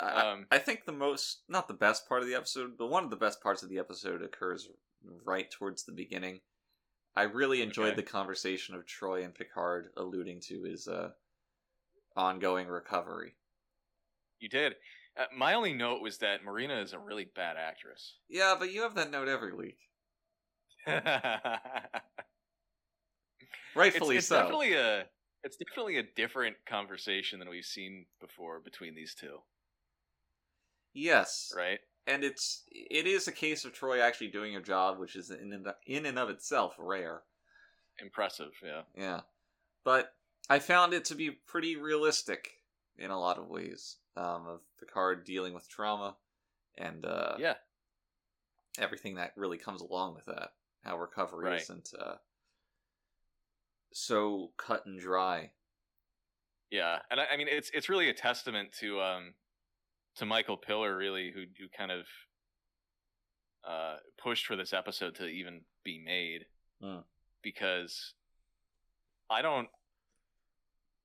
[SPEAKER 3] I, I-
[SPEAKER 4] Um,
[SPEAKER 3] I think the most, not the best part of the episode, but one of the best parts of the episode occurs right towards the beginning. I really enjoyed
[SPEAKER 4] Okay.
[SPEAKER 3] the conversation of Troy and Picard alluding to his uh, ongoing recovery.
[SPEAKER 4] you did. Uh, my only note was that Marina is a really bad actress.
[SPEAKER 3] Yeah, but you have that note every week,
[SPEAKER 4] it's,
[SPEAKER 3] rightfully
[SPEAKER 4] it's
[SPEAKER 3] so.
[SPEAKER 4] definitely a it's definitely a different conversation than we've seen before between these two,
[SPEAKER 3] Yes,
[SPEAKER 4] right?
[SPEAKER 3] and it's it is a case of Troy actually doing your job, which is in and, in and of itself rare.
[SPEAKER 4] Impressive, yeah.
[SPEAKER 3] Yeah, but I found it to be pretty realistic in a lot of ways. Um, of Picard dealing with trauma and uh,
[SPEAKER 4] yeah.
[SPEAKER 3] everything that really comes along with that, how recovery
[SPEAKER 4] Right.
[SPEAKER 3] isn't uh, so cut and dry.
[SPEAKER 4] Yeah, and I, I mean it's it's really a testament to um to Michael Piller really who who kind of uh pushed for this episode to even be made
[SPEAKER 3] Mm.
[SPEAKER 4] because I don't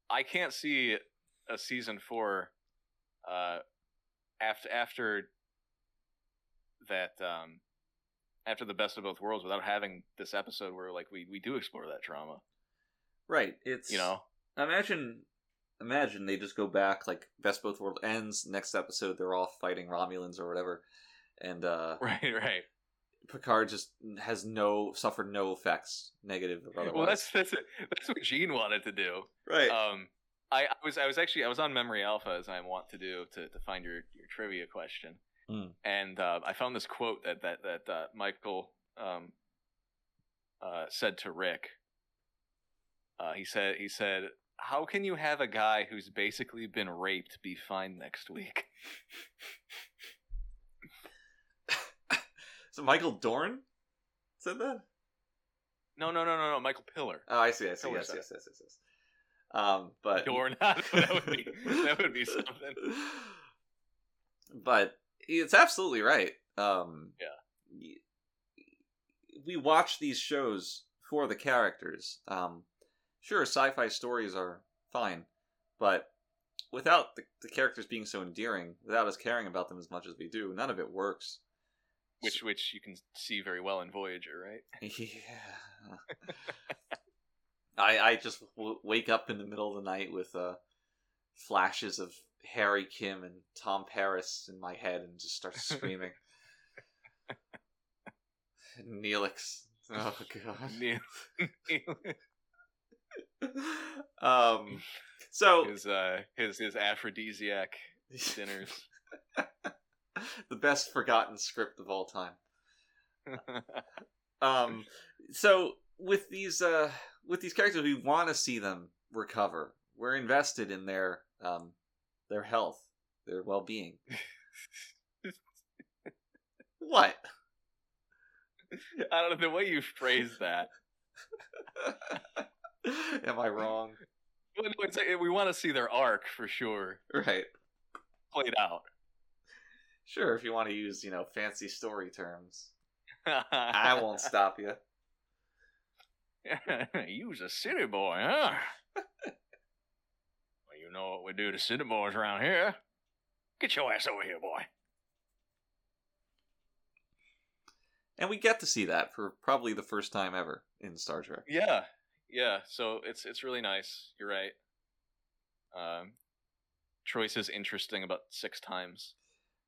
[SPEAKER 4] I can't see a season 4 uh after after that um after the best of both worlds without having this episode where like we we do explore that trauma,
[SPEAKER 3] Right. It's
[SPEAKER 4] you know.
[SPEAKER 3] imagine imagine they just go back like best both world ends next episode they're all fighting romulans or whatever and uh
[SPEAKER 4] Right, right.
[SPEAKER 3] picard just has no suffered no effects negative or otherwise
[SPEAKER 4] Well, that's that's that's what Gene wanted to do.
[SPEAKER 3] right
[SPEAKER 4] Um, I, I was I was actually I was on Memory Alpha as I want to do to, to find your, your trivia question,
[SPEAKER 3] Hmm.
[SPEAKER 4] and uh, I found this quote that that that uh, Michael um, uh, said to Rick. Uh, he said he said, "How can you have a guy who's basically been raped be fine next week?"
[SPEAKER 3] so michael dorn said that
[SPEAKER 4] No, no, no, no, no. Michael Pillar.
[SPEAKER 3] oh i see i see
[SPEAKER 4] Someone
[SPEAKER 3] yes
[SPEAKER 4] said
[SPEAKER 3] yes, yes yes yes um but
[SPEAKER 4] Dorn. that would be that would be something.
[SPEAKER 3] but it's absolutely right. Um,
[SPEAKER 4] Yeah.
[SPEAKER 3] y- We watch these shows for the characters. Um, sure, sci-fi stories are fine, but without the, the characters being so endearing, without us caring about them as much as we do, none of it works.
[SPEAKER 4] Which which you can see very well in Voyager, right?
[SPEAKER 3] Yeah. I I just w- wake up in the middle of the night with uh, flashes of Harry Kim and Tom Paris in my head and just start screaming. Neelix. Oh god. um. So
[SPEAKER 4] his uh his his aphrodisiac dinners.
[SPEAKER 3] the best forgotten script of all time. um so with these uh with these characters we want to see them recover we're invested in their um their health their well-being what
[SPEAKER 4] I don't know the way you phrase that.
[SPEAKER 3] Am I wrong?
[SPEAKER 4] Well, no, it's like, we want to see their arc for sure
[SPEAKER 3] Right.
[SPEAKER 4] played out.
[SPEAKER 3] Sure, if you want to use, you know, fancy story terms. I won't stop you.
[SPEAKER 4] You was a city boy, huh? well, you know what we do to city boys around here. Get your ass over here, boy.
[SPEAKER 3] And we get to see that for probably the first time ever in Star Trek.
[SPEAKER 4] Yeah, yeah. So it's it's really nice. You're right. Um, Troy says interesting about six times.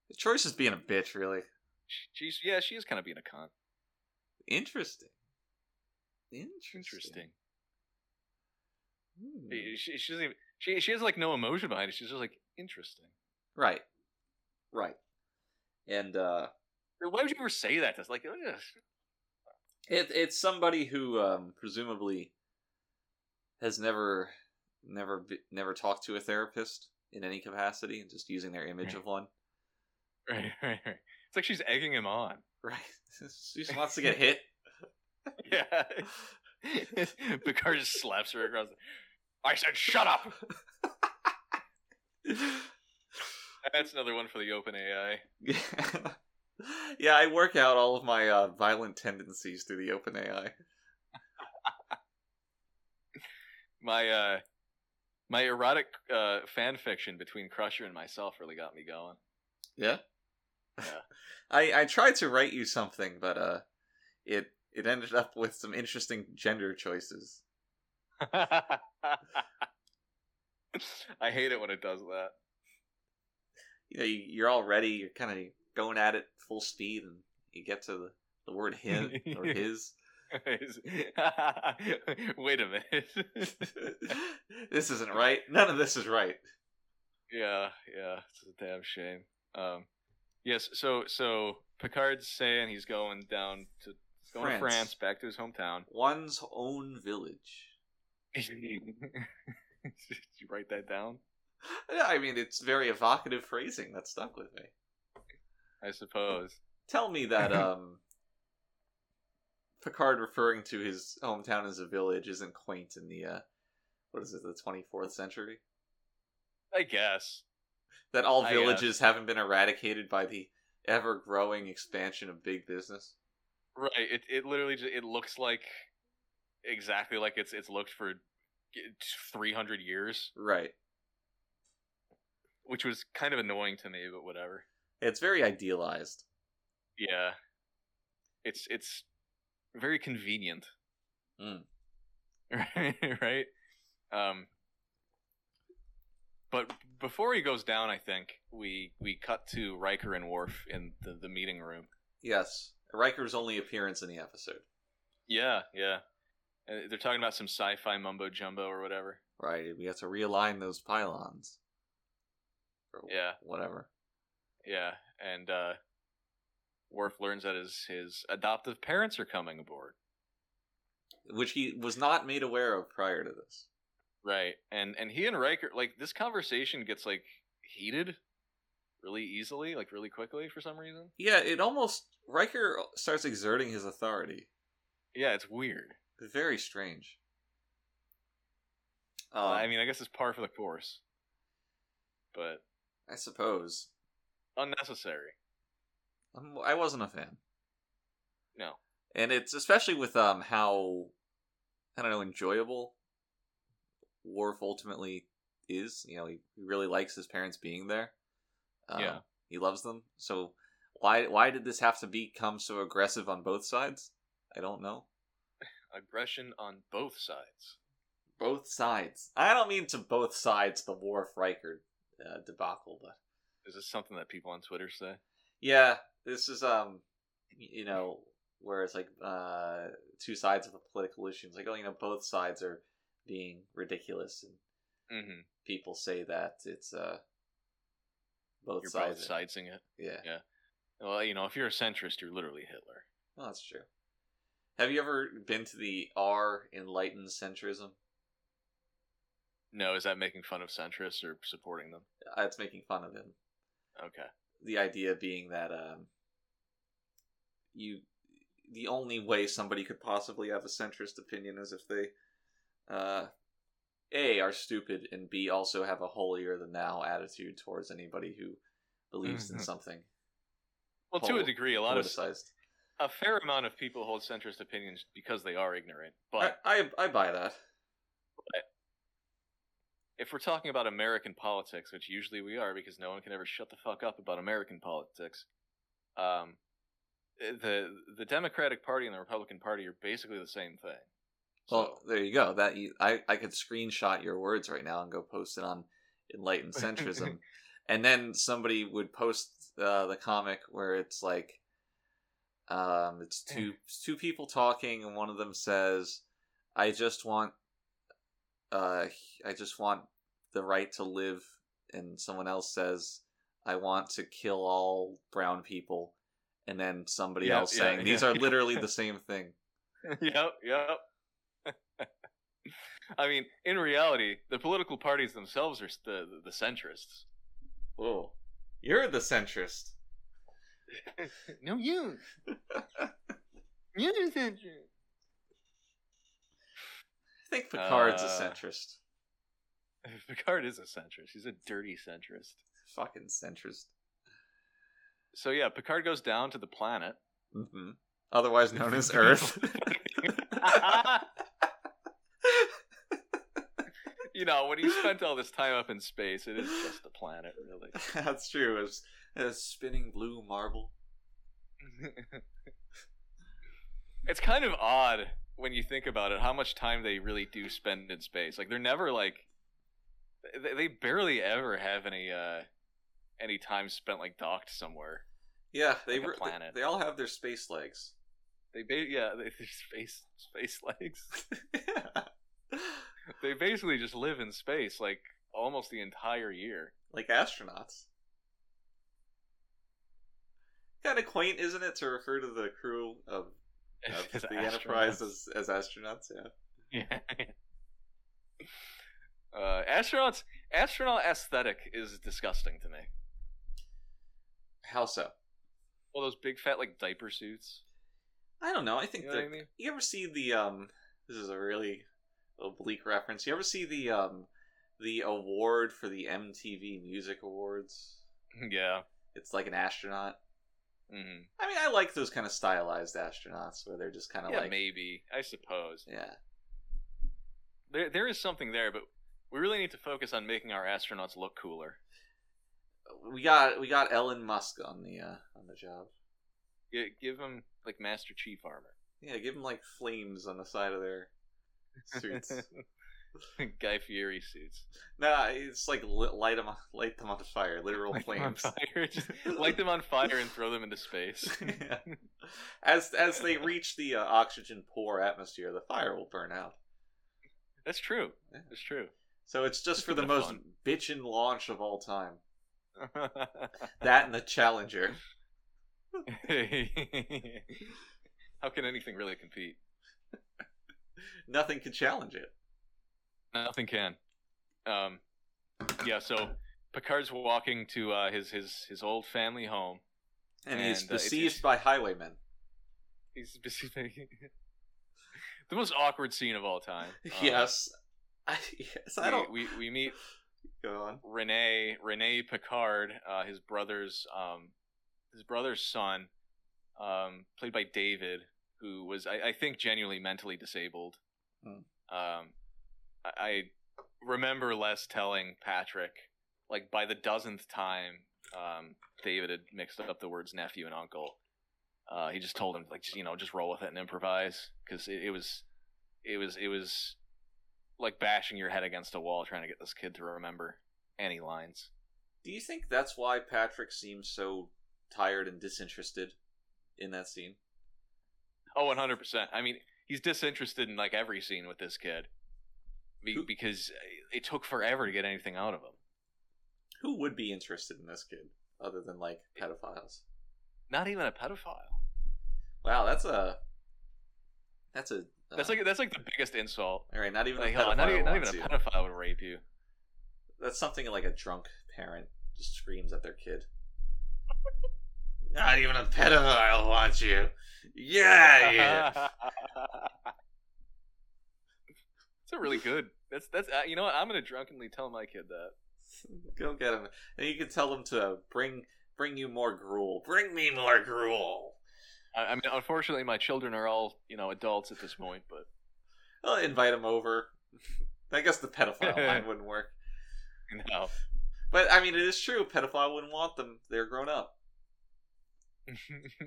[SPEAKER 3] The choice is being a bitch, really.
[SPEAKER 4] Sh- She's yeah, she is kind of being a cunt.
[SPEAKER 3] Interesting. Interesting.
[SPEAKER 4] Interesting.
[SPEAKER 3] Hmm.
[SPEAKER 4] She, she, she doesn't even, she she has like no emotion behind it. She's just like interesting.
[SPEAKER 3] Right. Right. And uh
[SPEAKER 4] Why would you ever say that? That's like ugh.
[SPEAKER 3] It, it's somebody who um, presumably has never, never, be- never talked to a therapist in any capacity, and just using their image of one.
[SPEAKER 4] right, right, right. It's like she's egging him on.
[SPEAKER 3] Right, she just wants to get hit.
[SPEAKER 4] Yeah. Picard just slaps her across. The... I said, "Shut up." That's another one for the open AI.
[SPEAKER 3] yeah, I work out all of my uh, violent tendencies through the open AI.
[SPEAKER 4] My uh, my erotic uh, fan fiction between Crusher and myself really got me going.
[SPEAKER 3] Yeah,
[SPEAKER 4] Yeah.
[SPEAKER 3] I I tried to write you something, but uh, it it ended up with some interesting gender choices.
[SPEAKER 4] I hate it when it does that.
[SPEAKER 3] you know, you, you're all ready. You're kind of going at it full speed, and you get to the, the word him or his.
[SPEAKER 4] Wait a minute.
[SPEAKER 3] this isn't right. None of this is right.
[SPEAKER 4] Yeah, yeah, it's a damn shame. Um, yes, so so Picard's saying he's going down to he's going to
[SPEAKER 3] France.
[SPEAKER 4] France, back to his hometown.
[SPEAKER 3] One's own village.
[SPEAKER 4] Did you write that down?
[SPEAKER 3] Yeah, I mean, it's very evocative phrasing that stuck with me.
[SPEAKER 4] I suppose.
[SPEAKER 3] Tell me that um, Picard referring to his hometown as a village isn't quaint in the uh, what is it, the 24th century?
[SPEAKER 4] I guess.
[SPEAKER 3] That all
[SPEAKER 4] I
[SPEAKER 3] villages haven't been eradicated by the ever-growing expansion of big business.
[SPEAKER 4] Right. It it literally just, it looks like exactly like it's it's looked for eh, three hundred years,
[SPEAKER 3] Right.
[SPEAKER 4] which was kind of annoying to me, but whatever.
[SPEAKER 3] It's very idealized.
[SPEAKER 4] Yeah. It's it's very convenient.
[SPEAKER 3] Mm.
[SPEAKER 4] right? Um but before he goes down, I think we we cut to Riker and Worf in the, the meeting room.
[SPEAKER 3] Yes. Riker's only appearance in the episode.
[SPEAKER 4] Yeah, yeah. Uh, They're talking about some sci-fi mumbo jumbo or whatever.
[SPEAKER 3] Right. We have to realign those pylons. Or
[SPEAKER 4] Yeah.
[SPEAKER 3] Whatever.
[SPEAKER 4] Yeah, and uh, Worf learns that his his adoptive parents are coming aboard.
[SPEAKER 3] Which he was not made aware of prior to this.
[SPEAKER 4] Right, and and he and Riker like this conversation gets like heated really easily, like really quickly for some reason.
[SPEAKER 3] Yeah, it almost. Riker starts exerting his authority.
[SPEAKER 4] Yeah, it's weird.
[SPEAKER 3] Very strange. Um,
[SPEAKER 4] Uh, I mean, I guess it's par for the course, but
[SPEAKER 3] I suppose.
[SPEAKER 4] unnecessary.
[SPEAKER 3] I'm, I wasn't a fan.
[SPEAKER 4] No.
[SPEAKER 3] and it's especially with um how I don't know enjoyable Worf ultimately is. You know, he he really likes his parents being there. Um,
[SPEAKER 4] Yeah.
[SPEAKER 3] he loves them. So why why did this have to become so aggressive on both sides? I don't know.
[SPEAKER 4] Aggression on both sides.
[SPEAKER 3] Both sides. I don't mean to both sides the Worf Riker uh, debacle, but
[SPEAKER 4] Is this something that people on Twitter say?
[SPEAKER 3] yeah, this is um you know where it's like uh two sides of a political issue. It's like oh you know both sides are being ridiculous and
[SPEAKER 4] Mm-hmm.
[SPEAKER 3] people say that it's uh both
[SPEAKER 4] You're
[SPEAKER 3] sides.
[SPEAKER 4] both sidesing it.
[SPEAKER 3] Yeah,
[SPEAKER 4] Well, you know, if you're a centrist, you're literally Hitler.
[SPEAKER 3] well, that's true. Have you ever been to the R enlightened centrism?
[SPEAKER 4] No, is that making fun of centrists or supporting them?
[SPEAKER 3] Uh, It's making fun of him.
[SPEAKER 4] Okay.
[SPEAKER 3] The idea being that um, you the only way somebody could possibly have a centrist opinion is if they, uh, a are stupid and b also have a holier than thou attitude towards anybody who believes in
[SPEAKER 4] Mhm.
[SPEAKER 3] something
[SPEAKER 4] Well, to a
[SPEAKER 3] Poli-
[SPEAKER 4] degree, a lot of
[SPEAKER 3] politicized.
[SPEAKER 4] a fair amount of people hold centrist opinions because they are ignorant.
[SPEAKER 3] I,
[SPEAKER 4] But
[SPEAKER 3] I I buy that.
[SPEAKER 4] if we're talking about American politics, which usually we are because no one can ever shut the fuck up about American politics, um, the the Democratic Party and the Republican Party are basically the same thing.
[SPEAKER 3] Well, there you go. That you, I I could screenshot your words right now and go post it on enlightened centrism, and then somebody would post uh, the comic where it's like, um, it's
[SPEAKER 4] Eh.
[SPEAKER 3] two it's two people talking, and one of them says, "I just want, uh, I just want the right to live," and someone else says, "I want to kill all brown people," and then somebody
[SPEAKER 4] Yeah,
[SPEAKER 3] else
[SPEAKER 4] yeah,
[SPEAKER 3] saying, "These
[SPEAKER 4] yeah.
[SPEAKER 3] are literally the same thing."
[SPEAKER 4] yep, yep. I mean, in reality, the political parties themselves are s- the the centrists.
[SPEAKER 3] Whoa. You're the centrist.
[SPEAKER 4] No, you, you're the centrist.
[SPEAKER 3] I think Picard's
[SPEAKER 4] Uh,
[SPEAKER 3] a centrist.
[SPEAKER 4] Picard is a centrist. He's a dirty centrist.
[SPEAKER 3] Fucking centrist.
[SPEAKER 4] So yeah, Picard goes down to the planet.
[SPEAKER 3] hmm Otherwise known as Earth.
[SPEAKER 4] you know, when you spent all this time up in space, it is just the planet, really.
[SPEAKER 3] That's true. It's a spinning blue marble.
[SPEAKER 4] it's kind of odd when you think about it how much time they really do spend in space. Like they're never like they, they barely ever have any uh any time spent like docked somewhere.
[SPEAKER 3] Yeah, they
[SPEAKER 4] Like a
[SPEAKER 3] were. they-
[SPEAKER 4] planet.
[SPEAKER 3] They, all have their space legs.
[SPEAKER 4] They ba- yeah, they, they space space legs. they basically just live in space like almost the entire year.
[SPEAKER 3] like astronauts. Kind of quaint, isn't it, to refer to the crew of, of
[SPEAKER 4] As
[SPEAKER 3] the Enterprise
[SPEAKER 4] astronauts.
[SPEAKER 3] as, as astronauts? Yeah.
[SPEAKER 4] Yeah. Uh, astronauts, astronaut aesthetic is disgusting to me.
[SPEAKER 3] How so?
[SPEAKER 4] All those big fat like diaper suits.
[SPEAKER 3] I don't know. I think
[SPEAKER 4] You know
[SPEAKER 3] they're
[SPEAKER 4] what I mean?
[SPEAKER 3] You ever see the um this is a really oblique reference. You ever see the um the award for the MTV Music Awards?
[SPEAKER 4] Yeah.
[SPEAKER 3] It's like an astronaut.
[SPEAKER 4] hmm
[SPEAKER 3] I mean, I like those kind of stylized astronauts where they're just kind of
[SPEAKER 4] Yeah,
[SPEAKER 3] like
[SPEAKER 4] maybe. I suppose
[SPEAKER 3] yeah.
[SPEAKER 4] there there is something there, but we really need to focus on making our astronauts look cooler.
[SPEAKER 3] We got we got Elon Musk on the uh on the job.
[SPEAKER 4] Gi- Give them like Master Chief armor.
[SPEAKER 3] Yeah, give them like flames on the side of their suits.
[SPEAKER 4] Guy Fieri suits.
[SPEAKER 3] nah, it's like li- light them light them on fire, literal
[SPEAKER 4] Light them on
[SPEAKER 3] flames.
[SPEAKER 4] fire. Just light them on fire and throw them into space.
[SPEAKER 3] Yeah. As as they reach the uh, oxygen poor atmosphere, the fire will burn out.
[SPEAKER 4] That's true.
[SPEAKER 3] Yeah.
[SPEAKER 4] That's true.
[SPEAKER 3] So it's just
[SPEAKER 4] This
[SPEAKER 3] for
[SPEAKER 4] has
[SPEAKER 3] the
[SPEAKER 4] been
[SPEAKER 3] most
[SPEAKER 4] fun.
[SPEAKER 3] bitchin' launch of all time. That and the Challenger.
[SPEAKER 4] How can anything really compete?
[SPEAKER 3] Nothing could challenge it.
[SPEAKER 4] Nothing can. Um, yeah. So Picard's walking to uh, his his his old family home.
[SPEAKER 3] And, he's
[SPEAKER 4] And, uh, it's
[SPEAKER 3] besieged
[SPEAKER 4] just-
[SPEAKER 3] by highwaymen.
[SPEAKER 4] He's busy. the most awkward scene of all time. Um,
[SPEAKER 3] yes. I, yes, I
[SPEAKER 4] we-
[SPEAKER 3] don't.
[SPEAKER 4] We, we meet
[SPEAKER 3] Go on.
[SPEAKER 4] Rene Rene Picard, uh, his brother's um, his brother's son, um, played by David, who was I, I think genuinely mentally disabled.
[SPEAKER 3] Hmm.
[SPEAKER 4] Um, I, I remember Les telling Patrick like by the dozenth time um, David had mixed up the words nephew and uncle. Uh, he just told him like just, you know just roll with it and improvise because it, it was it was it was like bashing your head against a wall trying to get this kid to remember any lines.
[SPEAKER 3] Do you think that's why Patrick seems so tired and disinterested in that scene?
[SPEAKER 4] Oh, 100%. I mean, he's disinterested in like every scene with this kid Be-
[SPEAKER 3] Who-
[SPEAKER 4] because uh, it took forever to get anything out of him.
[SPEAKER 3] Who would be interested in this kid other than like pedophiles?
[SPEAKER 4] Not even a pedophile.
[SPEAKER 3] Wow, that's a. That's a. uh,
[SPEAKER 4] That's like that's like the biggest insult.
[SPEAKER 3] All right, not even
[SPEAKER 4] Like,
[SPEAKER 3] a
[SPEAKER 4] hell,
[SPEAKER 3] pedophile.
[SPEAKER 4] not even, not even
[SPEAKER 3] wants
[SPEAKER 4] a
[SPEAKER 3] you.
[SPEAKER 4] pedophile would rape you.
[SPEAKER 3] That's something like a drunk parent just screams at their kid. Not even a pedophile wants you. Yeah, yeah.
[SPEAKER 4] It's a really good. That's that's uh, you know what I'm gonna drunkenly tell my kid that.
[SPEAKER 3] Go get him, and you can tell him to bring bring you more gruel. Bring me more gruel.
[SPEAKER 4] I, I mean, unfortunately, my children are all you know adults at this point, but
[SPEAKER 3] I'll invite him over. I guess the pedophile line wouldn't work,
[SPEAKER 4] you know.
[SPEAKER 3] but I mean, it is true. Pedophile wouldn't want them. They're grown up.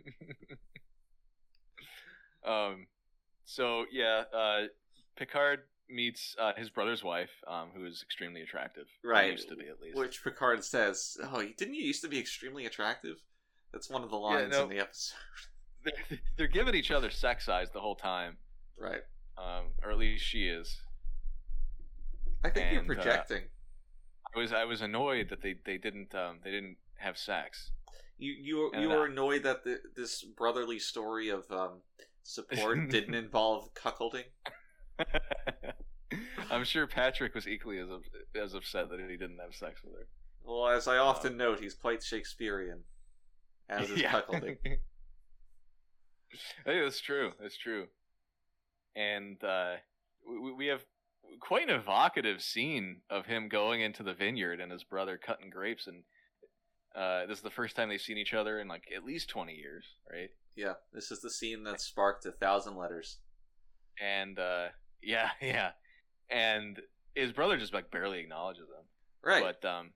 [SPEAKER 4] um, so yeah, uh, Picard meets uh, his brother's wife, um, who is extremely attractive. Or
[SPEAKER 3] Right.
[SPEAKER 4] used to be at least.
[SPEAKER 3] Which Picard says, "Oh, didn't you used to be extremely attractive?" That's one of the lines
[SPEAKER 4] no.
[SPEAKER 3] in the episode,
[SPEAKER 4] They're, they're giving each other sex eyes the whole time,
[SPEAKER 3] right?
[SPEAKER 4] um, or at least she is.
[SPEAKER 3] I think you're
[SPEAKER 4] And, uh,
[SPEAKER 3] projecting.
[SPEAKER 4] I was I was annoyed that they they didn't um, they didn't have sex.
[SPEAKER 3] you you
[SPEAKER 4] and uh,
[SPEAKER 3] you
[SPEAKER 4] that-
[SPEAKER 3] were annoyed that the, this brotherly story of um, support didn't involve cuckolding.
[SPEAKER 4] I'm sure Patrick was equally as up- as upset that he didn't have sex with her.
[SPEAKER 3] Well, as
[SPEAKER 4] Uh.
[SPEAKER 3] I often note, he's quite Shakespearean, as is
[SPEAKER 4] Yeah.
[SPEAKER 3] cuckolding.
[SPEAKER 4] hey, that's true. That's true. And uh, we, we have quite an evocative scene of him going into the vineyard and his brother cutting grapes. And uh, this is the first time they've seen each other in like at least 20 years, right?
[SPEAKER 3] Yeah, this is the scene that sparked a thousand letters.
[SPEAKER 4] And uh, yeah, yeah. And his brother just like barely acknowledges him.
[SPEAKER 3] Right.
[SPEAKER 4] But um,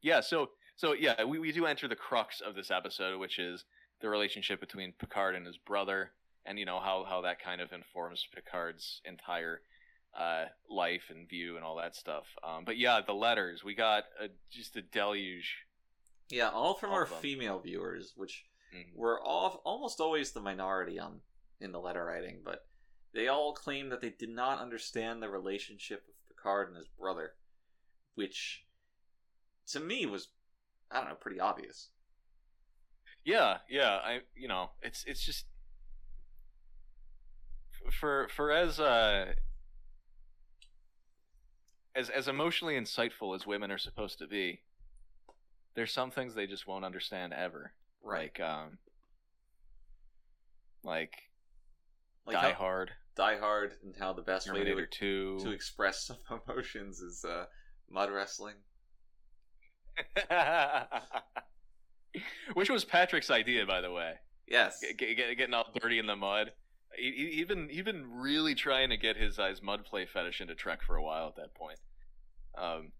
[SPEAKER 4] yeah. So so yeah, we, we do enter the crux of this episode, which is the relationship between Picard and his brother, and you know how how that kind of informs Picard's entire uh, life and view and all that stuff. Um, but yeah, the letters we got a, just a deluge.
[SPEAKER 3] yeah, all from
[SPEAKER 4] all
[SPEAKER 3] our
[SPEAKER 4] of 'em.
[SPEAKER 3] female viewers, which
[SPEAKER 4] Mhm.
[SPEAKER 3] were all almost always the minority on in the letter writing, but they all claimed that they did not understand the relationship of Picard and his brother, which to me was I don't know, pretty obvious.
[SPEAKER 4] Yeah, yeah. I you know it's it's just for for as uh as as emotionally insightful as women are supposed to be, there's some things they just won't understand ever. Like um, like,
[SPEAKER 3] Like
[SPEAKER 4] Die
[SPEAKER 3] how,
[SPEAKER 4] Hard,
[SPEAKER 3] Die Hard and how the best way
[SPEAKER 4] Terminator
[SPEAKER 3] to,
[SPEAKER 4] Two.
[SPEAKER 3] to express some emotions is uh, mud wrestling.
[SPEAKER 4] Which was Patrick's idea, by the way.
[SPEAKER 3] Yes.
[SPEAKER 4] Get- get- get- getting all dirty in the mud. E, He, he, he'd been he'd been really trying to get his eyes mud play fetish into Trek for a while at that point. Um,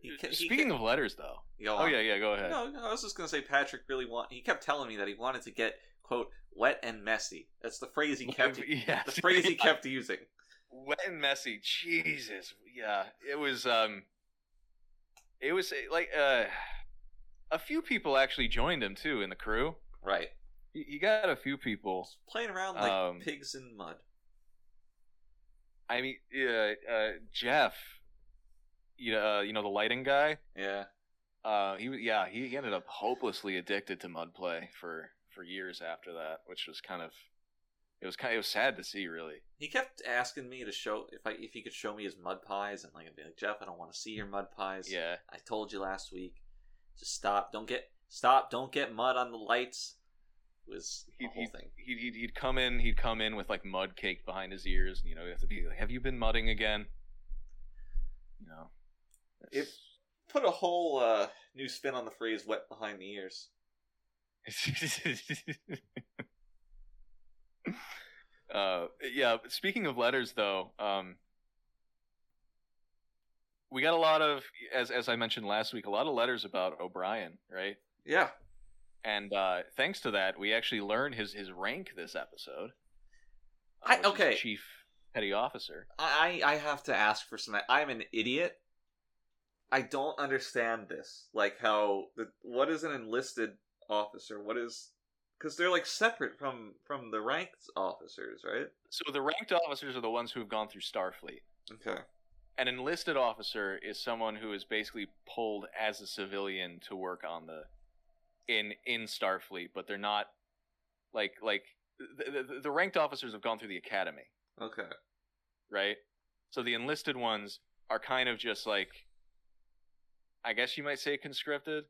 [SPEAKER 3] He ca- he
[SPEAKER 4] speaking
[SPEAKER 3] ca-
[SPEAKER 4] of letters, though.
[SPEAKER 3] Go
[SPEAKER 4] Oh
[SPEAKER 3] on.
[SPEAKER 4] yeah, yeah. Go ahead.
[SPEAKER 3] No, no, I was just gonna say Patrick really want. He kept telling me that he wanted to get quote wet and messy. That's the phrase he kept.
[SPEAKER 4] yeah.
[SPEAKER 3] the phrase he kept using.
[SPEAKER 4] wet and messy. Jesus, yeah. It was um, it was eh, like uh, a few people actually joined him too in the crew.
[SPEAKER 3] Right.
[SPEAKER 4] You you got a few people.
[SPEAKER 3] Playing around like
[SPEAKER 4] Um,
[SPEAKER 3] pigs in mud.
[SPEAKER 4] I mean, yeah, uh, Jeff, you know, uh, you know the lighting guy.
[SPEAKER 3] Yeah.
[SPEAKER 4] Uh, he was- yeah, he ended up hopelessly addicted to mud play for for years after that, which was kind of it was kind it was sad to see, really.
[SPEAKER 3] He kept asking me to show if I if he could show me his mud pies, and like I'd be like Jeff, I don't want to see your mud pies.
[SPEAKER 4] Yeah,
[SPEAKER 3] I told you last week. Just stop. Don't get stop. Don't get mud on the lights. Was the
[SPEAKER 4] He-
[SPEAKER 3] whole thing.
[SPEAKER 4] he'd, he'd he'd come in, he'd come in with like mud caked behind his ears, and you know, you have to be like, "Have you been mudding again?" You know,
[SPEAKER 3] If- Put a whole uh, new spin on the phrase "wet behind the ears."
[SPEAKER 4] uh, yeah. but Speaking of letters, though, um, we got a lot of, as as I mentioned last week, a lot of letters about O'Brien, right?
[SPEAKER 3] Yeah.
[SPEAKER 4] And uh, thanks to that, we actually learned his his rank this episode. uh,
[SPEAKER 3] I-
[SPEAKER 4] which is
[SPEAKER 3] okay.
[SPEAKER 4] chief petty officer.
[SPEAKER 3] I I I have to ask for some. I'm an idiot. I don't understand this. Like how the, what is an enlisted officer? What is because they're like separate from from the ranked officers, right?
[SPEAKER 4] So the ranked officers are the ones who have gone through Starfleet.
[SPEAKER 3] Okay.
[SPEAKER 4] An enlisted officer is someone who is basically pulled as a civilian to work on the in in Starfleet, but they're not like like the, the, the ranked officers have gone through the academy,
[SPEAKER 3] Okay.
[SPEAKER 4] right? So the enlisted ones are kind of just like I guess you might say conscripted,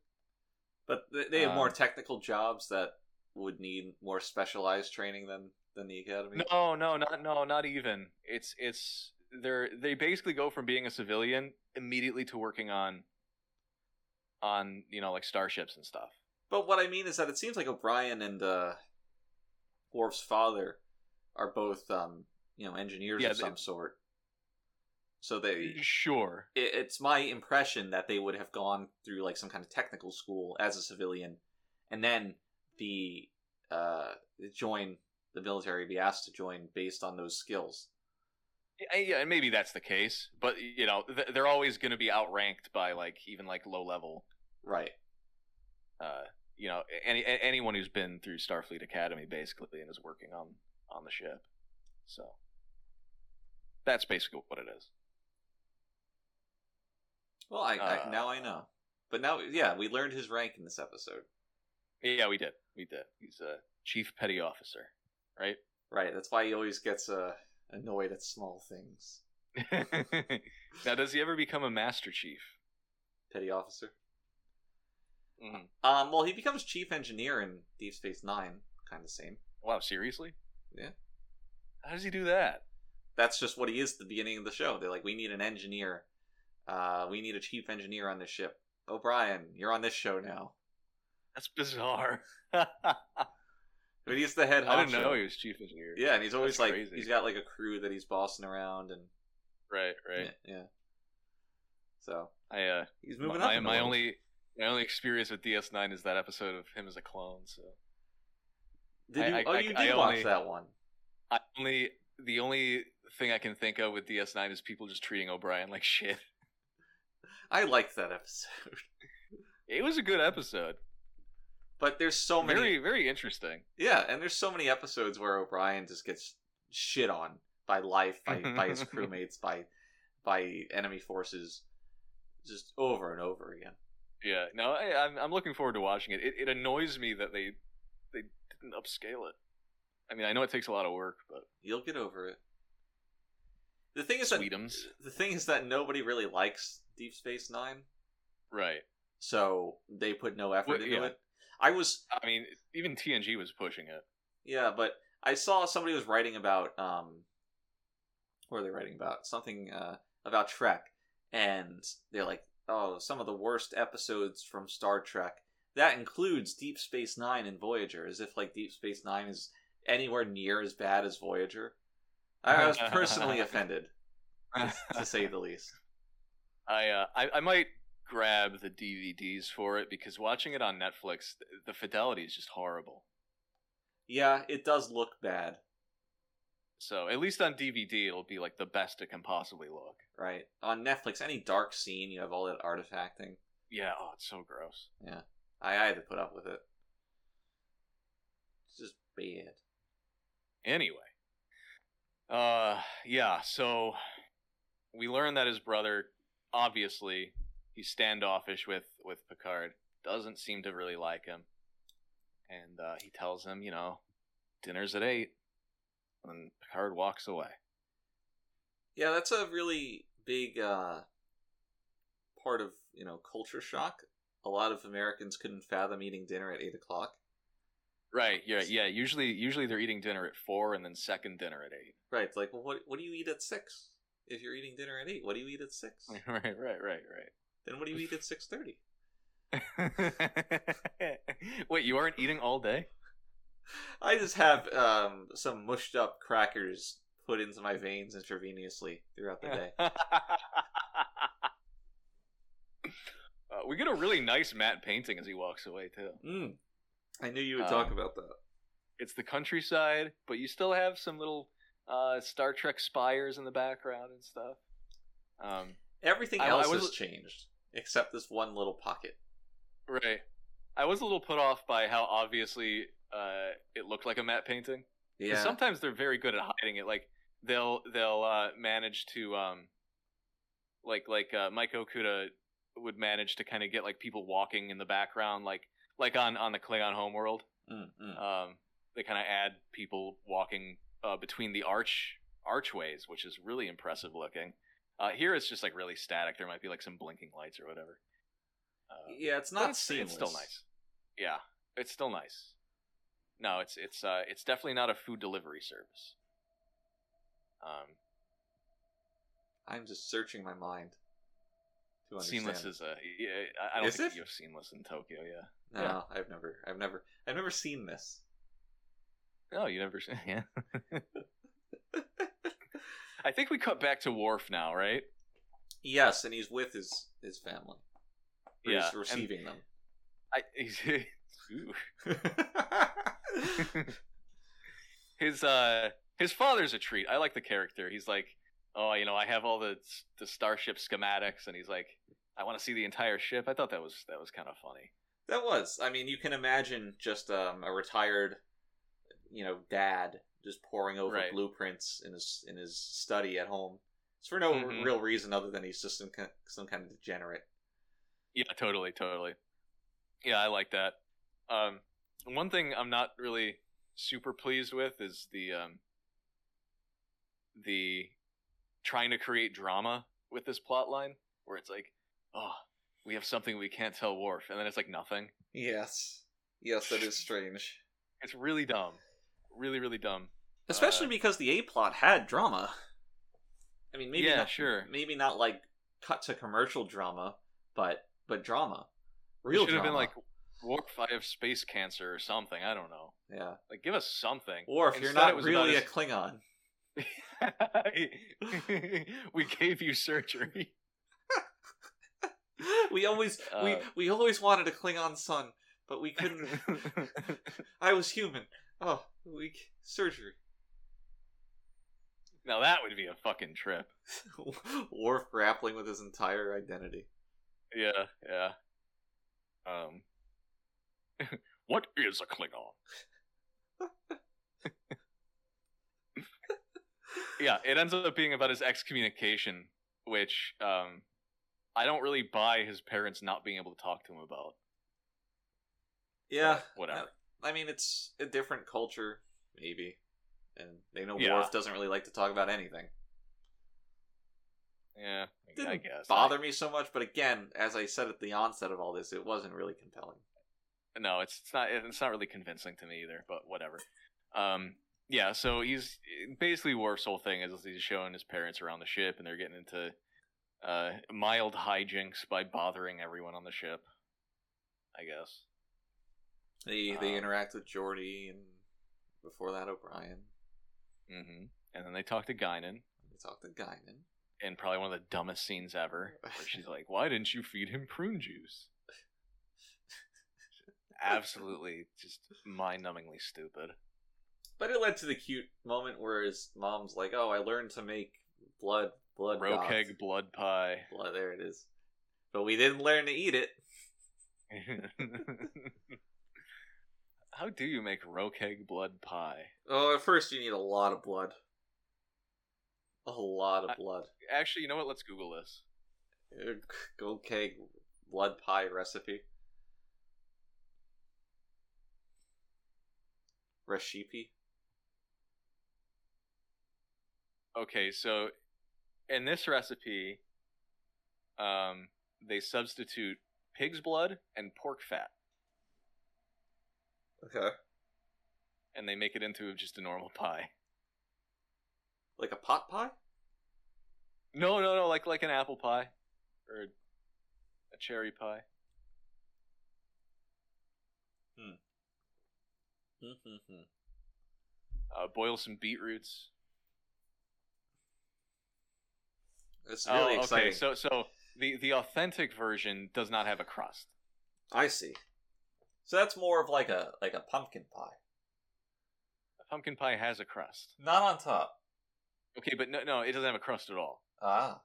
[SPEAKER 3] But they- they have more
[SPEAKER 4] Um,
[SPEAKER 3] technical jobs that would need more specialized training than than the academy.
[SPEAKER 4] No, no, not no, not even. It's it's they're they basically go from being a civilian immediately to working on on you know like starships and stuff.
[SPEAKER 3] But what I mean is that it seems like O'Brien and uh, Worf's father are both, um, you know, engineers
[SPEAKER 4] Yeah,
[SPEAKER 3] of
[SPEAKER 4] they-
[SPEAKER 3] some sort. So they,
[SPEAKER 4] Sure.
[SPEAKER 3] it, it's my impression that they would have gone through like some kind of technical school as a civilian, and then the uh, join the military, be asked to join based on those skills.
[SPEAKER 4] Yeah, Yeah, and maybe that's the case, but you know th- they're always going to be outranked by like even like low level.
[SPEAKER 3] Right.
[SPEAKER 4] Uh, you know, any a- anyone who's been through Starfleet Academy basically and is working on on the ship. So that's basically what it is.
[SPEAKER 3] Well, I, I
[SPEAKER 4] Uh.
[SPEAKER 3] now I know. But now, yeah, we learned his rank in this episode.
[SPEAKER 4] Yeah, we did. We did. He's a chief petty officer, right?
[SPEAKER 3] Right. That's why he always gets uh, annoyed at small things.
[SPEAKER 4] now, does he ever become a master chief?
[SPEAKER 3] Petty officer. Um, well, he becomes chief engineer in Deep Space Nine, kind of same.
[SPEAKER 4] Wow, seriously?
[SPEAKER 3] Yeah.
[SPEAKER 4] How does he do that?
[SPEAKER 3] That's just what he is at the beginning of the show. They're like, we need an engineer. Uh, we need a chief engineer on this ship. O'Brien, you're on this show now.
[SPEAKER 4] That's bizarre. I
[SPEAKER 3] But he's the head honcho.
[SPEAKER 4] didn't know he was chief engineer.
[SPEAKER 3] Yeah, and he's always
[SPEAKER 4] That's
[SPEAKER 3] like,
[SPEAKER 4] crazy.
[SPEAKER 3] he's got like a crew that he's bossing around, and
[SPEAKER 4] Right, right.
[SPEAKER 3] yeah, yeah. So
[SPEAKER 4] I uh,
[SPEAKER 3] he's moving up.
[SPEAKER 4] my,
[SPEAKER 3] in the
[SPEAKER 4] my
[SPEAKER 3] world.
[SPEAKER 4] only my only experience with DS9 is that episode of him as a clone. So
[SPEAKER 3] Did
[SPEAKER 4] I-
[SPEAKER 3] you,
[SPEAKER 4] I-
[SPEAKER 3] oh,
[SPEAKER 4] I-
[SPEAKER 3] you did
[SPEAKER 4] I
[SPEAKER 3] watch
[SPEAKER 4] only-
[SPEAKER 3] that one.
[SPEAKER 4] I only the only thing I can think of with DS9 is people just treating O'Brien like shit.
[SPEAKER 3] I liked that episode,
[SPEAKER 4] It was a good episode.
[SPEAKER 3] but there's so many.
[SPEAKER 4] Very very interesting.
[SPEAKER 3] Yeah, and there's so many episodes where O'Brien just gets shit on by life, by, by his crewmates, by by enemy forces, just over and over again.
[SPEAKER 4] Yeah. No, I, I'm I'm looking forward to watching it. it. It annoys me that they they didn't upscale it. I mean, I know it takes a lot of work, but
[SPEAKER 3] You'll get over it. The thing is that
[SPEAKER 4] Sweetums,
[SPEAKER 3] the thing is that nobody really likes Deep Space Nine,
[SPEAKER 4] right?
[SPEAKER 3] so they put no effort
[SPEAKER 4] Well,
[SPEAKER 3] into
[SPEAKER 4] yeah.
[SPEAKER 3] it. I was
[SPEAKER 4] I mean, even TNG was pushing it.
[SPEAKER 3] Yeah, but I saw somebody was writing about um what are they writing about? Something uh about Trek and they're like, "Oh, some of the worst episodes from Star Trek." That includes Deep Space 9 and Voyager, as if like Deep Space 9 is anywhere near as bad as Voyager. I, I was personally offended, to say the least.
[SPEAKER 4] I, uh, I I might grab the DVDs for it because watching it on Netflix, th- the fidelity is just horrible.
[SPEAKER 3] Yeah, it does look bad,
[SPEAKER 4] So at least on DVD, it'll be like the best it can possibly look.
[SPEAKER 3] right? On Netflix, any dark scene, you have all that artifacting.
[SPEAKER 4] Yeah. Oh, it's so gross.
[SPEAKER 3] I, I had to put up with it. It's just bad.
[SPEAKER 4] Anyway, uh, yeah. So we learn that his brother, obviously, he's standoffish with with Picard. Doesn't seem to really like him, and uh, he tells him, you know, dinner's at eight, and Picard walks away.
[SPEAKER 3] Yeah, that's a really big uh, part of you know culture shock. A lot of Americans couldn't fathom eating dinner at eight o'clock.
[SPEAKER 4] Right. Yeah. Yeah. Usually, usually they're eating dinner at four, and then second dinner at eight.
[SPEAKER 3] Right? It's like, well, what what do you eat at six? If you're eating dinner at eight, what do you eat at six?
[SPEAKER 4] right. Right. Right. Right.
[SPEAKER 3] then what do you eat at six thirty?
[SPEAKER 4] Wait, you aren't eating all day?
[SPEAKER 3] I just have um, some mushed up crackers put into my veins intravenously throughout the day.
[SPEAKER 4] uh, we get a really nice matte painting as he walks away too.
[SPEAKER 3] Mm. I knew you would talk
[SPEAKER 4] Um,
[SPEAKER 3] about that.
[SPEAKER 4] It's the countryside, but you still have some little uh, Star Trek spires in the background and stuff. Um,
[SPEAKER 3] Everything
[SPEAKER 4] I- I
[SPEAKER 3] else
[SPEAKER 4] was-
[SPEAKER 3] has changed except this one little pocket.
[SPEAKER 4] right. I was a little put off by how obviously uh, it looked like a matte painting. 'Cause
[SPEAKER 3] Yeah.
[SPEAKER 4] Sometimes they're very good at hiding it. Like they'll they'll uh, manage to um, like like uh, Mike Okuda would manage to kind of get like people walking in the background, like like on on the Klingon homeworld.
[SPEAKER 3] Mm, mm.
[SPEAKER 4] Um, they kind of add people walking uh, between the arch archways, which is really impressive looking. Uh, here it's just like really static. There might be like some blinking lights or whatever. Uh,
[SPEAKER 3] Yeah, it's
[SPEAKER 4] but
[SPEAKER 3] not
[SPEAKER 4] it's,
[SPEAKER 3] seamless.
[SPEAKER 4] it's still nice. yeah, it's still nice. No, it's it's uh, it's definitely not a food delivery service. Um,
[SPEAKER 3] I'm just searching my mind. To understand.
[SPEAKER 4] Seamless is a yeah. I- I don't
[SPEAKER 3] Is
[SPEAKER 4] think
[SPEAKER 3] it?
[SPEAKER 4] you have Seamless in Tokyo. Yeah.
[SPEAKER 3] no.
[SPEAKER 4] yeah.
[SPEAKER 3] I've never, I've never, I've never seen this.
[SPEAKER 4] No, you never. seen- Yeah. I think we cut back to Worf now, right?
[SPEAKER 3] Yes, and he's with his his family. Or
[SPEAKER 4] Yeah,
[SPEAKER 3] he's
[SPEAKER 4] and-
[SPEAKER 3] receiving them.
[SPEAKER 4] I, Ooh. his uh his father's a treat. I like the character. He's like, oh, you know, I have all the the starship schematics, and he's like, I want to see the entire ship. I thought that was that was kind of funny.
[SPEAKER 3] that was. I mean, you can imagine just um, a retired, you know, dad just poring over
[SPEAKER 4] Right.
[SPEAKER 3] blueprints in his in his study at home. It's for no
[SPEAKER 4] Mhm.
[SPEAKER 3] real reason other than he's just some kind, some kind of degenerate.
[SPEAKER 4] Yeah, totally, totally. Yeah, I like that. Um, one thing I'm not really super pleased with is the um, the trying to create drama with this plot line, where it's like, oh, we have something we can't tell Worf, and then it's like nothing.
[SPEAKER 3] Yes, yes, that is strange.
[SPEAKER 4] It's really dumb, really, really dumb.
[SPEAKER 3] Especially
[SPEAKER 4] Uh,
[SPEAKER 3] because the A plot had drama. I mean, maybe
[SPEAKER 4] yeah,
[SPEAKER 3] not,
[SPEAKER 4] sure.
[SPEAKER 3] maybe not like cut to commercial drama, but but drama,
[SPEAKER 4] It
[SPEAKER 3] real
[SPEAKER 4] should have
[SPEAKER 3] drama.
[SPEAKER 4] been like Worf, I have space cancer or something. I don't know.
[SPEAKER 3] yeah,
[SPEAKER 4] Like, give us something.
[SPEAKER 3] or if you're
[SPEAKER 4] Instead, it
[SPEAKER 3] not
[SPEAKER 4] was about
[SPEAKER 3] really a
[SPEAKER 4] his-
[SPEAKER 3] Klingon.
[SPEAKER 4] we gave you surgery.
[SPEAKER 3] We always we
[SPEAKER 4] Uh,
[SPEAKER 3] we always wanted a Klingon son, but we couldn't. I was human. Oh, we surgery.
[SPEAKER 4] now that would be a fucking trip.
[SPEAKER 3] Worf grappling with his entire identity.
[SPEAKER 4] Yeah, yeah. Um,
[SPEAKER 2] What is a Klingon?
[SPEAKER 4] yeah. It ends up being about his excommunication, which um, I don't really buy his parents not being able to talk to him about.
[SPEAKER 3] Yeah,
[SPEAKER 4] But whatever.
[SPEAKER 3] I mean, it's a different culture, maybe, and they know
[SPEAKER 4] Yeah.
[SPEAKER 3] Worf doesn't really like to talk about anything.
[SPEAKER 4] Yeah, I-
[SPEAKER 3] Didn't
[SPEAKER 4] I guess.
[SPEAKER 3] bother me so much, but again, as I said at the onset of all this, it wasn't really compelling.
[SPEAKER 4] no, it's, it's not. It's not really convincing to me either. But whatever. Um, yeah. So he's basically Worf's whole thing is he's showing his parents around the ship, and they're getting into uh, mild hijinks by bothering everyone on the ship. I guess.
[SPEAKER 3] They they
[SPEAKER 4] Um,
[SPEAKER 3] interact with Geordi and before that O'Brien.
[SPEAKER 4] hmm And then they talk to Guinan
[SPEAKER 3] They talk to Guinan.
[SPEAKER 4] in probably one of the dumbest scenes ever, where she's like, "Why didn't you feed him prune juice?" Absolutely, just mind-numbingly stupid.
[SPEAKER 3] But it led to the cute moment where his mom's like, "Oh, I learned to make blood, blood goth."
[SPEAKER 4] Rokeg blood pie.
[SPEAKER 3] Blood, there it is. But we didn't learn to eat it.
[SPEAKER 4] How do you make rokeg blood pie?
[SPEAKER 3] Oh, at first you need a lot of blood. A lot
[SPEAKER 4] I-
[SPEAKER 3] of blood.
[SPEAKER 4] Actually, you know what? Let's Google this.
[SPEAKER 3] Ugh, Gold keg blood pie recipe. Recipe.
[SPEAKER 4] Okay, so in this recipe, um, they substitute pig's blood and pork fat,
[SPEAKER 3] Okay.
[SPEAKER 4] and they make it into just a normal pie.
[SPEAKER 3] Like a pot pie?
[SPEAKER 4] No, no, no, like like an apple pie or a cherry pie.
[SPEAKER 3] Mm-hmm.
[SPEAKER 4] Uh, boil some beetroots.
[SPEAKER 3] It's really
[SPEAKER 4] oh,
[SPEAKER 3] exciting.
[SPEAKER 4] okay. So, so the the authentic version does not have a crust.
[SPEAKER 3] I see. So that's more of like a like a pumpkin pie.
[SPEAKER 4] Pumpkin pie has a crust.
[SPEAKER 3] Not on top.
[SPEAKER 4] Okay, but no, no, it doesn't have a crust at all.
[SPEAKER 3] Ah.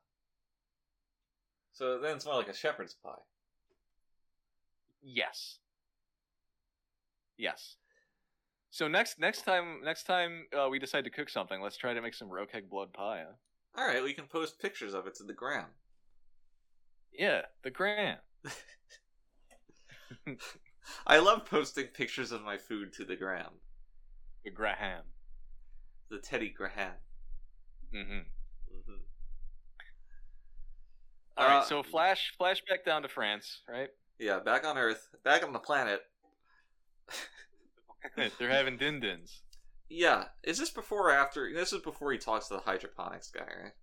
[SPEAKER 3] So then it's more like a shepherd's pie.
[SPEAKER 4] Yes. Yes. So next next time next time uh, we decide to cook something, let's try to make some roqueg blood pie. Huh?
[SPEAKER 3] All right, we can post pictures of it to the gram.
[SPEAKER 4] Yeah, the grand.
[SPEAKER 3] I love posting pictures of my food to the gram.
[SPEAKER 4] The Graham.
[SPEAKER 3] The Teddy Graham.
[SPEAKER 4] Mm-hmm.
[SPEAKER 3] Mm-hmm. Uh,
[SPEAKER 4] All right. So flash flashback down to France, right?
[SPEAKER 3] yeah, back on Earth, back on the planet.
[SPEAKER 4] They're having din dins.
[SPEAKER 3] Yeah, is this before or after? This is before he talks to the hydroponics guy, right?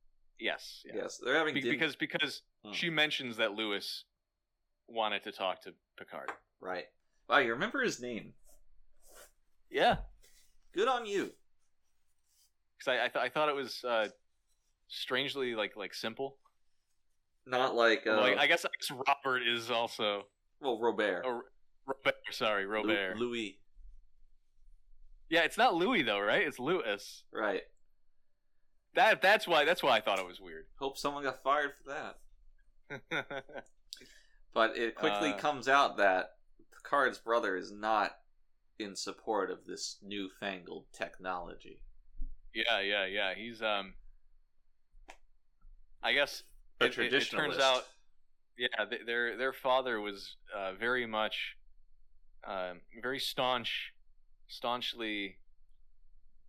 [SPEAKER 4] Yes. yeah.
[SPEAKER 3] Yes, they're having
[SPEAKER 4] Be-
[SPEAKER 3] din-
[SPEAKER 4] because because
[SPEAKER 3] Hmm.
[SPEAKER 4] she mentions that Lewis wanted to talk to Picard.
[SPEAKER 3] right. Wow, you remember his name?
[SPEAKER 4] Yeah,
[SPEAKER 3] Good on you.
[SPEAKER 4] because I I, th- I thought it was uh, strangely like like simple.
[SPEAKER 3] Not like uh,
[SPEAKER 4] Like I guess, I guess Robert is also
[SPEAKER 3] well Robert,
[SPEAKER 4] or Robert. Sorry,
[SPEAKER 3] Lu-
[SPEAKER 4] Robert.
[SPEAKER 3] Louis,
[SPEAKER 4] yeah, it's not Louis though, right? It's Lewis.
[SPEAKER 3] right?
[SPEAKER 4] That that's why that's why I thought it was weird.
[SPEAKER 3] Hope someone got fired for that. But it quickly
[SPEAKER 4] Uh,
[SPEAKER 3] comes out that Picard's brother is not in support of this newfangled technology.
[SPEAKER 4] yeah, yeah, yeah. He's um. I guess
[SPEAKER 3] A
[SPEAKER 4] It- it- it turns
[SPEAKER 3] traditionalist.
[SPEAKER 4] out yeah th- their their father was uh, very much um, very staunch staunchly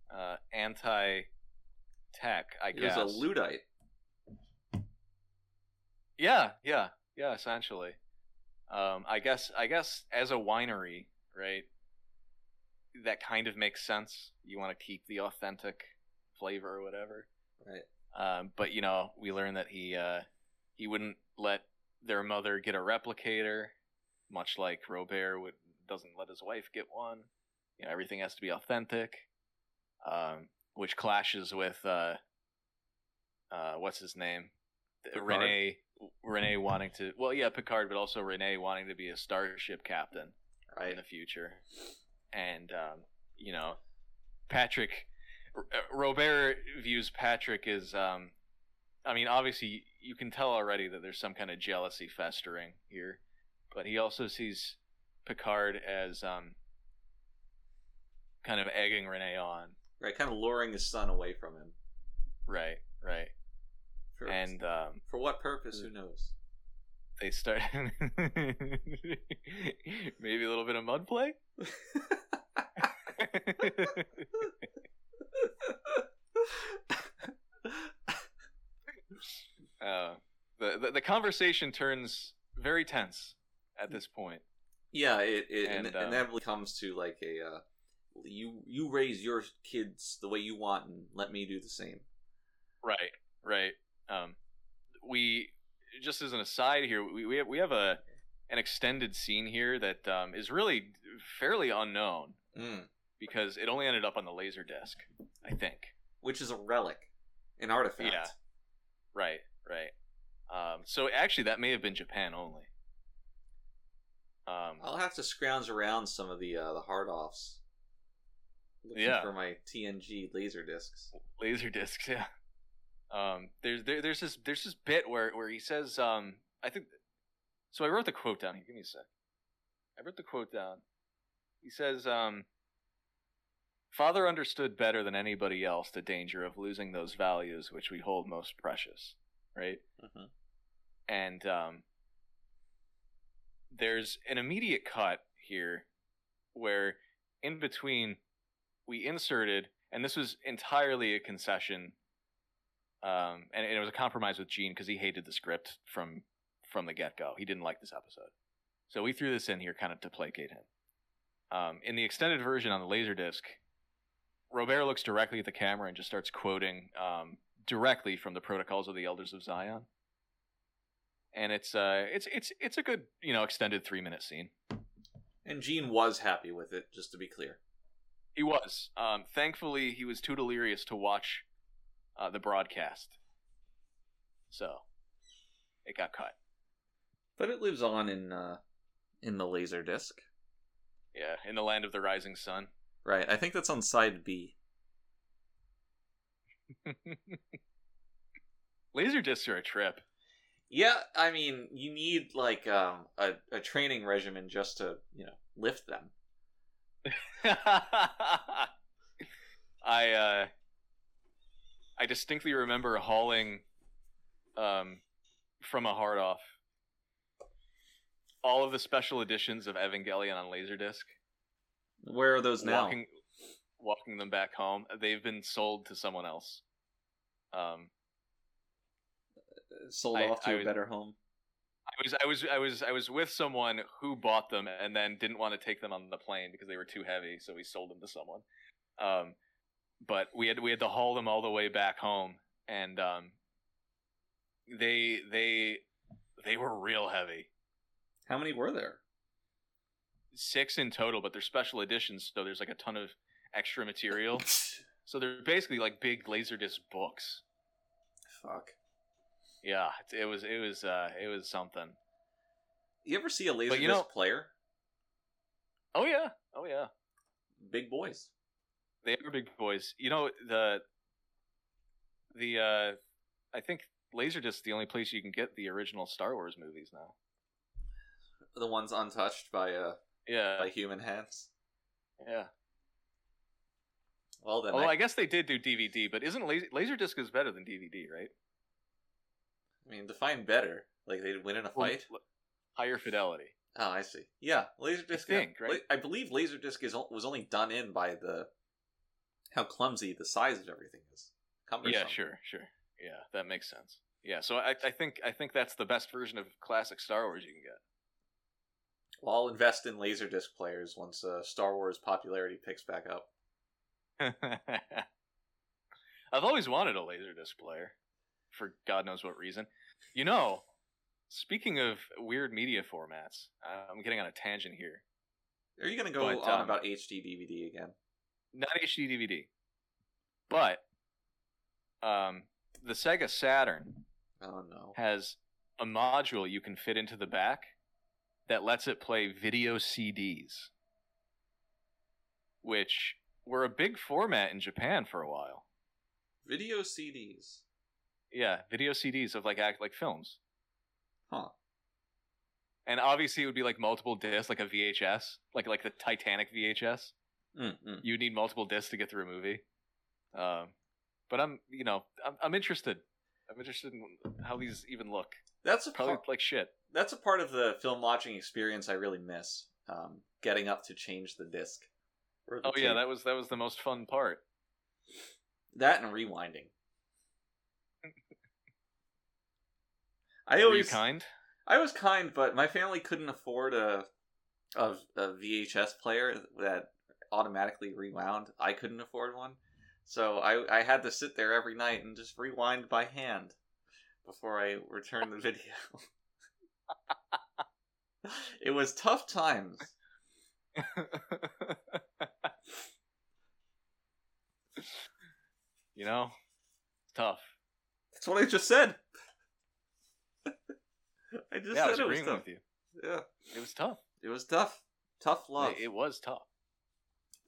[SPEAKER 4] uh, anti tech i
[SPEAKER 3] he was
[SPEAKER 4] guess
[SPEAKER 3] a Luddite.
[SPEAKER 4] yeah yeah yeah essentially um, i guess i guess as a winery right that kind of makes sense you want to keep the authentic flavor or whatever
[SPEAKER 3] Right.
[SPEAKER 4] um, but you know, we learned that he uh, he wouldn't let their mother get a replicator, much like Robert would doesn't let his wife get one. You know, everything has to be authentic, um, which clashes with uh, uh, what's his name,
[SPEAKER 3] Picard?
[SPEAKER 4] Rene Rene wanting to well, yeah, Picard, but also Rene wanting to be a starship captain in
[SPEAKER 3] Right.
[SPEAKER 4] the future. And um, you know, Patrick R- uh, Robert views Patrick as um, I mean, obviously you can tell already that there's some kind of jealousy festering here, but he also sees Picard as um, kind of egging Renee on.
[SPEAKER 3] Right, kind of luring his son away from him.
[SPEAKER 4] Right, right.
[SPEAKER 3] For,
[SPEAKER 4] And um,
[SPEAKER 3] for what purpose? Who knows?
[SPEAKER 4] they start maybe a little bit of mud play. uh, the, the the conversation turns very tense at this point.
[SPEAKER 3] Yeah, it, it
[SPEAKER 4] And,
[SPEAKER 3] ine-
[SPEAKER 4] um,
[SPEAKER 3] inevitably comes to like a uh, you you raise your kids the way you want, and let me do the same.
[SPEAKER 4] Right, right. Um, we just as an aside here, we we have, we have a an extended scene here that um, is really fairly unknown
[SPEAKER 3] Mm.
[SPEAKER 4] because it only ended up on the laser disc, I think.
[SPEAKER 3] Which is a relic, an artifact.
[SPEAKER 4] Yeah. Right, right. Um, so actually, that may have been Japan only. Um,
[SPEAKER 3] I'll have to scrounge around some of the uh, the hard offs. Looking
[SPEAKER 4] Yeah.
[SPEAKER 3] for my TNG laser discs.
[SPEAKER 4] laser discs, yeah. Um, there's there, there's this there's this bit where where he says, um, I think. So I wrote the quote down here. Give me a sec. I wrote the quote down. He says, um, "Father understood better than anybody else the danger of losing those values which we hold most precious." Right. and um, there's an immediate cut here where in between we inserted and this was entirely a concession um, and, and it was a compromise with gene because he hated the script from from the get-go he didn't like this episode so we threw this in here kind of to placate him um, in the extended version on the laserdisc robert looks directly at the camera and just starts quoting um, directly from the protocols of the elders of zion and it's uh it's it's it's a good you know extended three minute scene
[SPEAKER 3] And Gene was happy with it, just to be clear.
[SPEAKER 4] he was um thankfully he was too delirious to watch uh the broadcast so it got cut
[SPEAKER 3] But it lives on in uh, in the laser disc.
[SPEAKER 4] yeah in the land of the rising sun
[SPEAKER 3] Right. I think that's on side B.
[SPEAKER 4] laser discs are a trip
[SPEAKER 3] Yeah, I mean, you need like um, a a training regimen just to you know lift them.
[SPEAKER 4] i uh i distinctly remember hauling um from a hard off all of the special editions of evangelion on laserdisc
[SPEAKER 3] Where are those now?
[SPEAKER 4] walking walking them back home. They've been sold to someone else. Um,
[SPEAKER 3] Sold
[SPEAKER 4] I-
[SPEAKER 3] off to
[SPEAKER 4] I
[SPEAKER 3] a
[SPEAKER 4] was-
[SPEAKER 3] better home.
[SPEAKER 4] I was I was I was I was with someone who bought them and then didn't want to take them on the plane because they were too heavy, so we sold them to someone. Um, but we had we had to haul them all the way back home, and um, they they they were real heavy,
[SPEAKER 3] How many were there?
[SPEAKER 4] six in total. But they're special editions, so there's like a ton of extra material. So they're basically like big laserdisc books.
[SPEAKER 3] Fuck.
[SPEAKER 4] Yeah, it, it was it was uh, it was something.
[SPEAKER 3] You ever see a laser
[SPEAKER 4] But you know-
[SPEAKER 3] player?
[SPEAKER 4] Oh yeah, oh yeah.
[SPEAKER 3] Big boys.
[SPEAKER 4] They are big boys. You know the the uh I think Laserdisc is the only place you can get the original Star Wars movies now.
[SPEAKER 3] The ones untouched by uh by
[SPEAKER 4] Yeah,
[SPEAKER 3] human hands.
[SPEAKER 4] yeah.
[SPEAKER 3] Well then
[SPEAKER 4] Although
[SPEAKER 3] I,
[SPEAKER 4] Oh, I guess they did do DVD, but isn't Laser Laserdisc is better than DVD, right?
[SPEAKER 3] I mean define better. Like they'd win in a fight.
[SPEAKER 4] Well, Higher fidelity.
[SPEAKER 3] Oh, I see. Yeah, Laserdisc.
[SPEAKER 4] I think,
[SPEAKER 3] yeah,
[SPEAKER 4] right?
[SPEAKER 3] la- I believe Laserdisc is o- was only done in by the how clumsy the size of everything is. Cumbersome.
[SPEAKER 4] Yeah, sure, sure. Yeah, that makes sense. Yeah, so I, I think I think that's the best version of classic Star Wars you can get.
[SPEAKER 3] Well, I'll invest in Laserdisc players once uh, Star Wars popularity picks back up.
[SPEAKER 4] I've always wanted a laser disc player for God knows what reason. You know, speaking of weird media formats, uh, I'm getting on a tangent here.
[SPEAKER 3] Are you going to go
[SPEAKER 4] But,
[SPEAKER 3] on
[SPEAKER 4] um,
[SPEAKER 3] about HD DVD again?
[SPEAKER 4] Not HD DVD, but um, the Sega Saturn
[SPEAKER 3] Oh no.
[SPEAKER 4] has a module you can fit into the back that lets it play video CDs, which were a big format in Japan for a while.
[SPEAKER 3] Video CDs.
[SPEAKER 4] Yeah, video CDs of like act like films.
[SPEAKER 3] Huh.
[SPEAKER 4] And obviously, it would be like multiple discs, like a VHS, like like the Titanic VHS. Mm,
[SPEAKER 3] Mm-mm.
[SPEAKER 4] You would need multiple discs to get through a movie. Um, but I'm, you know, I'm, I'm interested. I'm interested in how these even look.
[SPEAKER 3] That's a
[SPEAKER 4] Probably
[SPEAKER 3] part,
[SPEAKER 4] like shit.
[SPEAKER 3] that's a part of the film watching experience I really miss. Um, getting up to change the disc. or the
[SPEAKER 4] Oh yeah,
[SPEAKER 3] tape.
[SPEAKER 4] that was that was the most fun part.
[SPEAKER 3] that and rewinding. I
[SPEAKER 4] Were you
[SPEAKER 3] always
[SPEAKER 4] kind?
[SPEAKER 3] I was kind, but my family couldn't afford a, a a VHS player that automatically rewound. I couldn't afford one, so I I had to sit there every night and just rewind by hand before I returned the video. it was tough times.
[SPEAKER 4] you know, tough.
[SPEAKER 3] That's what I just said. I just
[SPEAKER 4] yeah, I was
[SPEAKER 3] said it was
[SPEAKER 4] agreeing
[SPEAKER 3] tough.
[SPEAKER 4] with you.
[SPEAKER 3] Yeah,
[SPEAKER 4] It was tough.
[SPEAKER 3] it was tough. Tough love.
[SPEAKER 4] It, it was tough.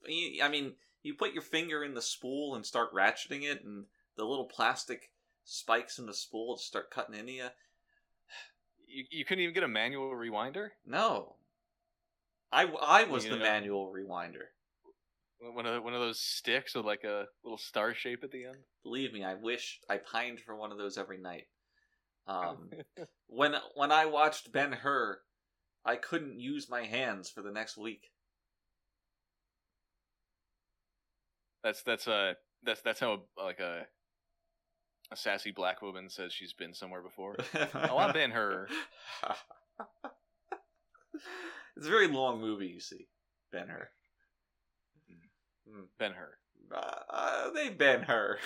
[SPEAKER 3] you, I mean, you put your finger in the spool and start ratcheting it, and the little plastic spikes in the spool just start cutting into you.
[SPEAKER 4] You, you couldn't even get a manual rewinder.
[SPEAKER 3] No. I, I was
[SPEAKER 4] You
[SPEAKER 3] the
[SPEAKER 4] know.
[SPEAKER 3] manual rewinder.
[SPEAKER 4] One of the, one of those sticks with like a little star shape at the end.
[SPEAKER 3] Believe me, I wish I pined for one of those every night. Um, when when I watched Ben Hur, I couldn't use my hands for the next week.
[SPEAKER 4] That's that's uh that's that's how like a a sassy black woman says she's been somewhere before. oh, I've been her.
[SPEAKER 3] it's a very long movie, you see, Ben Hur.
[SPEAKER 4] Been her.
[SPEAKER 3] Uh, they Ben Hur.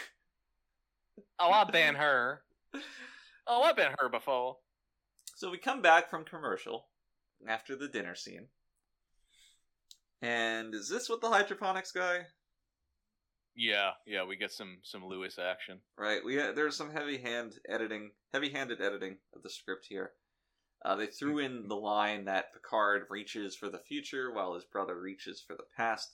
[SPEAKER 4] Oh, I've been her. Oh, I've been her before.
[SPEAKER 3] So we come back from commercial after the dinner scene. And is this with the hydroponics guy?
[SPEAKER 4] Yeah, yeah. We get some some Lewis action.
[SPEAKER 3] Right. We uh, there's some heavy hand editing, heavy-handed editing of the script here. Uh, they threw in the line that Picard reaches for the future while his brother reaches for the past,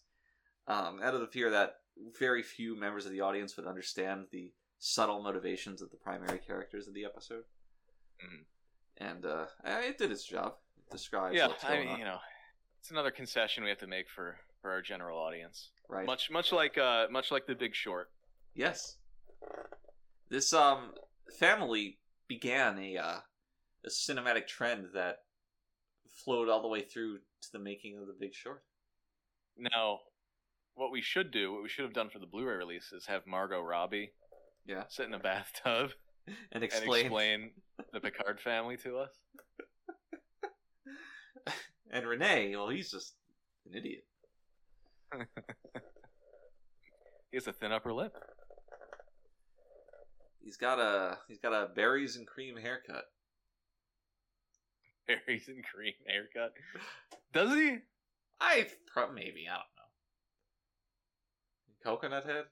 [SPEAKER 3] um, out of the fear that very few members of the audience would understand the subtle motivations of the primary characters of the episode.
[SPEAKER 4] Mhm.
[SPEAKER 3] And uh, eh, it did its job. It describes
[SPEAKER 4] yeah,
[SPEAKER 3] what's
[SPEAKER 4] I
[SPEAKER 3] going
[SPEAKER 4] mean,
[SPEAKER 3] on.
[SPEAKER 4] you know, it's another concession we have to make for for our general audience.
[SPEAKER 3] right.
[SPEAKER 4] Much much like uh much like The Big Short.
[SPEAKER 3] Yes. This um family began a uh, a cinematic trend that flowed all the way through to the making of The Big Short.
[SPEAKER 4] Now, what we should do, what we should have done for the Blu-ray release, is have Margot Robbie,
[SPEAKER 3] Yeah.
[SPEAKER 4] sit in a bathtub
[SPEAKER 3] And explain,
[SPEAKER 4] and explain the Picard family to us.
[SPEAKER 3] And Renee, well, he's just an idiot.
[SPEAKER 4] He has a thin upper lip.
[SPEAKER 3] He's got a he's got a berries and cream haircut.
[SPEAKER 4] Berries and cream haircut. Does he?
[SPEAKER 3] I pro- maybe I don't know. Coconut head.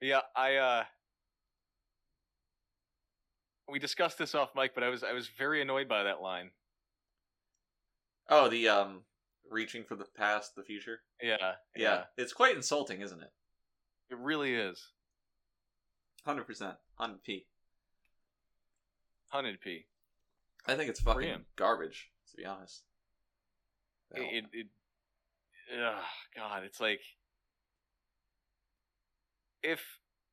[SPEAKER 4] Yeah, I uh we discussed this off mic, but I was I was very annoyed by that line.
[SPEAKER 3] Oh, the um, reaching for the past, the future.
[SPEAKER 4] Yeah.
[SPEAKER 3] Yeah, it's quite insulting, isn't it?
[SPEAKER 4] It really is.
[SPEAKER 3] Hundred percent, hundred p.
[SPEAKER 4] Hunted P.
[SPEAKER 3] I think it's
[SPEAKER 4] For
[SPEAKER 3] fucking
[SPEAKER 4] him.
[SPEAKER 3] garbage, to be honest. Well,
[SPEAKER 4] It, it, it ugh, God, it's like if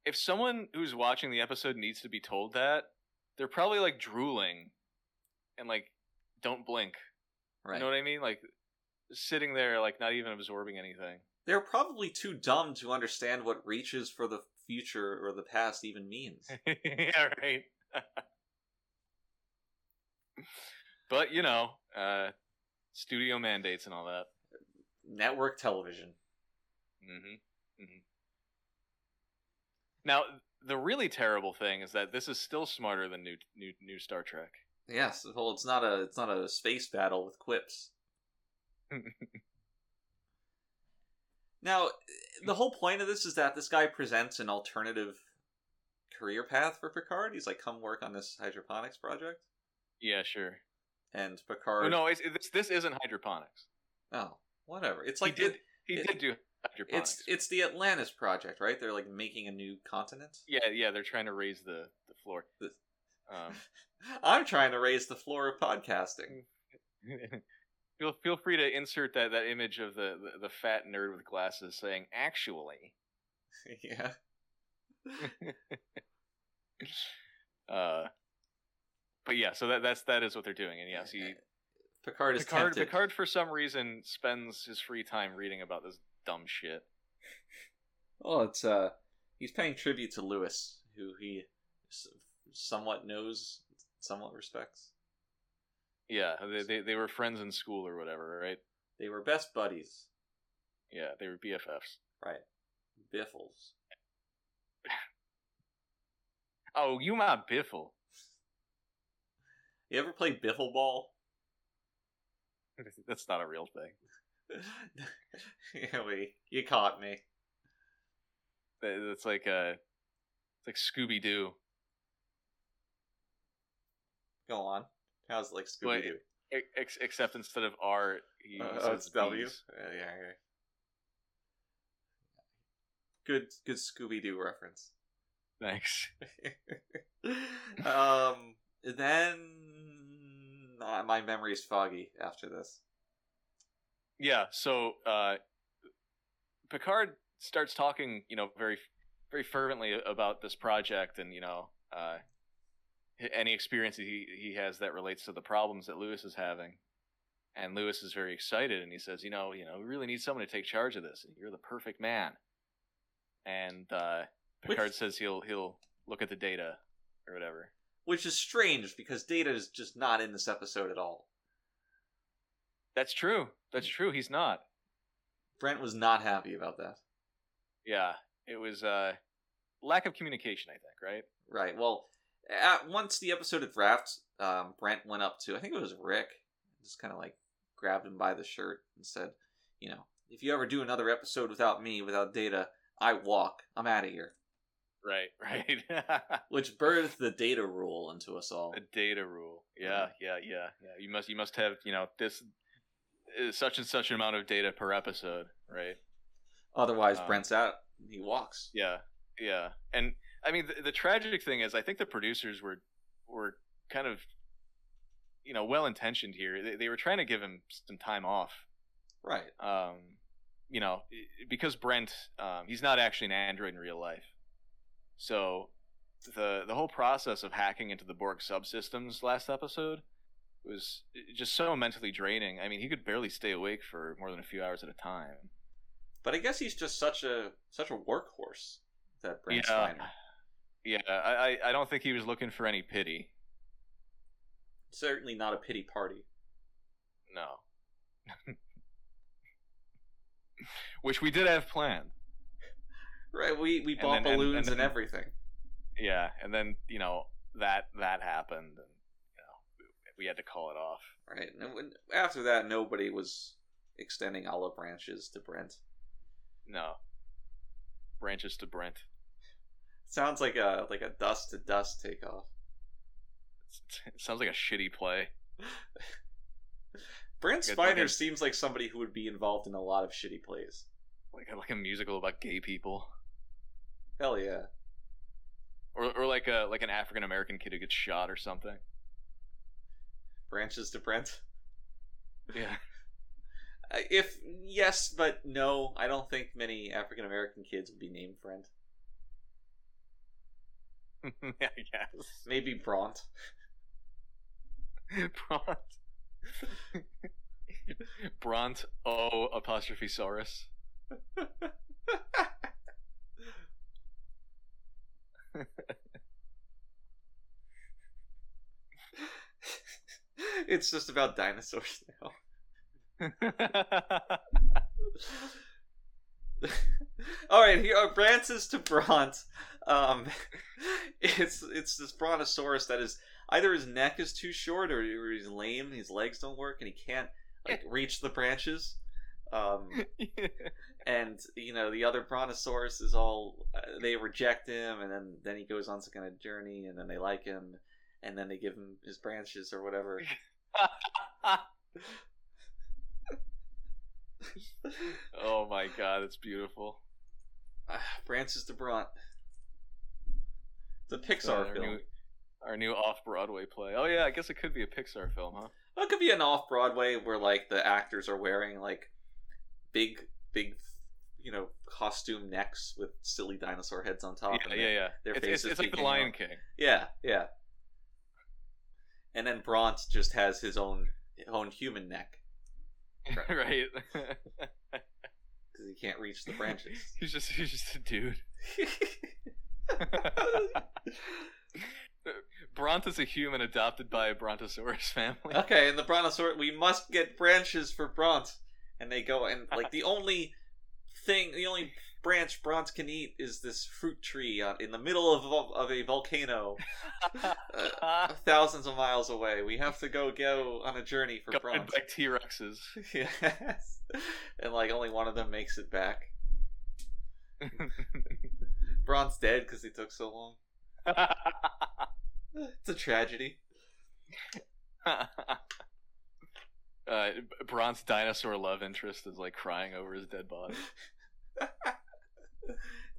[SPEAKER 4] if someone who's watching the episode needs to be told that, they're probably like drooling and like don't blink.
[SPEAKER 3] right.
[SPEAKER 4] You know what I mean? Like sitting there like not even absorbing anything.
[SPEAKER 3] They're probably too dumb to understand what reaches for the future or the past even means.
[SPEAKER 4] yeah, right. but you know, uh, studio mandates and all that.
[SPEAKER 3] Network television.
[SPEAKER 4] Mm-hmm. Mm-hmm. Now, the really terrible thing is that this is still smarter than new new new Star Trek.
[SPEAKER 3] Yes, well, it's not a it's not a space battle with quips. now, the whole point of this is that this guy presents an alternative career path for Picard. He's like, "Come work on this hydroponics project,"
[SPEAKER 4] Yeah, sure.
[SPEAKER 3] and
[SPEAKER 4] Oh,
[SPEAKER 3] Picard,
[SPEAKER 4] no, it's, it's, this isn't hydroponics.
[SPEAKER 3] oh, whatever. It's like
[SPEAKER 4] he did
[SPEAKER 3] the-
[SPEAKER 4] he
[SPEAKER 3] it-
[SPEAKER 4] did do hydroponics.
[SPEAKER 3] it's it's the Atlantis project, right? They're like making a new continent.
[SPEAKER 4] yeah, yeah, they're trying to raise the the floor.
[SPEAKER 3] This-
[SPEAKER 4] Um,
[SPEAKER 3] I'm trying to raise the floor of podcasting.
[SPEAKER 4] feel feel free to insert that that image of the, the the fat nerd with glasses saying actually.
[SPEAKER 3] yeah.
[SPEAKER 4] Uh, but yeah, so that that's that is what they're doing, and yes, he
[SPEAKER 3] Eh, Picard is
[SPEAKER 4] Picard,
[SPEAKER 3] tempted.
[SPEAKER 4] Picard, for some reason, spends his free time reading about this dumb shit.
[SPEAKER 3] Well, it's uh, he's paying tribute to Lewis, who he s- somewhat knows, somewhat respects.
[SPEAKER 4] Yeah, they, they, they were friends in school or whatever, right?
[SPEAKER 3] They were best buddies,
[SPEAKER 4] Yeah, they were BFFs.
[SPEAKER 3] right? Biffles.
[SPEAKER 4] Oh, you my biffle.
[SPEAKER 3] You ever play biffle ball?
[SPEAKER 4] That's not a real thing.
[SPEAKER 3] yeah, we, you caught me.
[SPEAKER 4] That- That's like uh, it's like Scooby Doo.
[SPEAKER 3] Go on. How's it like Scooby
[SPEAKER 4] Wait,
[SPEAKER 3] Doo?
[SPEAKER 4] e, Ex- except instead of R, he
[SPEAKER 3] Uh,
[SPEAKER 4] says
[SPEAKER 3] oh, it's W.
[SPEAKER 4] Bs.
[SPEAKER 3] Yeah, yeah, yeah. Good, good Scooby Doo reference.
[SPEAKER 4] Thanks.
[SPEAKER 3] um, then uh, my memory's foggy after this.
[SPEAKER 4] Yeah. So uh, Picard starts talking, you know, very, very fervently about this project, and you know, uh, h- any experience that he he has that relates to the problems that Lewis is having. And Lewis is very excited, and he says, "You know, you know, we really need someone to take charge of this, and you're the perfect man." And uh,
[SPEAKER 3] Which-
[SPEAKER 4] Picard says he'll he'll look at the data or whatever.
[SPEAKER 3] Which is strange because Data is just not in this episode at all.
[SPEAKER 4] That's true. That's true. He's not.
[SPEAKER 3] Brent was not happy about that.
[SPEAKER 4] Yeah. It was uh, lack of communication, I think. Right.
[SPEAKER 3] Right. Well, at, once the episode had wrapped, um, Brent went up to, I think it was Rick, just kind of like grabbed him by the shirt and said, you know, if you ever do another episode without me, without Data, I walk. I'm out of here.
[SPEAKER 4] Right, right.
[SPEAKER 3] Which birthed the Data rule into us all.
[SPEAKER 4] the data rule. Yeah, yeah, yeah, yeah. You must, you must have, you know, this uh, such and such an amount of data per episode, right?
[SPEAKER 3] Otherwise,
[SPEAKER 4] Um,
[SPEAKER 3] Brent's out. He walks.
[SPEAKER 4] Yeah, yeah. And I mean, the, the tragic thing is, I think the producers were were kind of, you know, well intentioned here. They, they were trying to give him some time off,
[SPEAKER 3] Right.
[SPEAKER 4] um, you know, i- because Brent, um, he's not actually an android in real life, so the the whole process of hacking into the Borg subsystems last episode was just so mentally draining. I mean, he could barely stay awake for more than a few hours at a time.
[SPEAKER 3] But I guess he's just such a such a workhorse that Brent
[SPEAKER 4] Yeah.
[SPEAKER 3] Spiner.
[SPEAKER 4] Yeah, I I- I don't think he was looking for any pity.
[SPEAKER 3] certainly not a pity party.
[SPEAKER 4] No. Which we did have planned.
[SPEAKER 3] Right? We we
[SPEAKER 4] And
[SPEAKER 3] bought
[SPEAKER 4] then- and-
[SPEAKER 3] balloons and,
[SPEAKER 4] and then-
[SPEAKER 3] everything.
[SPEAKER 4] Yeah, and then you know that that happened, and you know we had to call it off.
[SPEAKER 3] Right? And when, after that, nobody was extending olive branches to Brent.
[SPEAKER 4] No. Branches to Brent.
[SPEAKER 3] Sounds like a like a dust to dust takeoff.
[SPEAKER 4] It's- It sounds like a shitty play.
[SPEAKER 3] Brent
[SPEAKER 4] Good
[SPEAKER 3] Spiner
[SPEAKER 4] looking.
[SPEAKER 3] seems like somebody who would be involved in a lot of shitty plays.
[SPEAKER 4] Like like a musical about gay people,
[SPEAKER 3] Hell yeah.
[SPEAKER 4] or or like a like an African American kid who gets shot or something.
[SPEAKER 3] Branches to Brent.
[SPEAKER 4] Yeah.
[SPEAKER 3] Uh, If yes, but no, I don't think many African American kids would be named Brent.
[SPEAKER 4] yeah. Yes.
[SPEAKER 3] Maybe Bront.
[SPEAKER 4] Bront. Bront O apostrophe Saurus.
[SPEAKER 3] it's just about dinosaurs now. All right, here are Brances to Bront. Um, it's it's this Brontosaurus that is either his neck is too short or, or he's lame, and his legs don't work, and he can't like reach the branches. Um, and you know the other brontosaurus is all uh, they reject him and then then he goes on some kind of journey and then they like him and then they give him his branches or whatever
[SPEAKER 4] oh my god, it's beautiful.
[SPEAKER 3] Ah, branches to brunt it's a
[SPEAKER 4] So
[SPEAKER 3] pixar
[SPEAKER 4] our
[SPEAKER 3] film
[SPEAKER 4] New, our new off-Broadway play. Oh yeah, I guess it could be a Pixar film, huh?
[SPEAKER 3] Well, it could be an off-broadway where like the actors are wearing like big big you know costume necks with silly dinosaur heads on top
[SPEAKER 4] yeah,
[SPEAKER 3] and
[SPEAKER 4] yeah,
[SPEAKER 3] they-
[SPEAKER 4] yeah.
[SPEAKER 3] their
[SPEAKER 4] It's,
[SPEAKER 3] faces
[SPEAKER 4] it's, it's like the
[SPEAKER 3] peeking
[SPEAKER 4] Lion
[SPEAKER 3] out.
[SPEAKER 4] King.
[SPEAKER 3] Yeah, yeah. And then Bront just has his own own human neck
[SPEAKER 4] right?
[SPEAKER 3] because he can't reach the branches.
[SPEAKER 4] he's just he's just a dude. Bront is a human adopted by a Brontosaurus family.
[SPEAKER 3] okay, and the Brontosaurus, we must get branches for Bront, and they go and like the only thing, the only branch Bront can eat is this fruit tree on, in the middle of a vul- of a volcano, uh, thousands of miles away. We have to go go on a journey for
[SPEAKER 4] Guarded
[SPEAKER 3] Bront.
[SPEAKER 4] by T-Rexes.
[SPEAKER 3] yes, and like only one of them makes it back. Braun's dead because he took so long. Eh, It's a tragedy.
[SPEAKER 4] uh, Bront's Uh, dinosaur love interest is like crying over his dead body.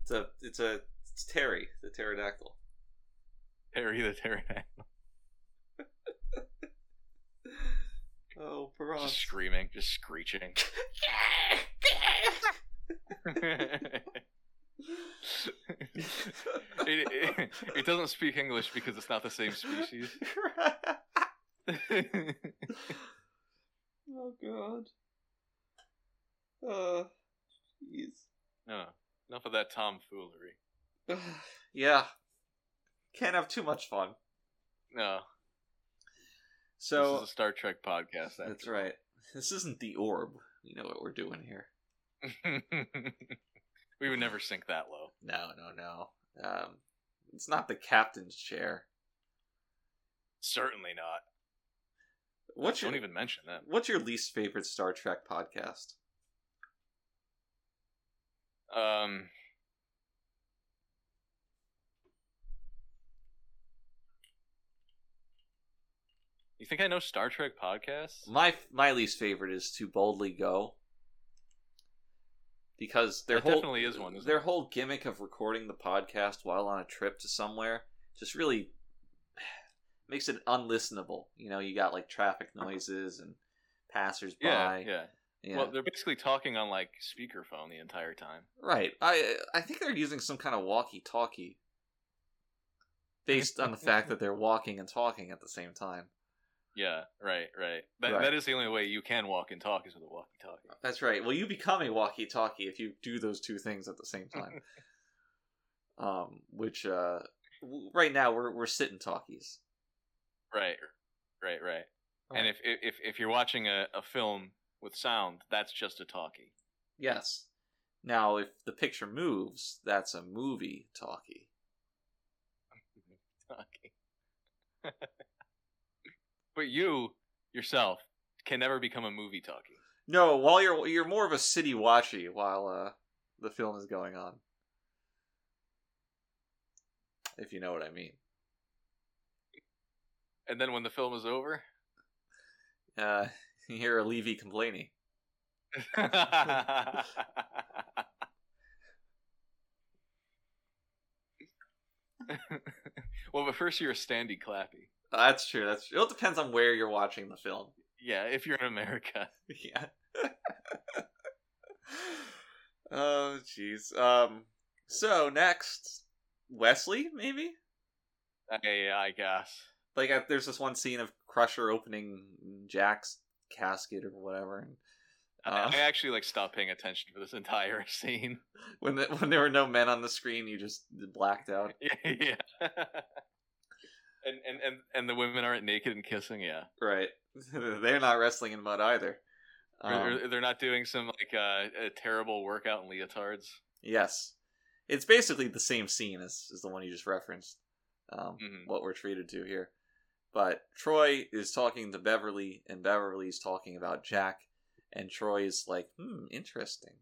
[SPEAKER 3] It's a it's a it's Terry, the pterodactyl.
[SPEAKER 4] Harry the pterodactyl
[SPEAKER 3] Oh, Braun.
[SPEAKER 4] just screaming, just screeching. it, it, it doesn't speak English because it's not the same species.
[SPEAKER 3] oh god. Uh, jeez.
[SPEAKER 4] no, enough of that tomfoolery.
[SPEAKER 3] yeah. Can't have too much fun.
[SPEAKER 4] No,
[SPEAKER 3] So
[SPEAKER 4] this is a Star Trek podcast.
[SPEAKER 3] that's right. This isn't the orb. You know what we're doing here.
[SPEAKER 4] right. we would never sink that low.
[SPEAKER 3] No, no, no. Um, it's not the captain's chair.
[SPEAKER 4] Certainly not.
[SPEAKER 3] What's your
[SPEAKER 4] Don't even mention them.
[SPEAKER 3] What's your least favorite Star Trek podcast?
[SPEAKER 4] Um, you think I know Star Trek podcasts?
[SPEAKER 3] My my least favorite is To Boldly Go. Because their
[SPEAKER 4] That
[SPEAKER 3] whole
[SPEAKER 4] definitely is one, isn't
[SPEAKER 3] their
[SPEAKER 4] it?
[SPEAKER 3] whole gimmick of recording the podcast while on a trip to somewhere just really makes it unlistenable. You know, you got like traffic noises and passersby.
[SPEAKER 4] Yeah, yeah,
[SPEAKER 3] Yeah.
[SPEAKER 4] Well, they're basically talking on like speakerphone the entire time.
[SPEAKER 3] Right. I I think they're using some kind of walkie-talkie based on the fact that they're walking and talking at the same time.
[SPEAKER 4] Yeah, right, right. That
[SPEAKER 3] Right.
[SPEAKER 4] that is the only way you can walk and talk is with a walkie-talkie.
[SPEAKER 3] That's right. Well, you become a walkie-talkie if you do those two things at the same time. um, which uh, w- right now we're we're sitting talkies.
[SPEAKER 4] Right, right, right.
[SPEAKER 3] Right.
[SPEAKER 4] And if if if you're watching a, a film with sound, that's just a talkie.
[SPEAKER 3] Yes. Now, if the picture moves, that's a movie talkie.
[SPEAKER 4] Talkie. but you yourself can never become a movie talkie.
[SPEAKER 3] No, while you're you're more of a city watchy while uh, the film is going on. If you know what I mean.
[SPEAKER 4] And then when the film is over,
[SPEAKER 3] Uh, you hear a Levy complaining.
[SPEAKER 4] well, but first you're a standy clappy.
[SPEAKER 3] That's true. That's true. It all depends on where you're watching the film.
[SPEAKER 4] Yeah, if you're in America.
[SPEAKER 3] Yeah. oh, jeez. Um. So next, Wesley, maybe.
[SPEAKER 4] Yeah, I guess.
[SPEAKER 3] Like, I, there's this one scene of Crusher opening Jack's casket or whatever, and Uh.
[SPEAKER 4] I, I actually like stopped paying attention for this entire scene.
[SPEAKER 3] when the, when there were no men on the screen, you just blacked out.
[SPEAKER 4] yeah. and, and and and the women aren't naked and kissing. Yeah,
[SPEAKER 3] Right. They're not wrestling in mud either.
[SPEAKER 4] Or-
[SPEAKER 3] Um,
[SPEAKER 4] or they're not doing some like uh, a terrible workout in leotards.
[SPEAKER 3] Yes. It's basically the same scene as, as the one you just referenced, um,
[SPEAKER 4] Mhm.
[SPEAKER 3] what we're treated to here. But Troy is talking to Beverly, and Beverly's talking about Jack, and Troy is like, hmm, interesting.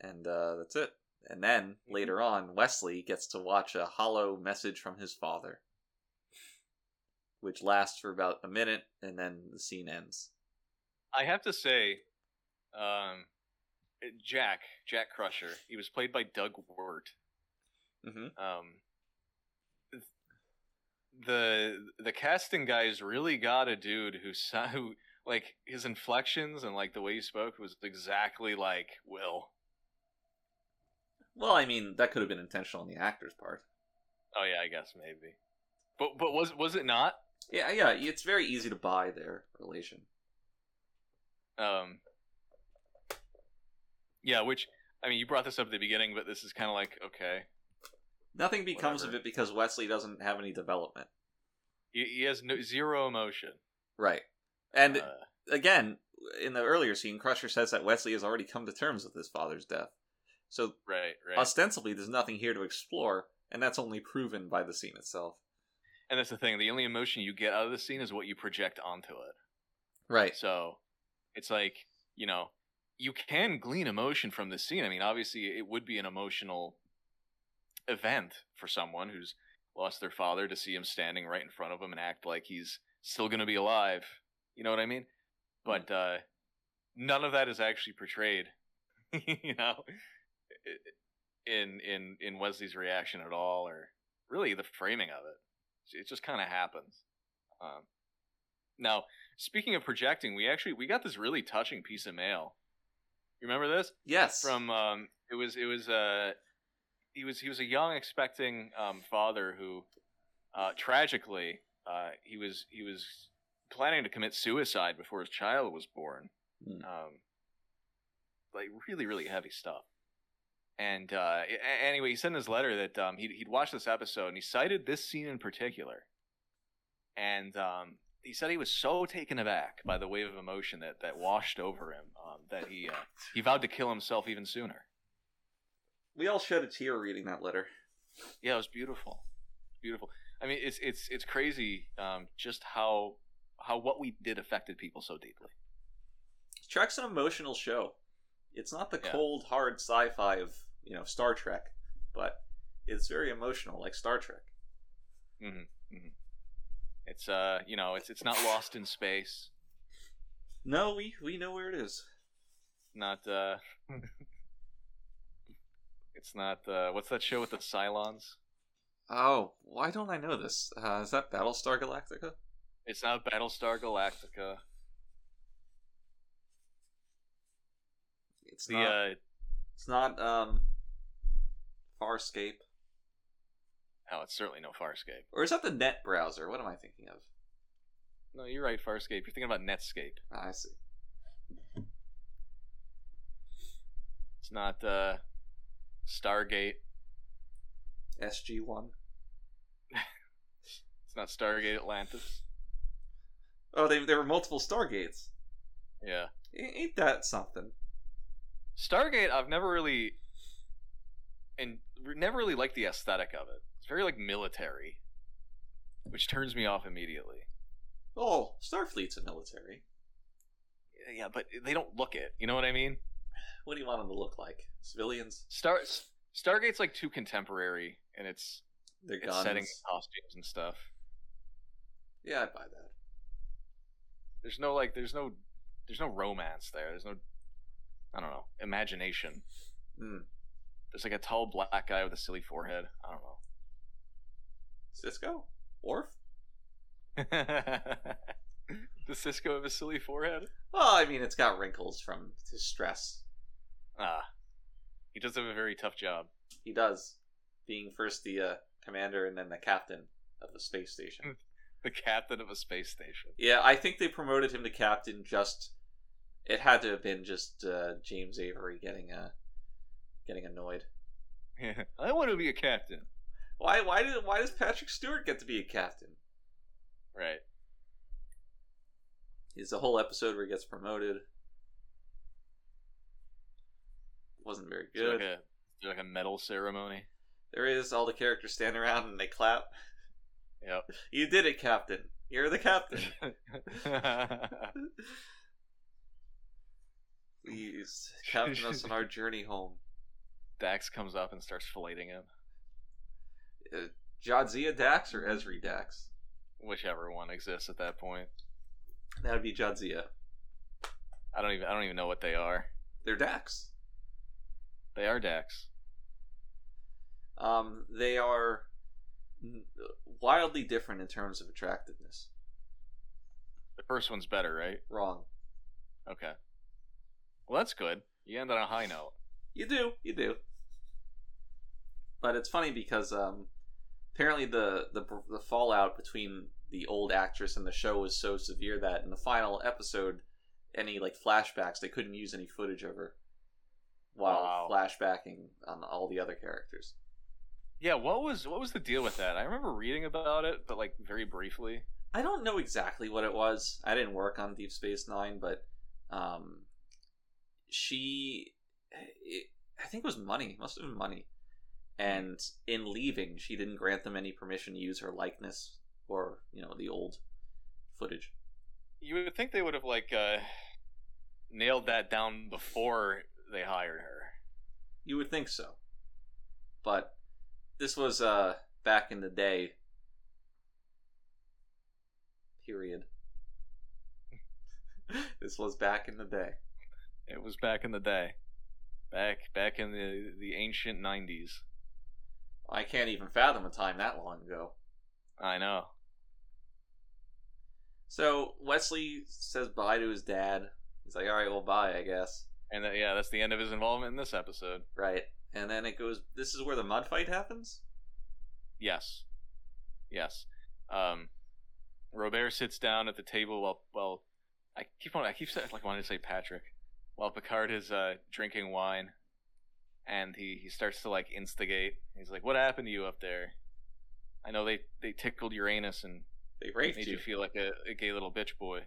[SPEAKER 3] And uh, that's it. And then later on, Wesley gets to watch a hollow message from his father, which lasts for about a minute, and then the scene ends.
[SPEAKER 4] I have to say, um, Jack Jack Crusher. He was played by Doug Wirt.
[SPEAKER 3] Mm-hmm.
[SPEAKER 4] um, the the casting guys really got a dude who so- who like his inflections and like the way he spoke was exactly like Will.
[SPEAKER 3] Well, I mean, that could have been intentional on the actor's part.
[SPEAKER 4] Oh yeah, I guess maybe. But but was was it not?
[SPEAKER 3] Yeah, yeah, it's very easy to buy their relation.
[SPEAKER 4] Um, yeah, which I mean, you brought this up at the beginning, but this is kind of like okay,
[SPEAKER 3] Nothing becomes
[SPEAKER 4] Whatever.
[SPEAKER 3] of it because Wesley doesn't have any development.
[SPEAKER 4] he, he has no, zero emotion.
[SPEAKER 3] Right. And
[SPEAKER 4] Uh,
[SPEAKER 3] again, in the earlier scene, Crusher says that Wesley has already come to terms with his father's death. So
[SPEAKER 4] right, right.
[SPEAKER 3] ostensibly, there's nothing here to explore, and that's only proven by the scene itself.
[SPEAKER 4] and that's the thing. The only emotion you get out of the scene is what you project onto it.
[SPEAKER 3] Right.
[SPEAKER 4] So it's like, you know, you can glean emotion from this scene. I mean, obviously, it would be an emotional event for someone who's lost their father to see him standing right in front of him and act like he's still going to be alive. You know what I mean? But uh, none of that is actually portrayed, you know, in in in Wesley's reaction at all, or really the framing of it. It just kind of happens. Um, now, Speaking of projecting, we actually we got this really touching piece of mail. You remember this?
[SPEAKER 3] Yes.
[SPEAKER 4] From um, it was it was uh, he was he was a young expecting um, father who, uh, tragically, uh, he was he was planning to commit suicide before his child was born.
[SPEAKER 3] Hmm.
[SPEAKER 4] Um, like really really heavy stuff. And uh, a- anyway, he sent in his letter that um, he'd, he'd watched this episode and he cited this scene in particular and um, he said he was so taken aback by the wave of emotion that, that washed over him um, that he uh, he vowed to kill himself even sooner.
[SPEAKER 3] we all shed a tear reading that letter.
[SPEAKER 4] Yeah, it was beautiful, beautiful. I mean, it's it's it's crazy um, just how how what we did affected people so deeply.
[SPEAKER 3] Trek's an emotional show. It's not the
[SPEAKER 4] Yeah.
[SPEAKER 3] cold, hard sci-fi of you know Star Trek, but it's very emotional, like Star Trek.
[SPEAKER 4] It's uh you know it's it's not lost in space,
[SPEAKER 3] No, we we know where it is.
[SPEAKER 4] not uh. It's not uh, what's that show with the Cylons?
[SPEAKER 3] Oh, why don't I know this? Uh, is that Battlestar Galactica?
[SPEAKER 4] It's not Battlestar Galactica.
[SPEAKER 3] It's
[SPEAKER 4] The
[SPEAKER 3] not.
[SPEAKER 4] uh,
[SPEAKER 3] It's not. Um, Farscape,
[SPEAKER 4] oh, it's certainly no Farscape.
[SPEAKER 3] or is that the Net browser? What am I thinking of?
[SPEAKER 4] No, you're right, Farscape. You're thinking about Netscape.
[SPEAKER 3] Ah, I see.
[SPEAKER 4] It's not uh, Stargate.
[SPEAKER 3] SG One.
[SPEAKER 4] It's not Stargate Atlantis.
[SPEAKER 3] Oh, they, there were multiple Stargates.
[SPEAKER 4] Yeah.
[SPEAKER 3] A- Ain't that something?
[SPEAKER 4] Stargate, I've never really and never really liked the aesthetic of it. It's very like military, which turns me off immediately.
[SPEAKER 3] Oh, Starfleet's a military.
[SPEAKER 4] Yeah, but they don't look it. You know what I mean?
[SPEAKER 3] What do you want them to look like? Civilians?
[SPEAKER 4] Star Stargate's like too contemporary and it's
[SPEAKER 3] Their
[SPEAKER 4] it's
[SPEAKER 3] guns?
[SPEAKER 4] setting and costumes and stuff.
[SPEAKER 3] Yeah, I'd buy that.
[SPEAKER 4] There's no like there's no there's no romance there. There's no I don't know, imagination.
[SPEAKER 3] Hmm.
[SPEAKER 4] There's like a tall black guy with a silly forehead. I don't know.
[SPEAKER 3] Cisco? Worf?
[SPEAKER 4] the Cisco of a silly forehead?
[SPEAKER 3] Well, I mean, it's got wrinkles from his stress.
[SPEAKER 4] Ah. He does have a very tough job.
[SPEAKER 3] He does. Being first the uh, commander and then the captain of the space station.
[SPEAKER 4] The captain of a space station.
[SPEAKER 3] yeah, I think they promoted him to captain just. It had to have been just uh, James Avery getting uh, getting annoyed.
[SPEAKER 4] I want to be a captain.
[SPEAKER 3] Why? Why did? Why does Patrick Stewart get to be a captain?
[SPEAKER 4] Right.
[SPEAKER 3] Is a whole episode where he gets promoted. Wasn't very
[SPEAKER 4] Is there
[SPEAKER 3] good.
[SPEAKER 4] like a, is there like a medal ceremony.
[SPEAKER 3] There is all the characters stand around and they clap.
[SPEAKER 4] Yep.
[SPEAKER 3] You did it, Captain. You're the captain. Please, captain us on our journey home.
[SPEAKER 4] Dax comes up and starts filleting him.
[SPEAKER 3] Uh, Jadzia Dax or Ezri Dax?
[SPEAKER 4] Whichever one exists at that point.
[SPEAKER 3] That would be Jadzia.
[SPEAKER 4] I don't even I don't even know what they are.
[SPEAKER 3] They're Dax.
[SPEAKER 4] They are Dax.
[SPEAKER 3] Um, they are n- wildly different in terms of attractiveness.
[SPEAKER 4] The first one's better, right?
[SPEAKER 3] Wrong.
[SPEAKER 4] Okay. Well, that's good. You end on a high note.
[SPEAKER 3] You do, you do. But it's funny because um, apparently the, the the fallout between the old actress and the show was so severe that in the final episode, any like flashbacks they couldn't use any footage of her while
[SPEAKER 4] Wow.
[SPEAKER 3] flashbacking on all the other characters.
[SPEAKER 4] Yeah, what was what was the deal with that? I remember reading about it, but like very briefly.
[SPEAKER 3] I don't know exactly what it was. I didn't work on Deep Space Nine, but um, she, it, I think it was money. Must have been money. And in leaving, she didn't grant them any permission to use her likeness or you know the old footage.
[SPEAKER 4] You would think they would have like uh, nailed that down before they hired her.
[SPEAKER 3] You would think so, but this was uh back in the day. Period. this was back in the day.
[SPEAKER 4] It was back in the day, back back in the the ancient '90s.
[SPEAKER 3] I can't even fathom a time that long ago.
[SPEAKER 4] I know.
[SPEAKER 3] So Wesley says bye to his dad. He's like, "All right, well, bye, I guess."
[SPEAKER 4] And that, yeah, that's the end of his involvement in this episode.
[SPEAKER 3] Right, and then it goes. This is where the mud fight happens.
[SPEAKER 4] Yes, yes. Um, Robert sits down at the table while while I keep on I keep saying, like wanting to say Patrick, while Picard is uh, drinking wine, and he he starts to like instigate. He's like, "What happened to you up there? I know they they tickled Uranus and
[SPEAKER 3] They raped
[SPEAKER 4] made
[SPEAKER 3] you.
[SPEAKER 4] you feel like a, a gay little bitch boy.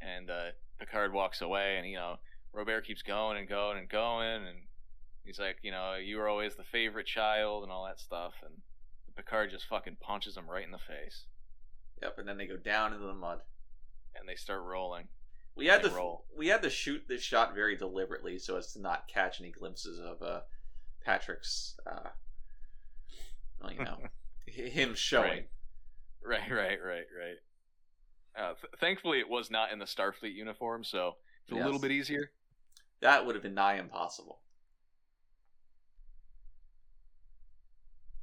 [SPEAKER 4] And uh, Picard walks away, and you know Robert keeps going and going and going, and he's like, you know, you were always the favorite child and all that stuff, and Picard just fucking punches him right in the face,
[SPEAKER 3] Yep, and then they go down into the mud.
[SPEAKER 4] and they start rolling.
[SPEAKER 3] We had
[SPEAKER 4] They
[SPEAKER 3] to
[SPEAKER 4] roll.
[SPEAKER 3] we had to shoot this shot very deliberately so as to not catch any glimpses of uh, Patrick's, uh, well, you know, h- him showing.
[SPEAKER 4] Right. Right, right, right, right. Uh, th- thankfully, it was not in the Starfleet uniform, so it's a
[SPEAKER 3] Yes.
[SPEAKER 4] little bit easier.
[SPEAKER 3] That would have been nigh impossible.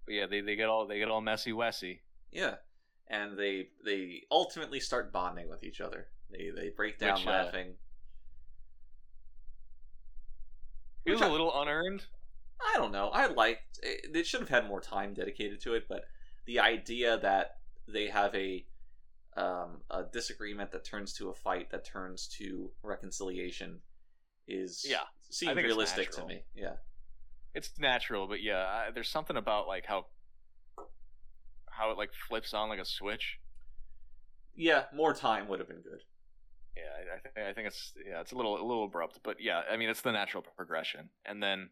[SPEAKER 4] But yeah, they, they get all they get all messy, wessy.
[SPEAKER 3] Yeah, and they they ultimately start bonding with each other. They they break down
[SPEAKER 4] Which, uh,
[SPEAKER 3] laughing.
[SPEAKER 4] It was
[SPEAKER 3] Which
[SPEAKER 4] a
[SPEAKER 3] I-
[SPEAKER 4] little unearned.
[SPEAKER 3] I don't know. I liked. It, they should have had more time dedicated to it, but the idea that they have a um, a disagreement that turns to a fight that turns to reconciliation is
[SPEAKER 4] Yeah, I
[SPEAKER 3] seems
[SPEAKER 4] think it's
[SPEAKER 3] realistic to
[SPEAKER 4] natural.
[SPEAKER 3] me. Yeah,
[SPEAKER 4] it's natural, but yeah, I, there's something about like how how it like flips on like a switch.
[SPEAKER 3] yeah, more time would have been good.
[SPEAKER 4] Yeah, I- I think I think it's yeah, it's a little a little abrupt, but yeah, I mean it's the natural progression. And then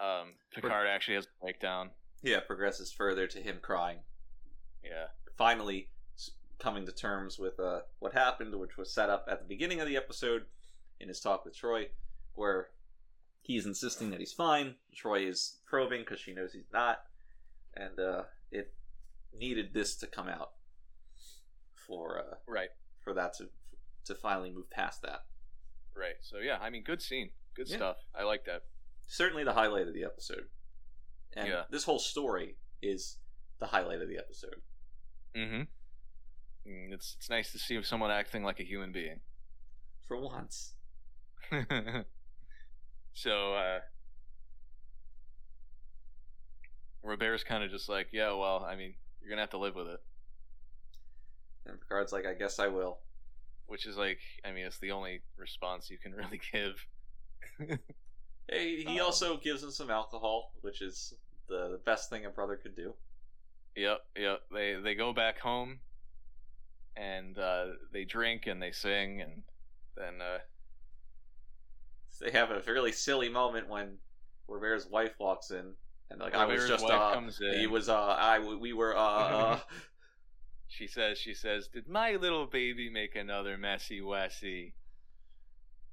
[SPEAKER 4] um Picard actually has a breakdown.
[SPEAKER 3] Yeah, progresses further to him crying,
[SPEAKER 4] Yeah.
[SPEAKER 3] finally s- coming to terms with uh, what happened, which was set up at the beginning of the episode in his talk with Troy, where he's insisting that he's fine. Troy is probing because she knows he's not, and uh, it needed this to come out for uh,
[SPEAKER 4] Right.
[SPEAKER 3] for that to to finally move past that.
[SPEAKER 4] Right. So yeah, I mean good scene. Good
[SPEAKER 3] Yeah.
[SPEAKER 4] stuff. I like that.
[SPEAKER 3] certainly the highlight of the episode. And
[SPEAKER 4] Yeah.
[SPEAKER 3] this whole story is the highlight of the episode.
[SPEAKER 4] Mhm. Mm, It's it's nice to see someone acting like a human being.
[SPEAKER 3] For once.
[SPEAKER 4] so uh Robert's kind of just like, yeah, well, I mean, you're going to have to live with it,
[SPEAKER 3] And Picard's like, I guess I will.
[SPEAKER 4] which is like, I mean, it's the only response you can really give.
[SPEAKER 3] Hey, he
[SPEAKER 4] Oh.
[SPEAKER 3] also gives him some alcohol, which is the, the best thing a brother could do.
[SPEAKER 4] Yep, yep. They they go back home, and uh, they drink and they sing, and then uh,
[SPEAKER 3] They have a really silly moment when Robert's wife walks in, and like I was
[SPEAKER 4] Robert's
[SPEAKER 3] just
[SPEAKER 4] wife
[SPEAKER 3] uh,
[SPEAKER 4] comes in.
[SPEAKER 3] he was uh, I we were uh, uh
[SPEAKER 4] she says she says, "Did my little baby make another messy wassy?"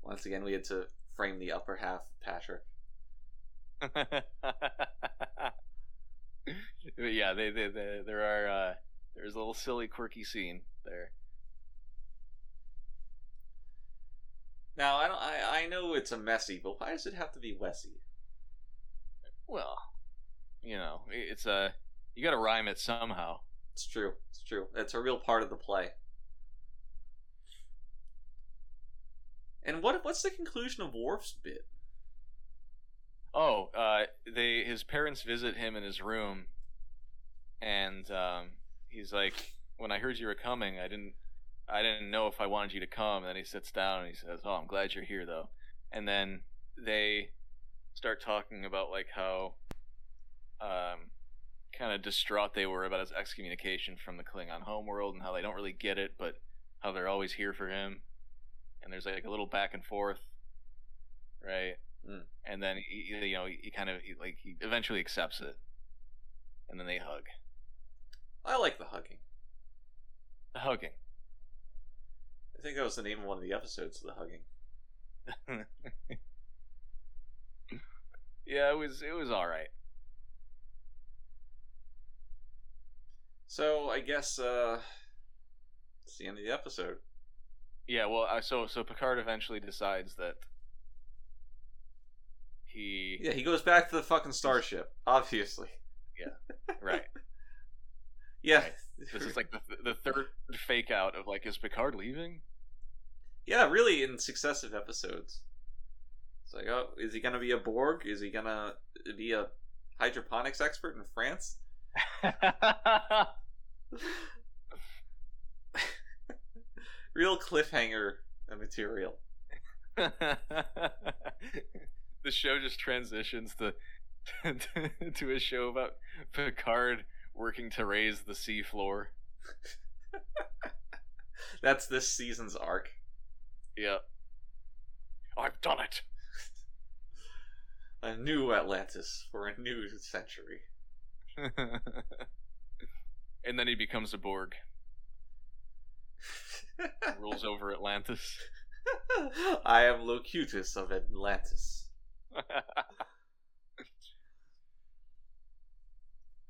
[SPEAKER 3] once again we had to frame the upper half of Patrick.
[SPEAKER 4] but yeah, they, they, they there are uh, there's a little silly quirky scene there.
[SPEAKER 3] Now I don't I, I know it's a messy, but why does it have to be Wessy?
[SPEAKER 4] Well, you know, i- it's a you got to rhyme it somehow.
[SPEAKER 3] It's true. It's true. It's a real part of the play. And what what's the conclusion of Worf's bit?
[SPEAKER 4] Oh, uh, they his parents visit him in his room, and um, he's like, "When I heard you were coming, I didn't, I didn't know if I wanted you to come." And then he sits down and he says, "Oh, I'm glad you're here, though." And then they start talking about like how, um, kind of distraught they were about his excommunication from the Klingon homeworld, and how they don't really get it, but how they're always here for him. And there's like a little back and forth, right? and then he, he- you know he, kind of he, like he eventually accepts it and then they hug
[SPEAKER 3] I like the hugging.
[SPEAKER 4] the hugging
[SPEAKER 3] I think that was the name of one of the episodes, the hugging.
[SPEAKER 4] yeah it was it was all right
[SPEAKER 3] So I guess uh it's the end of the episode.
[SPEAKER 4] yeah well uh, so so picard eventually decides that he
[SPEAKER 3] Yeah, he goes back to the fucking starship, obviously.
[SPEAKER 4] right
[SPEAKER 3] Yeah.
[SPEAKER 4] Right. this is like the, the third fake out of like is picard leaving
[SPEAKER 3] Yeah, really in successive episodes. It's like, oh, is he gonna be a Borg? Is he gonna be a hydroponics expert in France? Real cliffhanger material.
[SPEAKER 4] the show just transitions to, to a show about Picard working to raise the sea floor.
[SPEAKER 3] That's this season's arc.
[SPEAKER 4] Yeah. I've done it.
[SPEAKER 3] A new Atlantis for a new century.
[SPEAKER 4] and then he becomes a Borg, rules over Atlantis.
[SPEAKER 3] I am Locutus of Atlantis.
[SPEAKER 4] uh,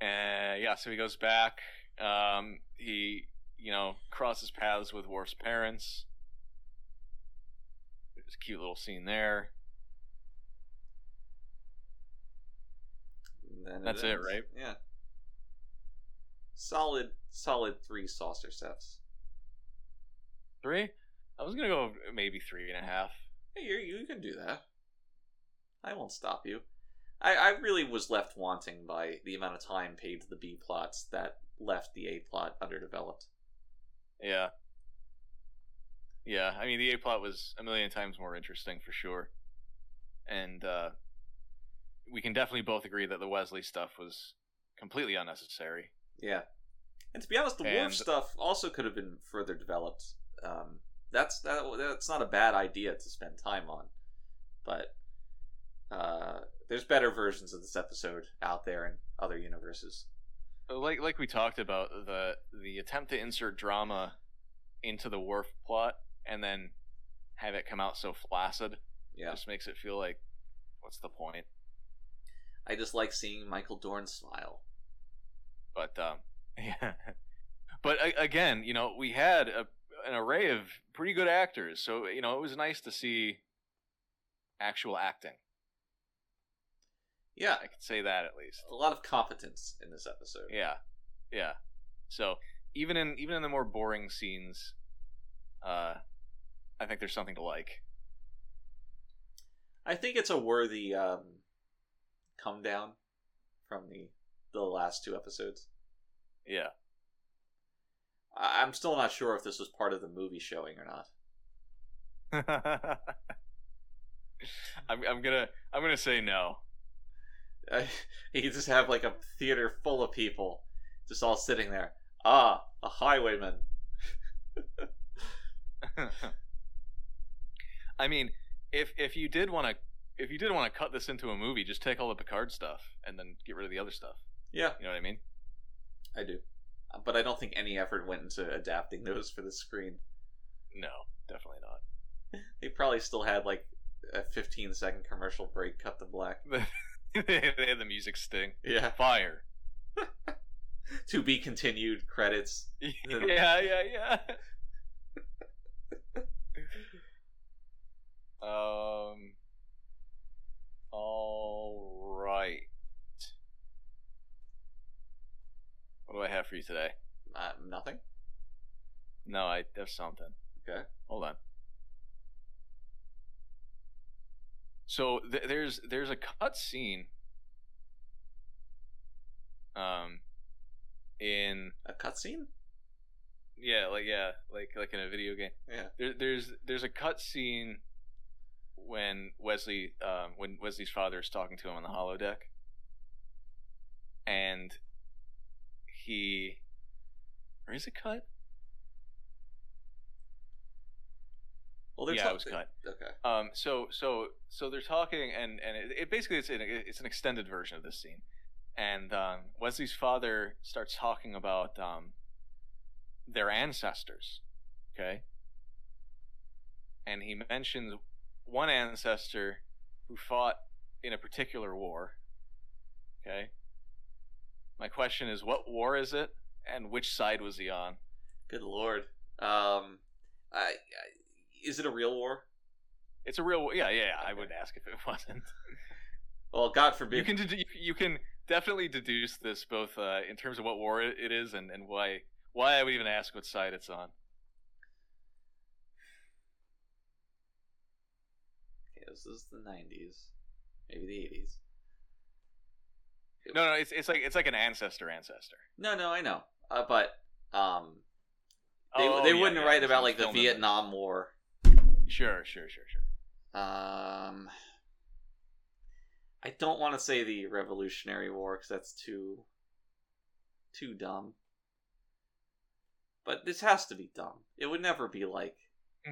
[SPEAKER 4] yeah, so he goes back. Um, he, you know, crosses paths with Worf's parents. There's a cute little scene there.
[SPEAKER 3] And then
[SPEAKER 4] That's it,
[SPEAKER 3] ends.
[SPEAKER 4] right?
[SPEAKER 3] Yeah. Solid, solid three saucer sets.
[SPEAKER 4] Three? I was gonna go maybe three and a half.
[SPEAKER 3] Hey, you you can do that. I won't stop you. I, I really was left wanting by the amount of time paid to the B plots that left the A plot underdeveloped.
[SPEAKER 4] Yeah. Yeah, I mean the A plot was a million times more interesting for sure. And uh we can definitely both agree that the Wesley stuff was completely unnecessary.
[SPEAKER 3] Yeah. And to be honest, the Worf
[SPEAKER 4] And-
[SPEAKER 3] stuff also could have been further developed. Um, that's that, that's not a bad idea to spend time on, but uh, there's better versions of this episode out there in other universes.
[SPEAKER 4] like like we talked about the the attempt to insert drama into the Worf plot and then have it come out so flaccid
[SPEAKER 3] Yeah,
[SPEAKER 4] just makes it feel like what's the point?
[SPEAKER 3] I just like seeing Michael Dorn smile.
[SPEAKER 4] But um, yeah. But a- again, you know, we had a, an array of pretty good actors, so you know it was nice to see actual acting.
[SPEAKER 3] Yeah,
[SPEAKER 4] I could say that at least.
[SPEAKER 3] a lot of competence in this episode.
[SPEAKER 4] Yeah, yeah. So even in even in the more boring scenes, uh, I think there's something to like.
[SPEAKER 3] I think it's a worthy um, come down from the the last two episodes.
[SPEAKER 4] Yeah.
[SPEAKER 3] I- I'm still not sure if this was part of the movie showing or not.
[SPEAKER 4] I'm, I'm gonna I'm gonna say no.
[SPEAKER 3] I, you just have like a theater full of people just all sitting there. Ah, a highwayman.
[SPEAKER 4] I mean, if if you did want to if you did want to cut this into a movie, just take all the Picard stuff and then get rid of the other stuff.
[SPEAKER 3] Yeah,
[SPEAKER 4] You know what I mean?
[SPEAKER 3] I do. Uh, But I don't think any effort went into adapting those for the screen.
[SPEAKER 4] No, definitely not.
[SPEAKER 3] They probably still had like a 15 second commercial break cut to black.
[SPEAKER 4] they had the music sting.
[SPEAKER 3] Yeah.
[SPEAKER 4] Fire.
[SPEAKER 3] To be continued credits.
[SPEAKER 4] yeah, yeah, yeah. um. All right. What do I have for you today?
[SPEAKER 3] Uh, nothing.
[SPEAKER 4] No, I have something.
[SPEAKER 3] Okay.
[SPEAKER 4] Hold on. So th- there's there's a cut scene. Um. In
[SPEAKER 3] A cutscene?
[SPEAKER 4] Yeah, like yeah, like like in a video game.
[SPEAKER 3] Yeah.
[SPEAKER 4] There, there's there's a cut scene when Wesley um, when Wesley's father is talking to him on the holodeck, and he or is it cut?
[SPEAKER 3] Well, there's
[SPEAKER 4] yeah, it was
[SPEAKER 3] something-
[SPEAKER 4] cut.
[SPEAKER 3] Okay.
[SPEAKER 4] Um, so so so they're talking, and and it, it basically it's an, it's an extended version of this scene, and um, Wesley's father starts talking about um, their ancestors, okay, and he mentions one ancestor who fought in a particular war, okay. My question is, what war is it, and which side was he on?
[SPEAKER 3] Good lord. Um, I, I, is it a real war?
[SPEAKER 4] It's a real, yeah, yeah. I
[SPEAKER 3] Okay.
[SPEAKER 4] would ask if it wasn't.
[SPEAKER 3] Well, God forbid.
[SPEAKER 4] you can dedu- you can definitely deduce this both uh, in terms of what war it it is and, and why why I would even ask what side it's on.
[SPEAKER 3] Okay, this is the 90s, maybe the 80s.
[SPEAKER 4] No, no, it's it's like it's like an ancestor ancestor.
[SPEAKER 3] No, no, I know, uh, but um, they, they
[SPEAKER 4] Oh, yeah,
[SPEAKER 3] wouldn't
[SPEAKER 4] yeah,
[SPEAKER 3] write
[SPEAKER 4] it's
[SPEAKER 3] about
[SPEAKER 4] on
[SPEAKER 3] like the
[SPEAKER 4] film memory.
[SPEAKER 3] Vietnam War.
[SPEAKER 4] Sure, sure, sure, sure.
[SPEAKER 3] Um, I don't want to say the Revolutionary War because that's too, too dumb. But this has to be dumb. It would never be like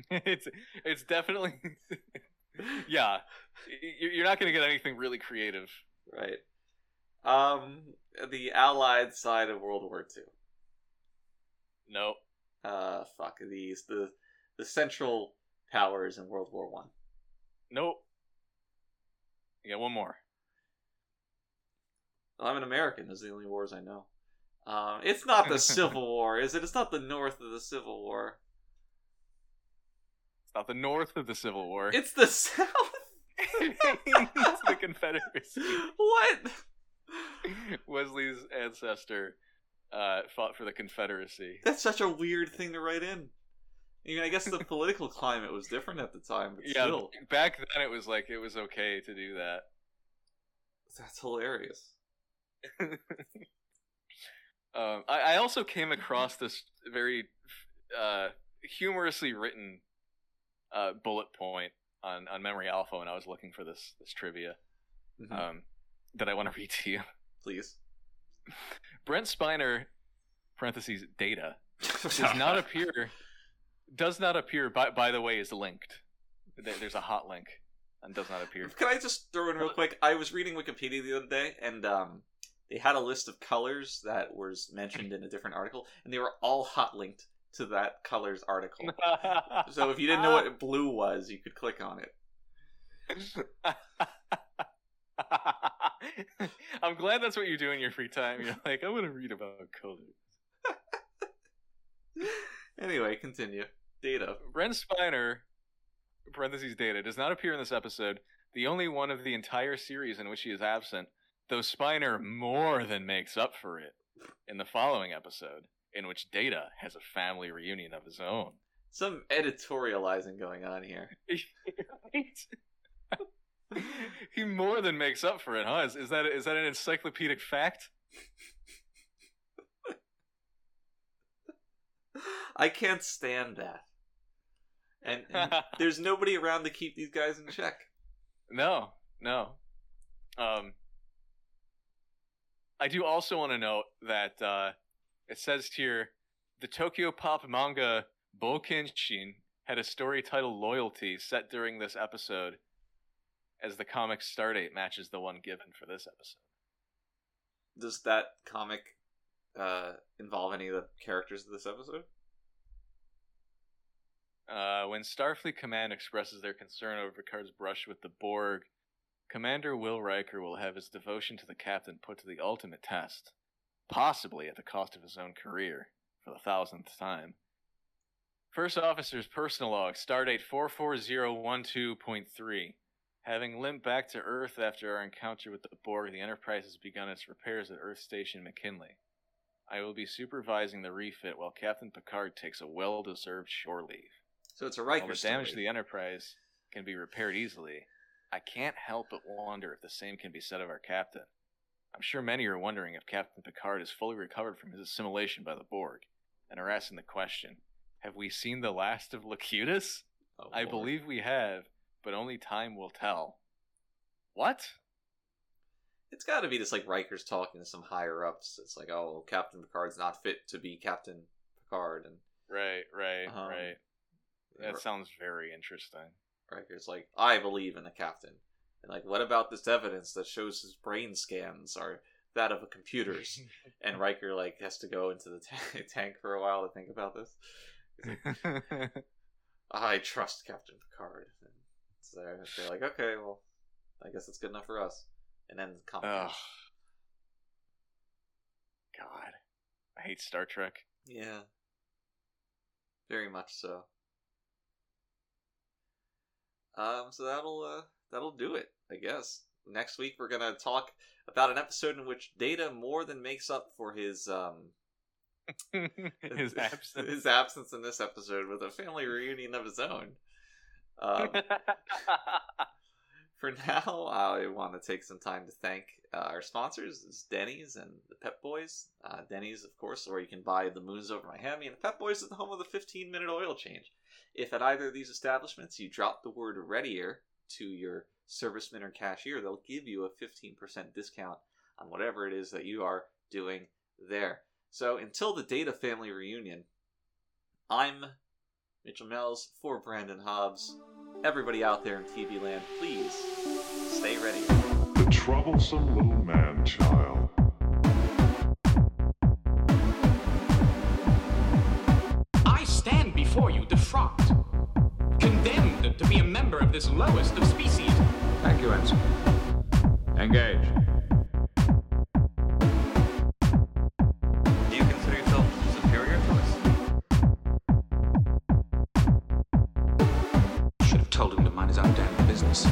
[SPEAKER 4] it's it's definitely yeah. You- You're not going to get anything really creative.
[SPEAKER 3] right. Um, the Allied side of World War Two.
[SPEAKER 4] No,
[SPEAKER 3] uh fuck these the the central powers in World War One.
[SPEAKER 4] nope. Yeah, one more.
[SPEAKER 3] I'm an American. Those are the only wars I know. Um, it's not the Civil War, is it? It's not the North of the Civil War.
[SPEAKER 4] It's not the North of the Civil War.
[SPEAKER 3] It's the South.
[SPEAKER 4] it's the Confederacy.
[SPEAKER 3] what?
[SPEAKER 4] Wesley's ancestor uh, fought for the Confederacy.
[SPEAKER 3] That's such a weird thing to write in. I mean, I guess the political climate was different at the time, but
[SPEAKER 4] Yeah,
[SPEAKER 3] still,
[SPEAKER 4] back then it was like it was okay to do that.
[SPEAKER 3] that's hilarious.
[SPEAKER 4] Um, I, I also came across this very uh, humorously written uh, bullet point on, on Memory Alpha when I was looking for this this trivia
[SPEAKER 3] Mhm.
[SPEAKER 4] Uh, um, that I want to read to you.
[SPEAKER 3] Please.
[SPEAKER 4] Brent Spiner parentheses data does not appear does not appear by, by the way is linked There- there's a hot link and does not appear
[SPEAKER 3] Can I just throw in real quick? I was reading Wikipedia the other day, and um, they had a list of colors that was mentioned in a different article, and they were all hot linked to that colors article. so if you didn't know what blue was, you could click on it.
[SPEAKER 4] i'm glad that's what you do in your free time you're like i'm gonna read about color
[SPEAKER 3] Anyway, continue. Data.
[SPEAKER 4] Ren Spiner, parentheses data, does not appear in this episode, the only one of the entire series in which he is absent, though Spiner more than makes up for it in the following episode, in which Data has a family reunion of his own.
[SPEAKER 3] Some editorializing going on here.
[SPEAKER 4] he more than makes up for it, huh? Is, is that is that an encyclopedic fact?
[SPEAKER 3] I can't stand that. And, and there's nobody around to keep these guys in check.
[SPEAKER 4] No, no. Um, I do also want to note that uh, it says here the Tokyo Pop manga Bokenshin had a story titled "Loyalty" set during this episode, as the comic start date matches the one given for this episode.
[SPEAKER 3] Does that comic uh, involve any of the characters of this episode?
[SPEAKER 4] Uh, when Starfleet Command expresses their concern over Picard's brush with the Borg, Commander Will Riker will have his devotion to the captain put to the ultimate test, possibly at the cost of his own career, for the thousandth time. First Officer's personal log, stardate 44012.3. Having limped back to Earth after our encounter with the Borg, the Enterprise has begun its repairs at Earth Station McKinley. I will be supervising the refit while Captain Picard takes a well deserved shore leave.
[SPEAKER 3] So it's a Riker
[SPEAKER 4] While the
[SPEAKER 3] story.
[SPEAKER 4] damage to the Enterprise can be repaired easily, I can't help but wonder if the same can be said of our captain. I'm sure many are wondering if Captain Picard is fully recovered from his assimilation by the Borg, and are asking the question Have we seen the last of Locutus?
[SPEAKER 3] Oh,
[SPEAKER 4] I
[SPEAKER 3] Lord.
[SPEAKER 4] believe we have, but only time will tell. What?
[SPEAKER 3] it's got to be just like Riker's talking to some higher ups. It's like, oh, Captain Picard's not fit to be Captain Picard, and
[SPEAKER 4] Right, right,
[SPEAKER 3] Um,
[SPEAKER 4] right. Uh-huh. That sounds very interesting.
[SPEAKER 3] Riker's like, I believe in the captain. And like, what about this evidence that shows his brain scans are that of a computer's? and Riker like has to go into the ta- tank for a while to think about this. I trust Captain Picard. And so they're, they're like, okay, well, I guess that's good enough for us. And then the comic
[SPEAKER 4] Ugh.
[SPEAKER 3] ends.
[SPEAKER 4] God. I hate Star Trek.
[SPEAKER 3] Yeah. Very much so. Um, so that'll uh, that'll do it, I guess. Next week we're gonna talk about an episode in which Data more than makes up for his um
[SPEAKER 4] His absence.
[SPEAKER 3] his absence in this episode with a family reunion of his own. Um, for now, I want to take some time to thank uh, our sponsors, it's Denny's and the Pep Boys. Uh, Denny's, of course, where you can buy the Moons Over Miami, and the Pep Boys is the home of the 15 minute oil change. If at either of these establishments you drop the word readier to your serviceman or cashier, they'll give you a 15% discount on whatever it is that you are doing there. So until the Data family reunion, I'm Mitchell Mells for Brandon Hobbs. Everybody out there in TV land, please stay ready.
[SPEAKER 2] The troublesome little man child.
[SPEAKER 5] I stand before you defrocked, condemned to be a member of this lowest of species.
[SPEAKER 6] Thank you, Ensign. Engage.
[SPEAKER 7] Do you consider yourself superior to us?
[SPEAKER 6] Should have told him to mind his own damn business.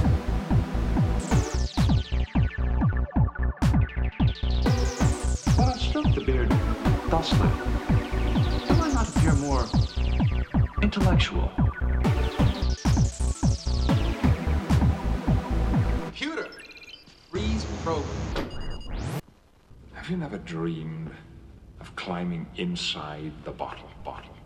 [SPEAKER 6] But I stroked the beard thusly. Do I not appear more intellectual?
[SPEAKER 5] Computer, freeze program.
[SPEAKER 8] Have you never dreamed of climbing inside the bottle bottle?